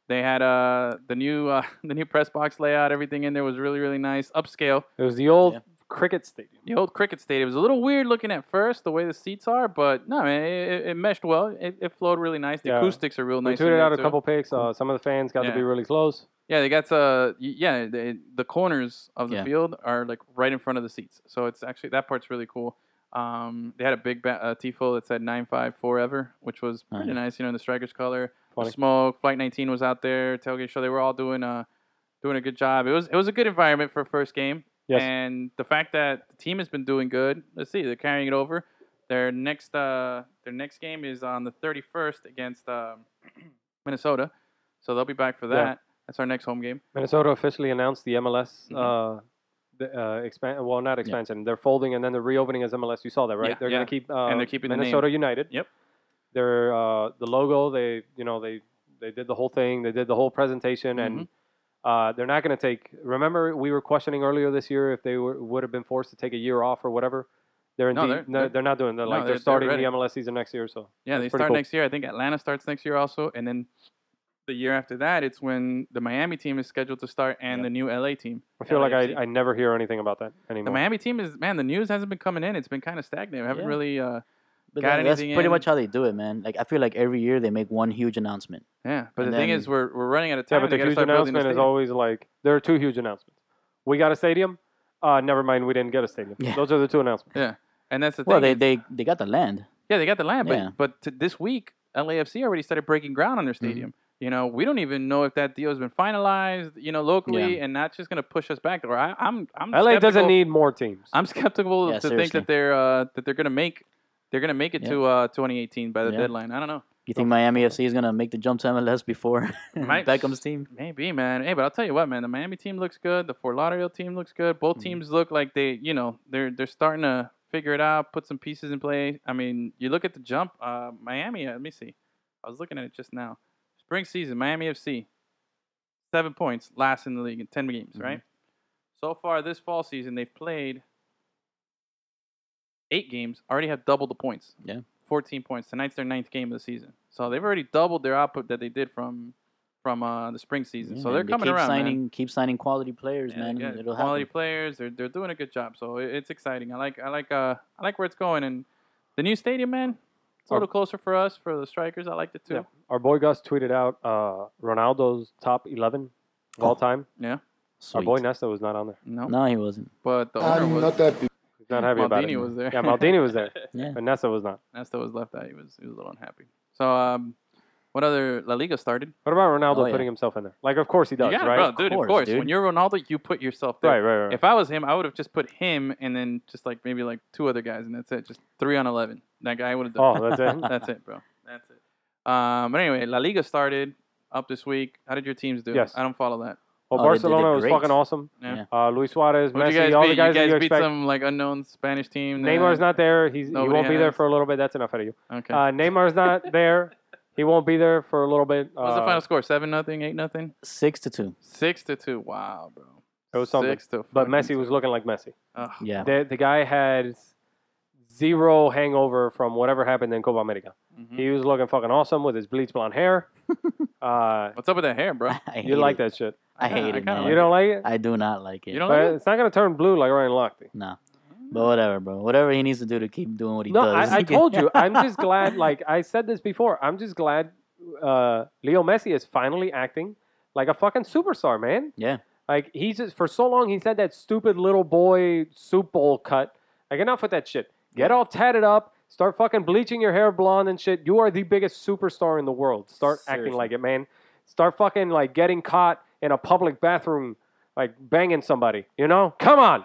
Speaker 1: They had uh, the new uh, the new press box layout. Everything in there was really really nice, upscale.
Speaker 2: It was the old
Speaker 3: Yeah.
Speaker 2: cricket stadium.
Speaker 1: The old cricket stadium was a little weird looking at first, the way the seats are, but no, man, it, it- it meshed well. It, it flowed really nice. The
Speaker 2: Yeah.
Speaker 1: acoustics are real
Speaker 2: We
Speaker 1: nice. in
Speaker 2: tweeted
Speaker 1: there,
Speaker 2: out a
Speaker 1: too.
Speaker 2: couple pics. Uh, some of the fans got
Speaker 1: Yeah.
Speaker 2: to be really close.
Speaker 1: Yeah, they got uh, y- yeah, the, the corners of the
Speaker 3: Yeah.
Speaker 1: field are like right in front of the seats, so it's actually that part's really cool. Um, they had a big ba- uh, tifo that said nine five forever, which was pretty
Speaker 3: Nice.
Speaker 1: nice, you know, in the strikers' color. The
Speaker 2: Funny.
Speaker 1: Smoke, Flight 19 was out there, tailgate show. They were all doing uh, doing a good job. It was it was a good environment for a first game.
Speaker 2: Yes.
Speaker 1: And the fact that the team has been doing good, let's see, they're carrying it over. Their next uh, their next game is on the 31st against um, Minnesota, so they'll be back for that.
Speaker 2: Yeah.
Speaker 1: That's our next home game.
Speaker 2: Minnesota officially announced the MLS
Speaker 1: Mm-hmm.
Speaker 2: uh, the, uh, expan- well, not expansion. They're folding and then they're reopening as MLS. You saw that, right?
Speaker 1: Yeah,
Speaker 2: they're
Speaker 1: yeah.
Speaker 2: going to keep uh,
Speaker 1: And they're keeping the name.
Speaker 2: Minnesota United.
Speaker 1: Yep.
Speaker 2: Their uh, the logo. They you know they they did the whole thing. They did the whole presentation and.
Speaker 1: Mm-hmm.
Speaker 2: Uh, they're not going to take. Remember, we were questioning earlier this year if they were, would have been forced to take a year off or whatever. They're
Speaker 1: No,
Speaker 2: indeed,
Speaker 1: they're-
Speaker 2: no,
Speaker 1: they're-
Speaker 2: they're, not doing that.
Speaker 1: no,
Speaker 2: like
Speaker 1: they're-
Speaker 2: they're,
Speaker 1: they're
Speaker 2: starting
Speaker 1: ready.
Speaker 2: the MLS season next year. So
Speaker 1: Yeah, they
Speaker 2: That's pretty
Speaker 1: start
Speaker 2: cool.
Speaker 1: next year. I think Atlanta starts next year also, and then the year after that, it's when the Miami team is scheduled to start and
Speaker 3: Yeah.
Speaker 1: the new LA team.
Speaker 2: I feel like
Speaker 1: LAFC.
Speaker 2: I, I never hear anything about that
Speaker 1: The
Speaker 2: anymore.
Speaker 1: Miami team is man. The news hasn't been coming in. It's been kind of stagnant. We haven't
Speaker 3: Yeah.
Speaker 1: really. Uh,
Speaker 3: But
Speaker 1: Got
Speaker 3: that- that's
Speaker 1: anything
Speaker 3: pretty
Speaker 1: in?
Speaker 3: much how they do it, man. Like I feel like every year they make one huge announcement.
Speaker 1: yeah, but
Speaker 3: And
Speaker 1: the thing
Speaker 3: then-
Speaker 1: is, we're we're running out of
Speaker 2: Yeah,
Speaker 1: time.
Speaker 2: but
Speaker 1: They gotta
Speaker 2: the huge
Speaker 1: start building the
Speaker 2: announcement is
Speaker 1: stadium.
Speaker 2: always like there are two huge announcements. We got a stadium. Uh, never mind, we didn't get a stadium.
Speaker 3: Yeah.
Speaker 2: Those are the two announcements.
Speaker 1: and that's the thing.
Speaker 3: Well, they,
Speaker 1: is-
Speaker 3: they they got the land.
Speaker 1: yeah, they got the land,
Speaker 3: Yeah. Mm-hmm.
Speaker 1: but but to this week, LAFC already started breaking ground on their stadium. You know, we don't even know if that deal has been finalized. You know, locally, and that's just going to push us back. Or I, I'm I'm
Speaker 2: LA doesn't
Speaker 1: skeptical-
Speaker 2: need more teams.
Speaker 1: I'm skeptical
Speaker 3: Yeah,
Speaker 1: to think
Speaker 3: seriously.
Speaker 1: that they're uh, that they're gonna make they're gonna make it
Speaker 3: Yeah.
Speaker 1: to uh, 2018 by the
Speaker 3: Yeah.
Speaker 1: deadline. I don't know.
Speaker 3: You think Miami FC is gonna make the jump to MLS before
Speaker 1: Might-
Speaker 3: Beckham's team?
Speaker 1: Maybe, man. Hey, but I'll tell you what, man. The Miami team looks good. The Fort Lauderdale team looks good. Both
Speaker 3: Mhm.
Speaker 1: teams look like they, you know, they're they're starting to figure it out, put some pieces in play. I mean, you look at the jump. Uh, Miami. uh, Let me see. I was looking at it just now. Spring season, Miami FC, seven points, last in the league in ten games,
Speaker 3: Mhm.
Speaker 1: right? So far this fall season, they've played eight games. Already have double the points.
Speaker 3: Yeah.
Speaker 1: fourteen points. Tonight's their ninth game of the season, so they've already doubled their output that they did from from uh, the spring season.
Speaker 3: Yeah,
Speaker 1: so they're
Speaker 3: man. They
Speaker 1: coming
Speaker 3: keep
Speaker 1: around. man.
Speaker 3: Signing, keep signing quality players,
Speaker 1: Yeah,
Speaker 3: man.
Speaker 1: they got
Speaker 3: It'll
Speaker 1: quality
Speaker 3: happen.
Speaker 1: players. They're they're doing a good job. So it- it's exciting. I like I like uh I like where it's going and the new stadium, man. It's a little closer for us for the strikers. I liked it too.
Speaker 2: Yeah. Our boy Gus tweeted out uh, Ronaldo's top 11 of
Speaker 3: Oh,
Speaker 2: all time. Our
Speaker 3: Sweet.
Speaker 2: boy Nesta was not on there.
Speaker 1: No,
Speaker 3: No, he wasn't.
Speaker 1: but the owner
Speaker 7: I'm
Speaker 1: was.
Speaker 7: not happy.
Speaker 2: He's not happy about it.
Speaker 1: Maldini was there.
Speaker 2: Yeah, Maldini was there,
Speaker 3: Yeah.
Speaker 2: but Nesta was not.
Speaker 1: Nesta was left out. He was he was a little unhappy. So um, what other La Liga started?
Speaker 2: What about Ronaldo
Speaker 3: Oh, yeah.
Speaker 2: putting himself in there? Like, of course he does,
Speaker 1: you got it,
Speaker 2: right?
Speaker 1: bro, dude. Of course,
Speaker 3: course, dude.
Speaker 1: when you're Ronaldo, you put yourself there.
Speaker 2: Right, right, right.
Speaker 1: If I was him, I would have just put him and then just like maybe like two other guys, and that's it. Just three on eleven. That guy would have done. it.
Speaker 2: oh, that's it.
Speaker 1: That's it, bro. That's it. Um, but anyway, La Liga started up this week. How did your teams do?
Speaker 2: Yes.
Speaker 1: I don't follow that.
Speaker 2: Well,
Speaker 3: Oh, they did it
Speaker 2: Barcelona was
Speaker 3: great.
Speaker 2: fucking awesome.
Speaker 1: Yeah.
Speaker 2: Uh, Luis Suarez,
Speaker 1: Who'd
Speaker 2: Messi,
Speaker 1: you guys
Speaker 2: all
Speaker 1: beat?
Speaker 2: the guys,
Speaker 1: you
Speaker 2: that
Speaker 1: guys
Speaker 2: you
Speaker 1: beat
Speaker 2: expect.
Speaker 1: some like unknown Spanish team. that-
Speaker 2: Neymar's not there. He's, he
Speaker 1: Nobody
Speaker 2: won't be there
Speaker 1: has.
Speaker 2: for a little bit. That's enough out of you.
Speaker 1: Okay.
Speaker 2: Uh, Neymar's not there. He won't be there for a little bit.
Speaker 1: What's the
Speaker 2: Uh,
Speaker 1: final score? Seven nothing, eight nothing,
Speaker 3: Six to two.
Speaker 1: six to two. Wow, bro.
Speaker 2: It was something.
Speaker 1: Six to.
Speaker 2: But
Speaker 1: fucking
Speaker 2: Messi
Speaker 1: two.
Speaker 2: was looking like Messi.
Speaker 1: Ugh.
Speaker 3: Yeah.
Speaker 2: The, the guy had zero hangover from whatever happened in Copa America.
Speaker 1: Mhm.
Speaker 2: He was looking fucking awesome with his bleach blonde hair. uh,
Speaker 1: What's up with that hair, bro?
Speaker 3: I hate
Speaker 2: you like
Speaker 3: it.
Speaker 2: that shit.
Speaker 3: I
Speaker 1: Yeah,
Speaker 3: hate
Speaker 1: I
Speaker 3: it,
Speaker 1: kinda
Speaker 3: man.
Speaker 1: like
Speaker 2: You don't like it?
Speaker 3: I do not like it.
Speaker 1: You don't
Speaker 2: But
Speaker 1: like it?
Speaker 2: it's not going to turn blue like Ryan Lochte.
Speaker 3: No. But whatever, bro. Whatever he needs to do to keep doing what he
Speaker 2: No,
Speaker 3: does.
Speaker 2: I, I
Speaker 3: he can-
Speaker 2: told you. I'm just glad, like I said this before, I'm just glad uh, Leo Messi is finally acting like a fucking superstar, man.
Speaker 3: Yeah.
Speaker 2: Like he's just, for so long he's had that stupid little boy soup bowl cut. Like enough with that shit. Get all tatted up. Start fucking bleaching your hair blonde and shit. You are the biggest superstar in the world. Start acting
Speaker 3: Seriously.
Speaker 2: like it, man. Start fucking like getting caught in a public bathroom, like banging somebody. You know? Come on,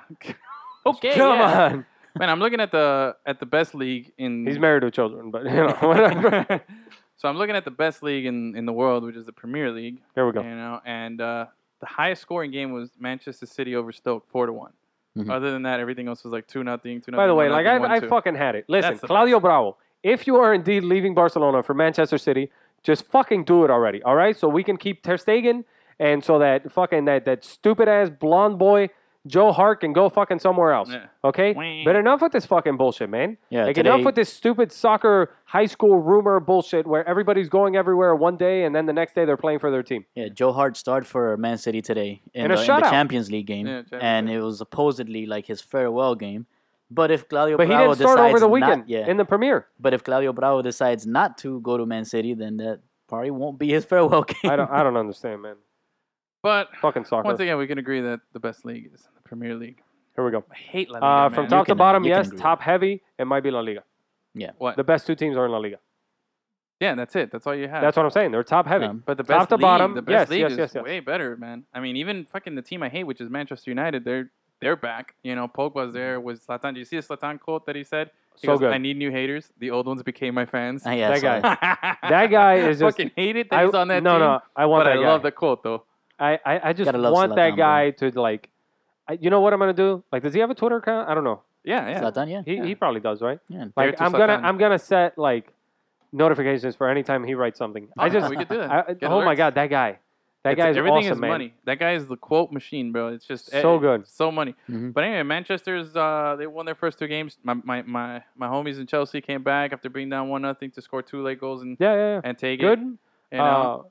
Speaker 1: Okay.
Speaker 2: come
Speaker 1: yeah.
Speaker 2: on.
Speaker 1: Man, I'm looking at the at the best league in.
Speaker 2: He's married to children, but you know whatever.
Speaker 1: so I'm looking at the best league in in the world, which is the Premier League.
Speaker 2: Here we go.
Speaker 1: You know, and uh, the highest scoring game was Manchester City over Stoke, four to one.
Speaker 3: Mhm.
Speaker 1: Other than that, everything else was like two nothing, two nothing.
Speaker 2: Mm-hmm. By the way,
Speaker 1: one
Speaker 2: like
Speaker 1: nothing,
Speaker 2: I, I
Speaker 1: one, two.
Speaker 2: fucking had it. Listen,
Speaker 1: That's the
Speaker 2: Claudio Bravo, if you are indeed leaving Barcelona for Manchester City, just fucking do it already. All right, so we can keep Ter Stegen, and so that fucking that that stupid ass blonde boy Joe Hart can go fucking somewhere else.
Speaker 1: Yeah.
Speaker 2: Okay,
Speaker 1: Wah.
Speaker 2: but enough with this fucking bullshit, man.
Speaker 3: Yeah,
Speaker 2: like
Speaker 3: today-
Speaker 2: enough with this stupid soccer high school rumor bullshit where everybody's going everywhere one day and then the next day they're playing for their team.
Speaker 3: Yeah, Joe Hart started for Man City today in,
Speaker 2: And a
Speaker 3: the, in the
Speaker 2: shutout.
Speaker 3: Champions League game,
Speaker 1: Yeah, Champions
Speaker 3: and it was supposedly like his farewell game. But if Claudio
Speaker 2: But he
Speaker 3: Bravo
Speaker 2: didn't start
Speaker 3: decides
Speaker 2: over the
Speaker 3: not-
Speaker 2: weekend
Speaker 3: yeah,
Speaker 2: in the Premier.
Speaker 3: but if Claudio Bravo decides not to go to Man City, then that probably won't be his farewell game.
Speaker 2: I don't, I don't understand, man.
Speaker 1: But
Speaker 2: Fucking soccer.
Speaker 1: once again, we can agree that the best league is the Premier League.
Speaker 2: Here we go.
Speaker 1: I hate La Liga,
Speaker 2: Uh,
Speaker 1: man.
Speaker 2: from
Speaker 3: You
Speaker 2: top to
Speaker 3: can-
Speaker 2: bottom,
Speaker 3: you can
Speaker 2: yes.
Speaker 3: agree.
Speaker 2: Top heavy, it might be La Liga.
Speaker 1: what?
Speaker 2: The best two teams are in La Liga.
Speaker 1: yeah, that's it. That's all you have.
Speaker 2: That's what I'm saying. They're top heavy.
Speaker 3: Um,
Speaker 1: But the
Speaker 2: Top
Speaker 1: best
Speaker 2: to
Speaker 1: league,
Speaker 2: bottom,
Speaker 1: the best
Speaker 2: yes,
Speaker 1: league
Speaker 2: yes,
Speaker 1: is
Speaker 2: yes, yes.
Speaker 1: way better, man. I mean, even fucking the team I hate, which is Manchester United, they're they're back. You know, Pogba's there with Slatan. Do you see the Slatan quote that he said? He
Speaker 2: So
Speaker 1: goes,
Speaker 2: good.
Speaker 1: I need new haters. The old ones became my fans.
Speaker 3: Ah, yeah,
Speaker 2: That
Speaker 3: so
Speaker 2: guy.
Speaker 3: I-
Speaker 1: that
Speaker 2: that guy is just.
Speaker 1: fucking hate it that
Speaker 2: I,
Speaker 1: he's on that
Speaker 2: no,
Speaker 1: team.
Speaker 2: no. I want
Speaker 1: but
Speaker 2: that
Speaker 1: I
Speaker 2: guy.
Speaker 1: love the quote though.
Speaker 2: I, I, I just
Speaker 3: Gotta love
Speaker 2: want that
Speaker 3: Zlatan,
Speaker 2: guy to like. I, you know what I'm gonna do? Like, does he have a Twitter account? I don't know.
Speaker 1: Yeah, yeah.
Speaker 3: Zlatan, yeah,
Speaker 2: He, he probably does, right?
Speaker 3: yeah.
Speaker 2: Like,
Speaker 1: to
Speaker 2: I'm gonna
Speaker 1: Zlatan.
Speaker 2: I'm gonna set like notifications for any time he writes something. I
Speaker 1: Yeah,
Speaker 2: just.
Speaker 1: we could do that.
Speaker 2: I,
Speaker 1: Get
Speaker 2: oh my
Speaker 1: alerts.
Speaker 2: god, that guy. That
Speaker 1: It's-
Speaker 2: guy is
Speaker 1: everything
Speaker 2: awesome,
Speaker 1: is
Speaker 2: man.
Speaker 1: money. That guy is the quote machine, bro. It's just
Speaker 2: So
Speaker 1: eh,
Speaker 2: good.
Speaker 1: so money.
Speaker 3: Mhm.
Speaker 1: But anyway, Manchester's uh, they won their first two games. My, my my my homies in Chelsea came back after being down one nothing to score two late goals and
Speaker 2: Yeah, yeah, yeah.
Speaker 1: and take
Speaker 2: Good.
Speaker 1: it. You know?
Speaker 2: uh,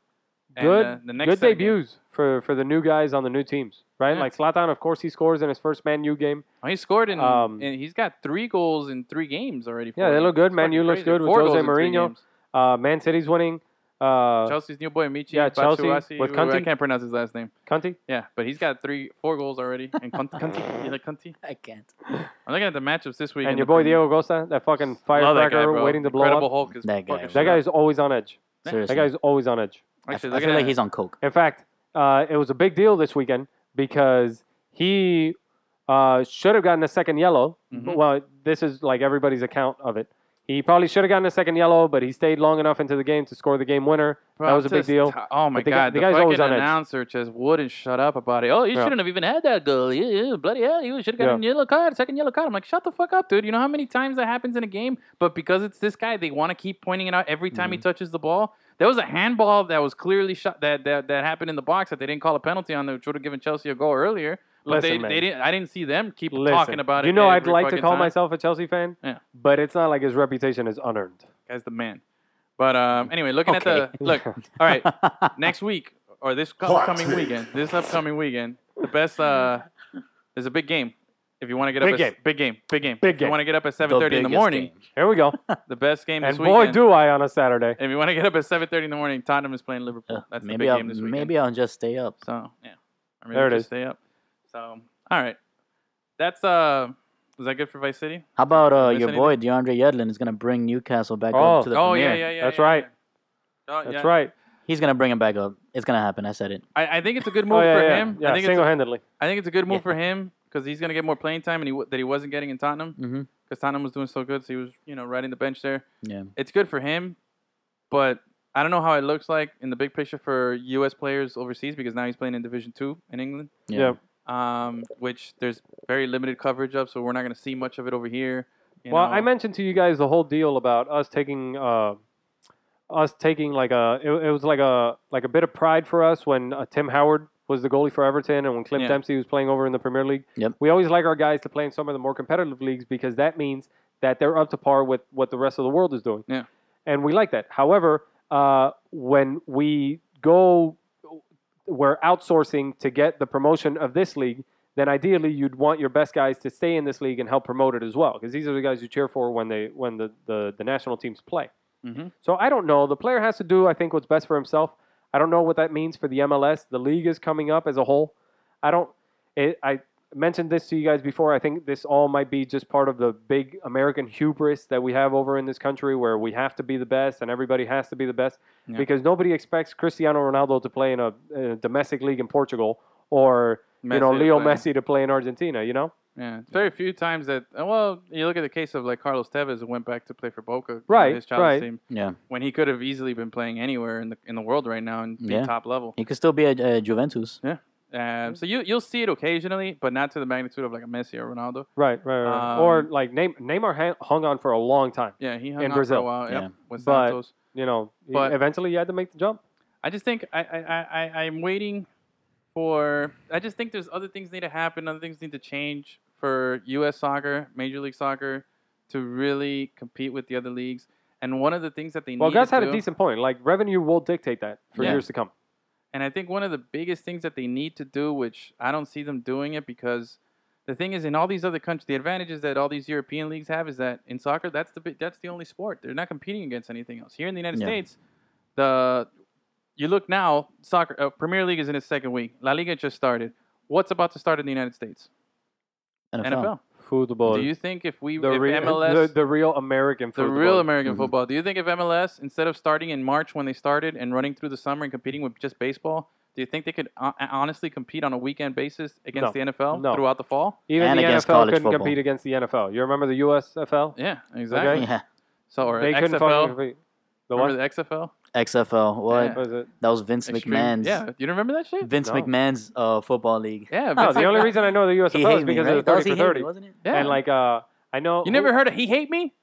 Speaker 1: And,
Speaker 2: good.
Speaker 1: uh, the next
Speaker 2: good
Speaker 1: set of games-
Speaker 2: debuts for for the new guys on the new teams, right?
Speaker 1: Yeah.
Speaker 2: Like Slatan, of course, he scores in his first Man U game.
Speaker 1: Oh, he scored in,
Speaker 2: Um,
Speaker 1: and he's got three goals in three games already.
Speaker 2: Yeah, they
Speaker 1: them.
Speaker 2: look good.
Speaker 1: It's
Speaker 2: Man
Speaker 1: fucking
Speaker 2: U looks
Speaker 1: crazy.
Speaker 2: good with
Speaker 1: Four
Speaker 2: Jose
Speaker 1: goals in three
Speaker 2: Mourinho.
Speaker 1: games.
Speaker 2: Uh, Man City's winning. Uh,
Speaker 1: Chelsea's new boy Michi.
Speaker 2: yeah, Chelsea
Speaker 1: Batshuayi,
Speaker 2: with
Speaker 1: who-
Speaker 2: Conte.
Speaker 1: I can't pronounce his last name.
Speaker 2: Conti.
Speaker 1: Yeah, but he's got three, four goals already. And Conte, Conte, you like Conte?
Speaker 3: I can't.
Speaker 1: I'm looking at the matchups this week.
Speaker 2: And
Speaker 1: in
Speaker 2: your
Speaker 1: the
Speaker 2: boy
Speaker 1: Premier
Speaker 2: Diego Costa, that fucking
Speaker 1: League. Love that guy,
Speaker 2: firecracker
Speaker 1: bro.
Speaker 2: waiting to blow
Speaker 1: Incredible
Speaker 2: up.
Speaker 1: Hulk is
Speaker 3: That guy.
Speaker 1: fucking
Speaker 2: That
Speaker 1: shit
Speaker 2: guy
Speaker 1: up.
Speaker 2: is always on edge.
Speaker 3: Seriously,
Speaker 2: That guy is always on edge.
Speaker 1: Actually,
Speaker 3: I, I
Speaker 1: looking
Speaker 3: feel like
Speaker 1: at-
Speaker 3: he's on coke.
Speaker 2: In fact, uh, it was a big deal this weekend because he uh, should have gotten a second yellow.
Speaker 1: Mhm.
Speaker 2: Well, this is like everybody's account of it. He probably should have gotten a second yellow, but he stayed long enough into the game to score the game winner. that
Speaker 1: Bro,
Speaker 2: was a big
Speaker 1: just
Speaker 2: deal.
Speaker 1: ti- oh my
Speaker 2: But the guy-
Speaker 1: god,
Speaker 2: the
Speaker 1: the,
Speaker 2: guy's always
Speaker 1: fucking
Speaker 2: on edge.
Speaker 1: announcer just wouldn't shut up about it. Oh, you
Speaker 2: Yeah.
Speaker 1: shouldn't have even had that goal. Yeah, yeah, bloody hell, you should have gotten a yellow card, second yellow card. I'm like, shut the fuck up, dude. You know how many times that happens in a game? But because it's this guy, they want to keep pointing it out every time he
Speaker 2: Mm-hmm.
Speaker 1: touches the ball. There was a handball that was clearly shot that that, that happened in the box that they didn't call a penalty on, which would have given Chelsea a goal earlier. But
Speaker 2: Listen,
Speaker 1: they,
Speaker 2: man.
Speaker 1: they didn't. I didn't see them keep
Speaker 2: Listen,
Speaker 1: talking about it.
Speaker 2: You know, I'd
Speaker 1: every
Speaker 2: like to
Speaker 1: fucking
Speaker 2: call
Speaker 1: time.
Speaker 2: myself a Chelsea fan,
Speaker 1: Yeah.
Speaker 2: but it's not like his reputation is unearned.
Speaker 1: guy's the man. But um, anyway, looking at
Speaker 3: Okay.
Speaker 1: the look. All right, next week or this co- upcoming weekend, this upcoming weekend, the best uh, there's a big game. If you want to get
Speaker 2: Big
Speaker 1: up,
Speaker 2: game.
Speaker 1: At, big game, big game,
Speaker 2: Big
Speaker 1: If you
Speaker 2: game.
Speaker 1: want to get up at
Speaker 3: The
Speaker 1: 7:30 in the
Speaker 3: biggest
Speaker 1: morning,
Speaker 3: game.
Speaker 2: Here we go.
Speaker 1: the best game
Speaker 2: and
Speaker 1: this
Speaker 2: boy,
Speaker 1: weekend.
Speaker 2: do I on a Saturday.
Speaker 1: If you want to get up at 7:30 in the morning, Tottenham is playing Liverpool.
Speaker 3: Uh,
Speaker 1: That's the
Speaker 3: maybe
Speaker 1: big
Speaker 3: I'll
Speaker 1: game this weekend.
Speaker 3: maybe I'll just stay up.
Speaker 1: So yeah, or maybe
Speaker 2: There it
Speaker 1: just
Speaker 2: is.
Speaker 1: Stay up. So all right, that's uh, is that good for Vice City?
Speaker 3: How about uh,
Speaker 1: miss
Speaker 3: your boy DeAndre Yedlin is gonna bring Newcastle back
Speaker 2: Oh.
Speaker 3: up to the
Speaker 1: oh
Speaker 3: Premier?
Speaker 1: yeah, yeah, yeah.
Speaker 2: That's
Speaker 1: yeah,
Speaker 2: right.
Speaker 1: yeah. Oh,
Speaker 2: That's
Speaker 1: yeah.
Speaker 2: right.
Speaker 3: He's gonna bring him back up. It's gonna happen. I said it.
Speaker 1: I, I think it's a good move
Speaker 2: Oh, yeah,
Speaker 1: for
Speaker 2: yeah.
Speaker 1: him. I
Speaker 2: Yeah,
Speaker 1: think it's a-
Speaker 2: single-handedly.
Speaker 1: I think it's a good move
Speaker 3: Yeah.
Speaker 1: for him because he's going to get more playing time and he, w- that he wasn't getting in Tottenham
Speaker 3: Mm-hmm.
Speaker 1: because Tottenham was doing so good. So he was, you know, riding the bench there.
Speaker 3: Yeah.
Speaker 1: It's good for him, but I don't know how it looks like in the big picture for U.S. players overseas because now he's playing in Division Two in England,
Speaker 3: Yeah.
Speaker 2: Yeah.
Speaker 1: um, which there's very limited coverage of, so we're not going to see much of it over here. you
Speaker 2: Well,
Speaker 1: know.
Speaker 2: I mentioned to you guys the whole deal about us taking uh, us taking like a it, it was like a like a bit of pride for us when uh, Tim Howard was the goalie for Everton and when Clint
Speaker 1: Yeah.
Speaker 2: Dempsey was playing over in the Premier League.
Speaker 3: Yep.
Speaker 2: We always like our guys to play in some of the more competitive leagues because that means that they're up to par with what the rest of the world is doing.
Speaker 1: Yeah.
Speaker 2: And we like that. However, uh, when we go we're outsourcing to get the promotion of this league, then ideally you'd want your best guys to stay in this league and help promote it as well, because these are the guys you cheer for when they when the, the, the national teams play.
Speaker 1: Mhm.
Speaker 2: So I don't know. The player has to do, I think, what's best for himself. I don't know what that means for the MLS. The league is coming up as a whole. I don't. It, I mentioned this to you guys before. I think this all might be just part of the big American hubris that we have over in this country, where we have to be the best and everybody has to be the best,
Speaker 1: Yeah.
Speaker 2: because nobody expects Cristiano Ronaldo to play in a, a domestic league in Portugal or you know
Speaker 1: Messi to
Speaker 2: Leo
Speaker 1: play.
Speaker 2: Messi to play in Argentina. You know,
Speaker 1: Yeah, it's very few times that. uh, Well, you look at the case of like Carlos Tevez, who went back to play for Boca, you know,
Speaker 2: Right,
Speaker 1: his childhood
Speaker 2: right.
Speaker 1: team,
Speaker 3: Yeah,
Speaker 1: when he could have easily been playing anywhere in the in the world right now and be
Speaker 3: Yeah.
Speaker 1: top level.
Speaker 3: he could still be at uh, Juventus.
Speaker 2: Mm-hmm.
Speaker 1: Um, so you you'll see it occasionally, but not to the magnitude of like a Messi or Ronaldo.
Speaker 2: right, right, right.
Speaker 1: Um,
Speaker 2: or like Neym- Neymar hang- hung on for a long time.
Speaker 1: Yeah, he hung
Speaker 2: In
Speaker 1: on
Speaker 2: Brazil.
Speaker 1: for a while. Yep,
Speaker 3: Yeah.
Speaker 1: with
Speaker 2: But-
Speaker 1: Santos.
Speaker 2: You know, he-
Speaker 1: But-
Speaker 2: eventually he had to make the jump.
Speaker 1: I just think I, I, I, I- I'm waiting for. I just think there's other things need to happen. Other things need to change for U.S. soccer, Major League Soccer, to really compete with the other leagues. And one of the things that they
Speaker 2: Well,
Speaker 1: need to
Speaker 2: Gus had
Speaker 1: do-
Speaker 2: a decent point. Like revenue will dictate that for
Speaker 1: Yeah.
Speaker 2: years to come.
Speaker 1: And I think one of the biggest things that they need to do, which I don't see them doing it because the thing is, in all these other countries, the advantages that all these European leagues have is that in soccer, that's the bi- that's the only sport. They're not competing against anything else. Here in the United
Speaker 3: Yeah.
Speaker 1: States, the you look now, soccer uh, Premier League is in its second week. La Liga just started. What's about to start in the United States? NFL.
Speaker 2: Football.
Speaker 1: Do you think if we
Speaker 2: the,
Speaker 1: if
Speaker 2: real,
Speaker 1: MLS
Speaker 2: the, the Mm-hmm. real American
Speaker 1: the
Speaker 2: football.
Speaker 1: real American
Speaker 3: Mhm.
Speaker 1: football. Do you think if MLS, instead of starting in March when they started and running through the summer and competing with just baseball, do you think they could ho- honestly compete on a weekend basis against
Speaker 2: No.
Speaker 1: the NFL
Speaker 2: No.
Speaker 1: throughout the fall?
Speaker 2: Even
Speaker 3: And
Speaker 2: the
Speaker 3: against
Speaker 2: NFL
Speaker 3: college
Speaker 2: couldn't
Speaker 3: football.
Speaker 2: compete against the NFL. You remember the USFL?
Speaker 1: Yeah, exactly.
Speaker 2: Okay.
Speaker 3: Yeah,
Speaker 1: So or
Speaker 2: they couldn't fucking
Speaker 1: XFL.
Speaker 2: compete. The
Speaker 1: Remember
Speaker 2: one
Speaker 1: the XFL?
Speaker 3: XFL. What?
Speaker 1: Yeah.
Speaker 2: was it?
Speaker 3: That was Vince
Speaker 1: Extreme-
Speaker 3: McMahon's.
Speaker 1: Yeah, you don't remember that shit?
Speaker 3: Vince
Speaker 2: No.
Speaker 3: McMahon's uh, football league.
Speaker 1: yeah,
Speaker 2: No,
Speaker 1: Vince
Speaker 2: the only
Speaker 1: McMahon.
Speaker 2: reason I know the
Speaker 3: He
Speaker 2: USFL
Speaker 3: hated
Speaker 2: is because
Speaker 3: me,
Speaker 2: of
Speaker 3: right?
Speaker 2: the
Speaker 3: That was
Speaker 2: 30
Speaker 3: he
Speaker 2: for
Speaker 3: hated
Speaker 2: 30.
Speaker 3: me, wasn't it?
Speaker 1: Yeah.
Speaker 2: And like, uh, I know.
Speaker 1: you never heard of He Hate Me?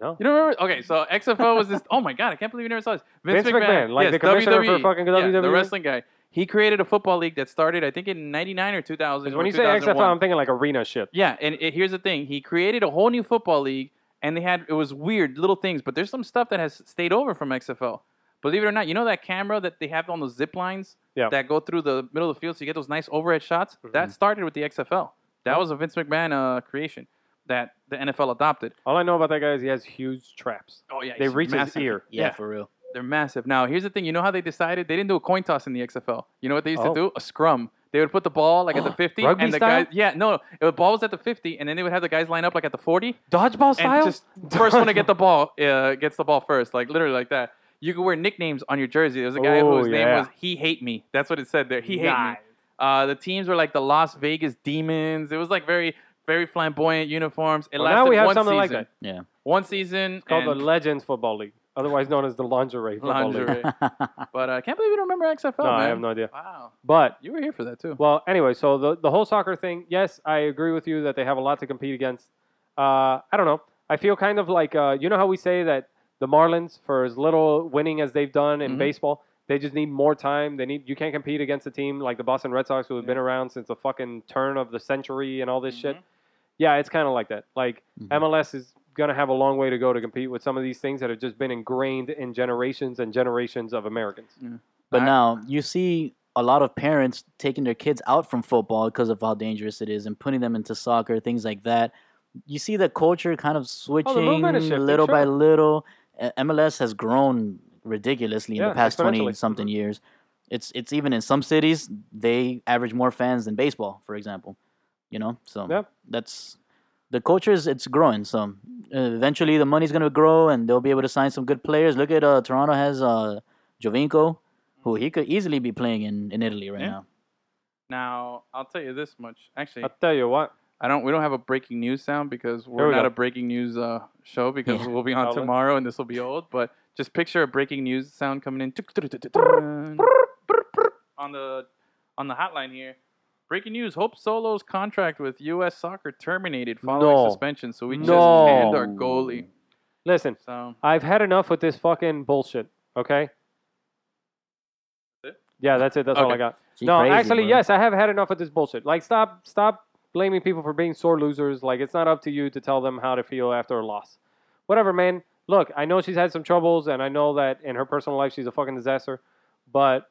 Speaker 2: No.
Speaker 1: You don't remember? Okay, so XFL was this. Oh my god, I can't believe you never saw this. Vince,
Speaker 2: Vince McMahon, like
Speaker 1: yes,
Speaker 2: the commissioner for
Speaker 1: WWE,
Speaker 2: fucking E.
Speaker 1: yeah, the
Speaker 2: WWE?
Speaker 1: wrestling guy. He created a football league that started, I think, in '99 or 2000.
Speaker 2: When
Speaker 1: or
Speaker 2: you say XFL,
Speaker 1: 2001.
Speaker 2: I'm thinking like arena shit.
Speaker 1: Yeah, and it, here's the thing: he created a whole new football league, and they had it was weird little things, but there's some stuff that has stayed over from XFL. Believe it or not, you know that camera that they have on those zip lines
Speaker 2: Yeah. Mm-hmm.
Speaker 1: that go through the middle of the field, so you get those nice overhead shots. That started with the XFL. That was a Vince McMahon uh, creation that the NFL adopted.
Speaker 2: All I know about that guy is he has huge traps.
Speaker 1: Oh yeah,
Speaker 2: They
Speaker 1: he's
Speaker 2: reach his
Speaker 1: massive.
Speaker 2: ear.
Speaker 3: Yeah,
Speaker 1: Yeah.
Speaker 3: for real.
Speaker 1: They're massive. Now, here's the thing. You know how they decided? They didn't do a coin toss in the XFL. You know what they used
Speaker 2: Oh.
Speaker 1: to do? A scrum. They would put the ball like at the 50,
Speaker 2: Rugby
Speaker 1: and the
Speaker 2: style?
Speaker 1: guys. Yeah, no, the ball was at the 50, and then they would have the guys line up like at the 40,
Speaker 2: Dodgeball style?
Speaker 1: and just first one to get the ball uh, gets the ball first, like literally like that. You could wear nicknames on your jersey. There was a guy
Speaker 2: Oh,
Speaker 1: whose name
Speaker 2: yeah.
Speaker 1: was He Hate Me. That's what it said there. He Hate
Speaker 2: Nice.
Speaker 1: Me. Uh, the teams were like the Las Vegas Demons. It was like very, very flamboyant uniforms. It
Speaker 2: Well,
Speaker 1: lasted
Speaker 2: now we have
Speaker 1: one
Speaker 2: something
Speaker 1: season.
Speaker 2: like that.
Speaker 3: Yeah.
Speaker 1: One season.
Speaker 2: called
Speaker 1: and
Speaker 2: the Legends Football League, otherwise known as the Lingerie Football League.
Speaker 1: lingerie. but uh, I can't believe you don't remember XFL.
Speaker 2: No,
Speaker 1: man.
Speaker 2: I have no idea.
Speaker 1: Wow,
Speaker 2: But
Speaker 1: you were here for that too.
Speaker 2: Well, anyway, so the, the whole soccer thing, yes, I agree with you that they have a lot to compete against. Uh, I don't know. I feel kind of like, uh, you know how we say that the Marlins, for as little winning as they've done in
Speaker 1: Mhm.
Speaker 2: baseball, they just need more time. They need You can't compete against a team like the Boston Red Sox who have been around since the fucking turn of the century and all this shit. Yeah, it's kind of like that. Like,
Speaker 3: Mhm.
Speaker 2: MLS is going to have a long way to go to compete with some of these things that have just been ingrained in generations and generations of Americans.
Speaker 3: But
Speaker 1: I-
Speaker 3: now you see a lot of parents taking their kids out from football because of how dangerous it is and putting them into soccer, things like that. You see the culture kind of switching
Speaker 2: movement is shifting,
Speaker 3: little by
Speaker 2: sure.
Speaker 3: little. Uh, MLS has grown ridiculously in
Speaker 2: Yeah,
Speaker 3: the past twenty
Speaker 2: exponentially.
Speaker 3: something years. It's it's even in some cities they average more fans than baseball, for example. You know, so
Speaker 2: Yeah.
Speaker 3: that's the culture is it's growing. So uh, eventually the money's gonna grow and they'll be able to sign some good players. Look at uh, Toronto has uh, Jovinko who he could easily be playing in, in Italy right
Speaker 1: Yeah.
Speaker 3: now.
Speaker 1: Now I'll tell you this much. Actually,
Speaker 2: I'll tell you what.
Speaker 1: I don't. We don't have a breaking news sound because
Speaker 2: Here
Speaker 1: we're
Speaker 2: we
Speaker 1: not
Speaker 2: go.
Speaker 1: a breaking news uh, show because
Speaker 3: Yeah.
Speaker 1: we'll be on
Speaker 2: Outlet.
Speaker 1: tomorrow and this will be old. But just picture a breaking news sound coming in on the on the hotline here. Breaking news: Hope Solo's contract with U.S. Soccer terminated following
Speaker 2: No.
Speaker 1: suspension. So we just
Speaker 2: No.
Speaker 1: canned our goalie.
Speaker 2: Listen,
Speaker 1: So
Speaker 2: I've had enough with this fucking bullshit. Okay.
Speaker 1: That's
Speaker 2: Yeah, that's it. That's all
Speaker 1: Okay.
Speaker 2: I got.
Speaker 3: She
Speaker 2: no,
Speaker 3: crazy,
Speaker 2: actually,
Speaker 3: bro.
Speaker 2: yes, I have had enough with this bullshit. Like, stop, stop blaming people for being sore losers. Like, it's not up to you to tell them how to feel after a loss. Whatever, man. Look, I know she's had some troubles, and I know that in her personal life she's a fucking disaster. But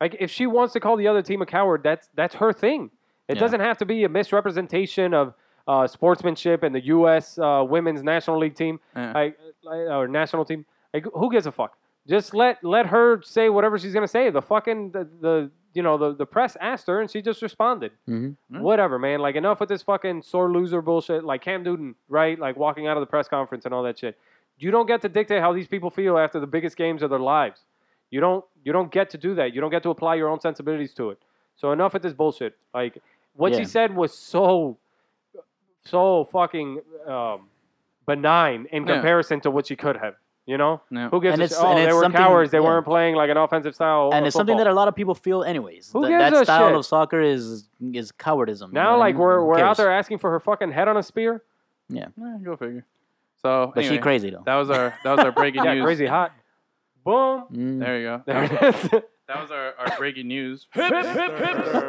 Speaker 2: like, if she wants to call the other team a coward, that's that's her thing. It
Speaker 3: Yeah.
Speaker 2: doesn't have to be a misrepresentation of uh, sportsmanship and the U.S. Uh, women's national league team uh,
Speaker 1: Yeah.
Speaker 2: like, like, or national team. Like, who gives a fuck? Just let let her say whatever she's gonna say. The fucking the, the you know the, the press asked her and she just responded.
Speaker 3: Mhm.
Speaker 1: Hmm?
Speaker 2: Whatever, man. Like enough with this fucking sore loser bullshit. Like Cam Newton, right? Like walking out of the press conference and all that shit. You don't get to dictate how these people feel after the biggest games of their lives. You don't you don't get to do that. You don't get to apply your own sensibilities to it. So enough with this bullshit. Like what she
Speaker 3: Yeah.
Speaker 2: said was so so fucking um, benign in
Speaker 1: Yeah.
Speaker 2: comparison to what she could have. You know,
Speaker 1: Yeah.
Speaker 2: who gives
Speaker 3: And
Speaker 2: a shit?
Speaker 3: it's-
Speaker 2: Oh,
Speaker 3: and
Speaker 2: they
Speaker 3: it's
Speaker 2: were
Speaker 3: something-
Speaker 2: cowards. They
Speaker 3: yeah.
Speaker 2: weren't playing like an offensive style.
Speaker 3: and
Speaker 2: of
Speaker 3: it's something
Speaker 2: football.
Speaker 3: that a lot of people feel anyways.
Speaker 2: Who
Speaker 3: Th-
Speaker 2: gives
Speaker 3: that
Speaker 2: a
Speaker 3: style
Speaker 2: shit?
Speaker 3: of soccer is is cowardism.
Speaker 2: Now,
Speaker 3: you know what I
Speaker 2: like
Speaker 3: mean?
Speaker 2: we're
Speaker 3: Who
Speaker 2: we're out
Speaker 3: cares?
Speaker 2: there asking for her fucking head on a spear.
Speaker 1: Eh, go figure. So,
Speaker 3: but she
Speaker 1: anyway,
Speaker 3: crazy though.
Speaker 1: That was our that was our breaking
Speaker 2: Yeah,
Speaker 1: news.
Speaker 2: crazy hot. Boom.
Speaker 3: Mm.
Speaker 1: There you go.
Speaker 2: There it is.
Speaker 1: That was our, our breaking news.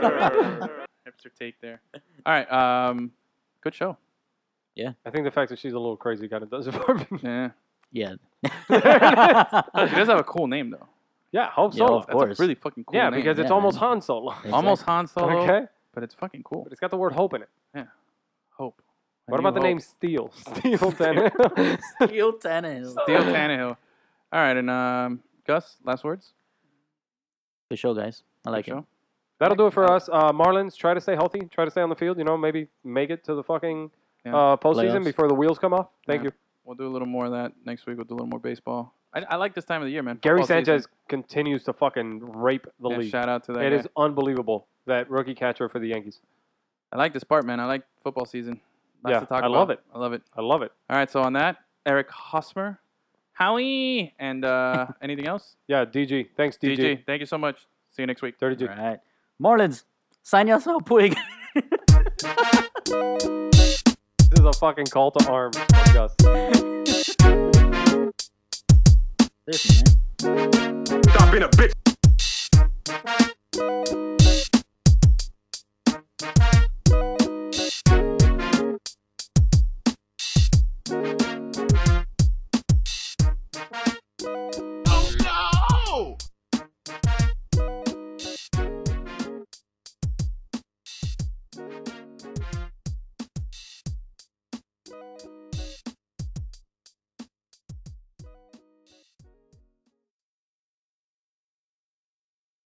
Speaker 1: Hipster take there. All right. Um, good show.
Speaker 2: I think the fact that she's a little crazy kind of does it for me.
Speaker 1: Yeah.
Speaker 3: Yeah.
Speaker 1: She does have a cool name though.
Speaker 2: Yeah, hope
Speaker 3: Yeah,
Speaker 2: so.
Speaker 3: of
Speaker 1: That's
Speaker 3: course.
Speaker 1: a really fucking cool
Speaker 2: yeah,
Speaker 1: name.
Speaker 2: because it's
Speaker 3: yeah,
Speaker 2: almost
Speaker 3: man.
Speaker 2: Han Solo.
Speaker 1: almost Han Solo,
Speaker 2: Okay,
Speaker 1: but it's fucking cool.
Speaker 2: but it's got the word hope in it.
Speaker 1: Hope. A
Speaker 2: What
Speaker 1: new
Speaker 2: about the
Speaker 1: hope.
Speaker 2: name Steel? Steel Tannehill.
Speaker 3: Steel tennis.
Speaker 1: Theo Tannehill? All right, and um, Gus, last words.
Speaker 3: Good show, guys. I like
Speaker 1: Good
Speaker 3: it.
Speaker 1: show.
Speaker 2: That'll do it for us. Uh, Marlins, try to stay healthy. Try to stay on the field. You know, maybe make it to the fucking
Speaker 1: Yeah.
Speaker 2: uh, postseason
Speaker 3: Playoffs.
Speaker 2: before the wheels come off. Thank
Speaker 1: Yeah.
Speaker 2: you.
Speaker 1: We'll do a little more of that next week. We'll do a little more baseball. I, I like this time of the year, man.
Speaker 2: Gary
Speaker 1: Football season.
Speaker 2: Sanchez continues to fucking rape the
Speaker 1: Yeah,
Speaker 2: league.
Speaker 1: shout out to that.
Speaker 2: It
Speaker 1: guy.
Speaker 2: is unbelievable that rookie catcher for the Yankees.
Speaker 1: I like this part, man. I like football season. Lots
Speaker 2: Yeah,
Speaker 1: to talk
Speaker 2: I love
Speaker 1: about. I love it.
Speaker 2: I love it.
Speaker 1: All right, so on that, Eric Hosmer, Howie, and uh, anything else?
Speaker 2: Yeah, DG. Thanks, DG.
Speaker 1: DG. thank you so much. See you next week.
Speaker 2: Dirty G.
Speaker 3: All right. Marlins, sign yourself, Puig.
Speaker 2: This is a fucking call to arms from Gus.
Speaker 3: Listen, man.
Speaker 4: Stop being a bitch.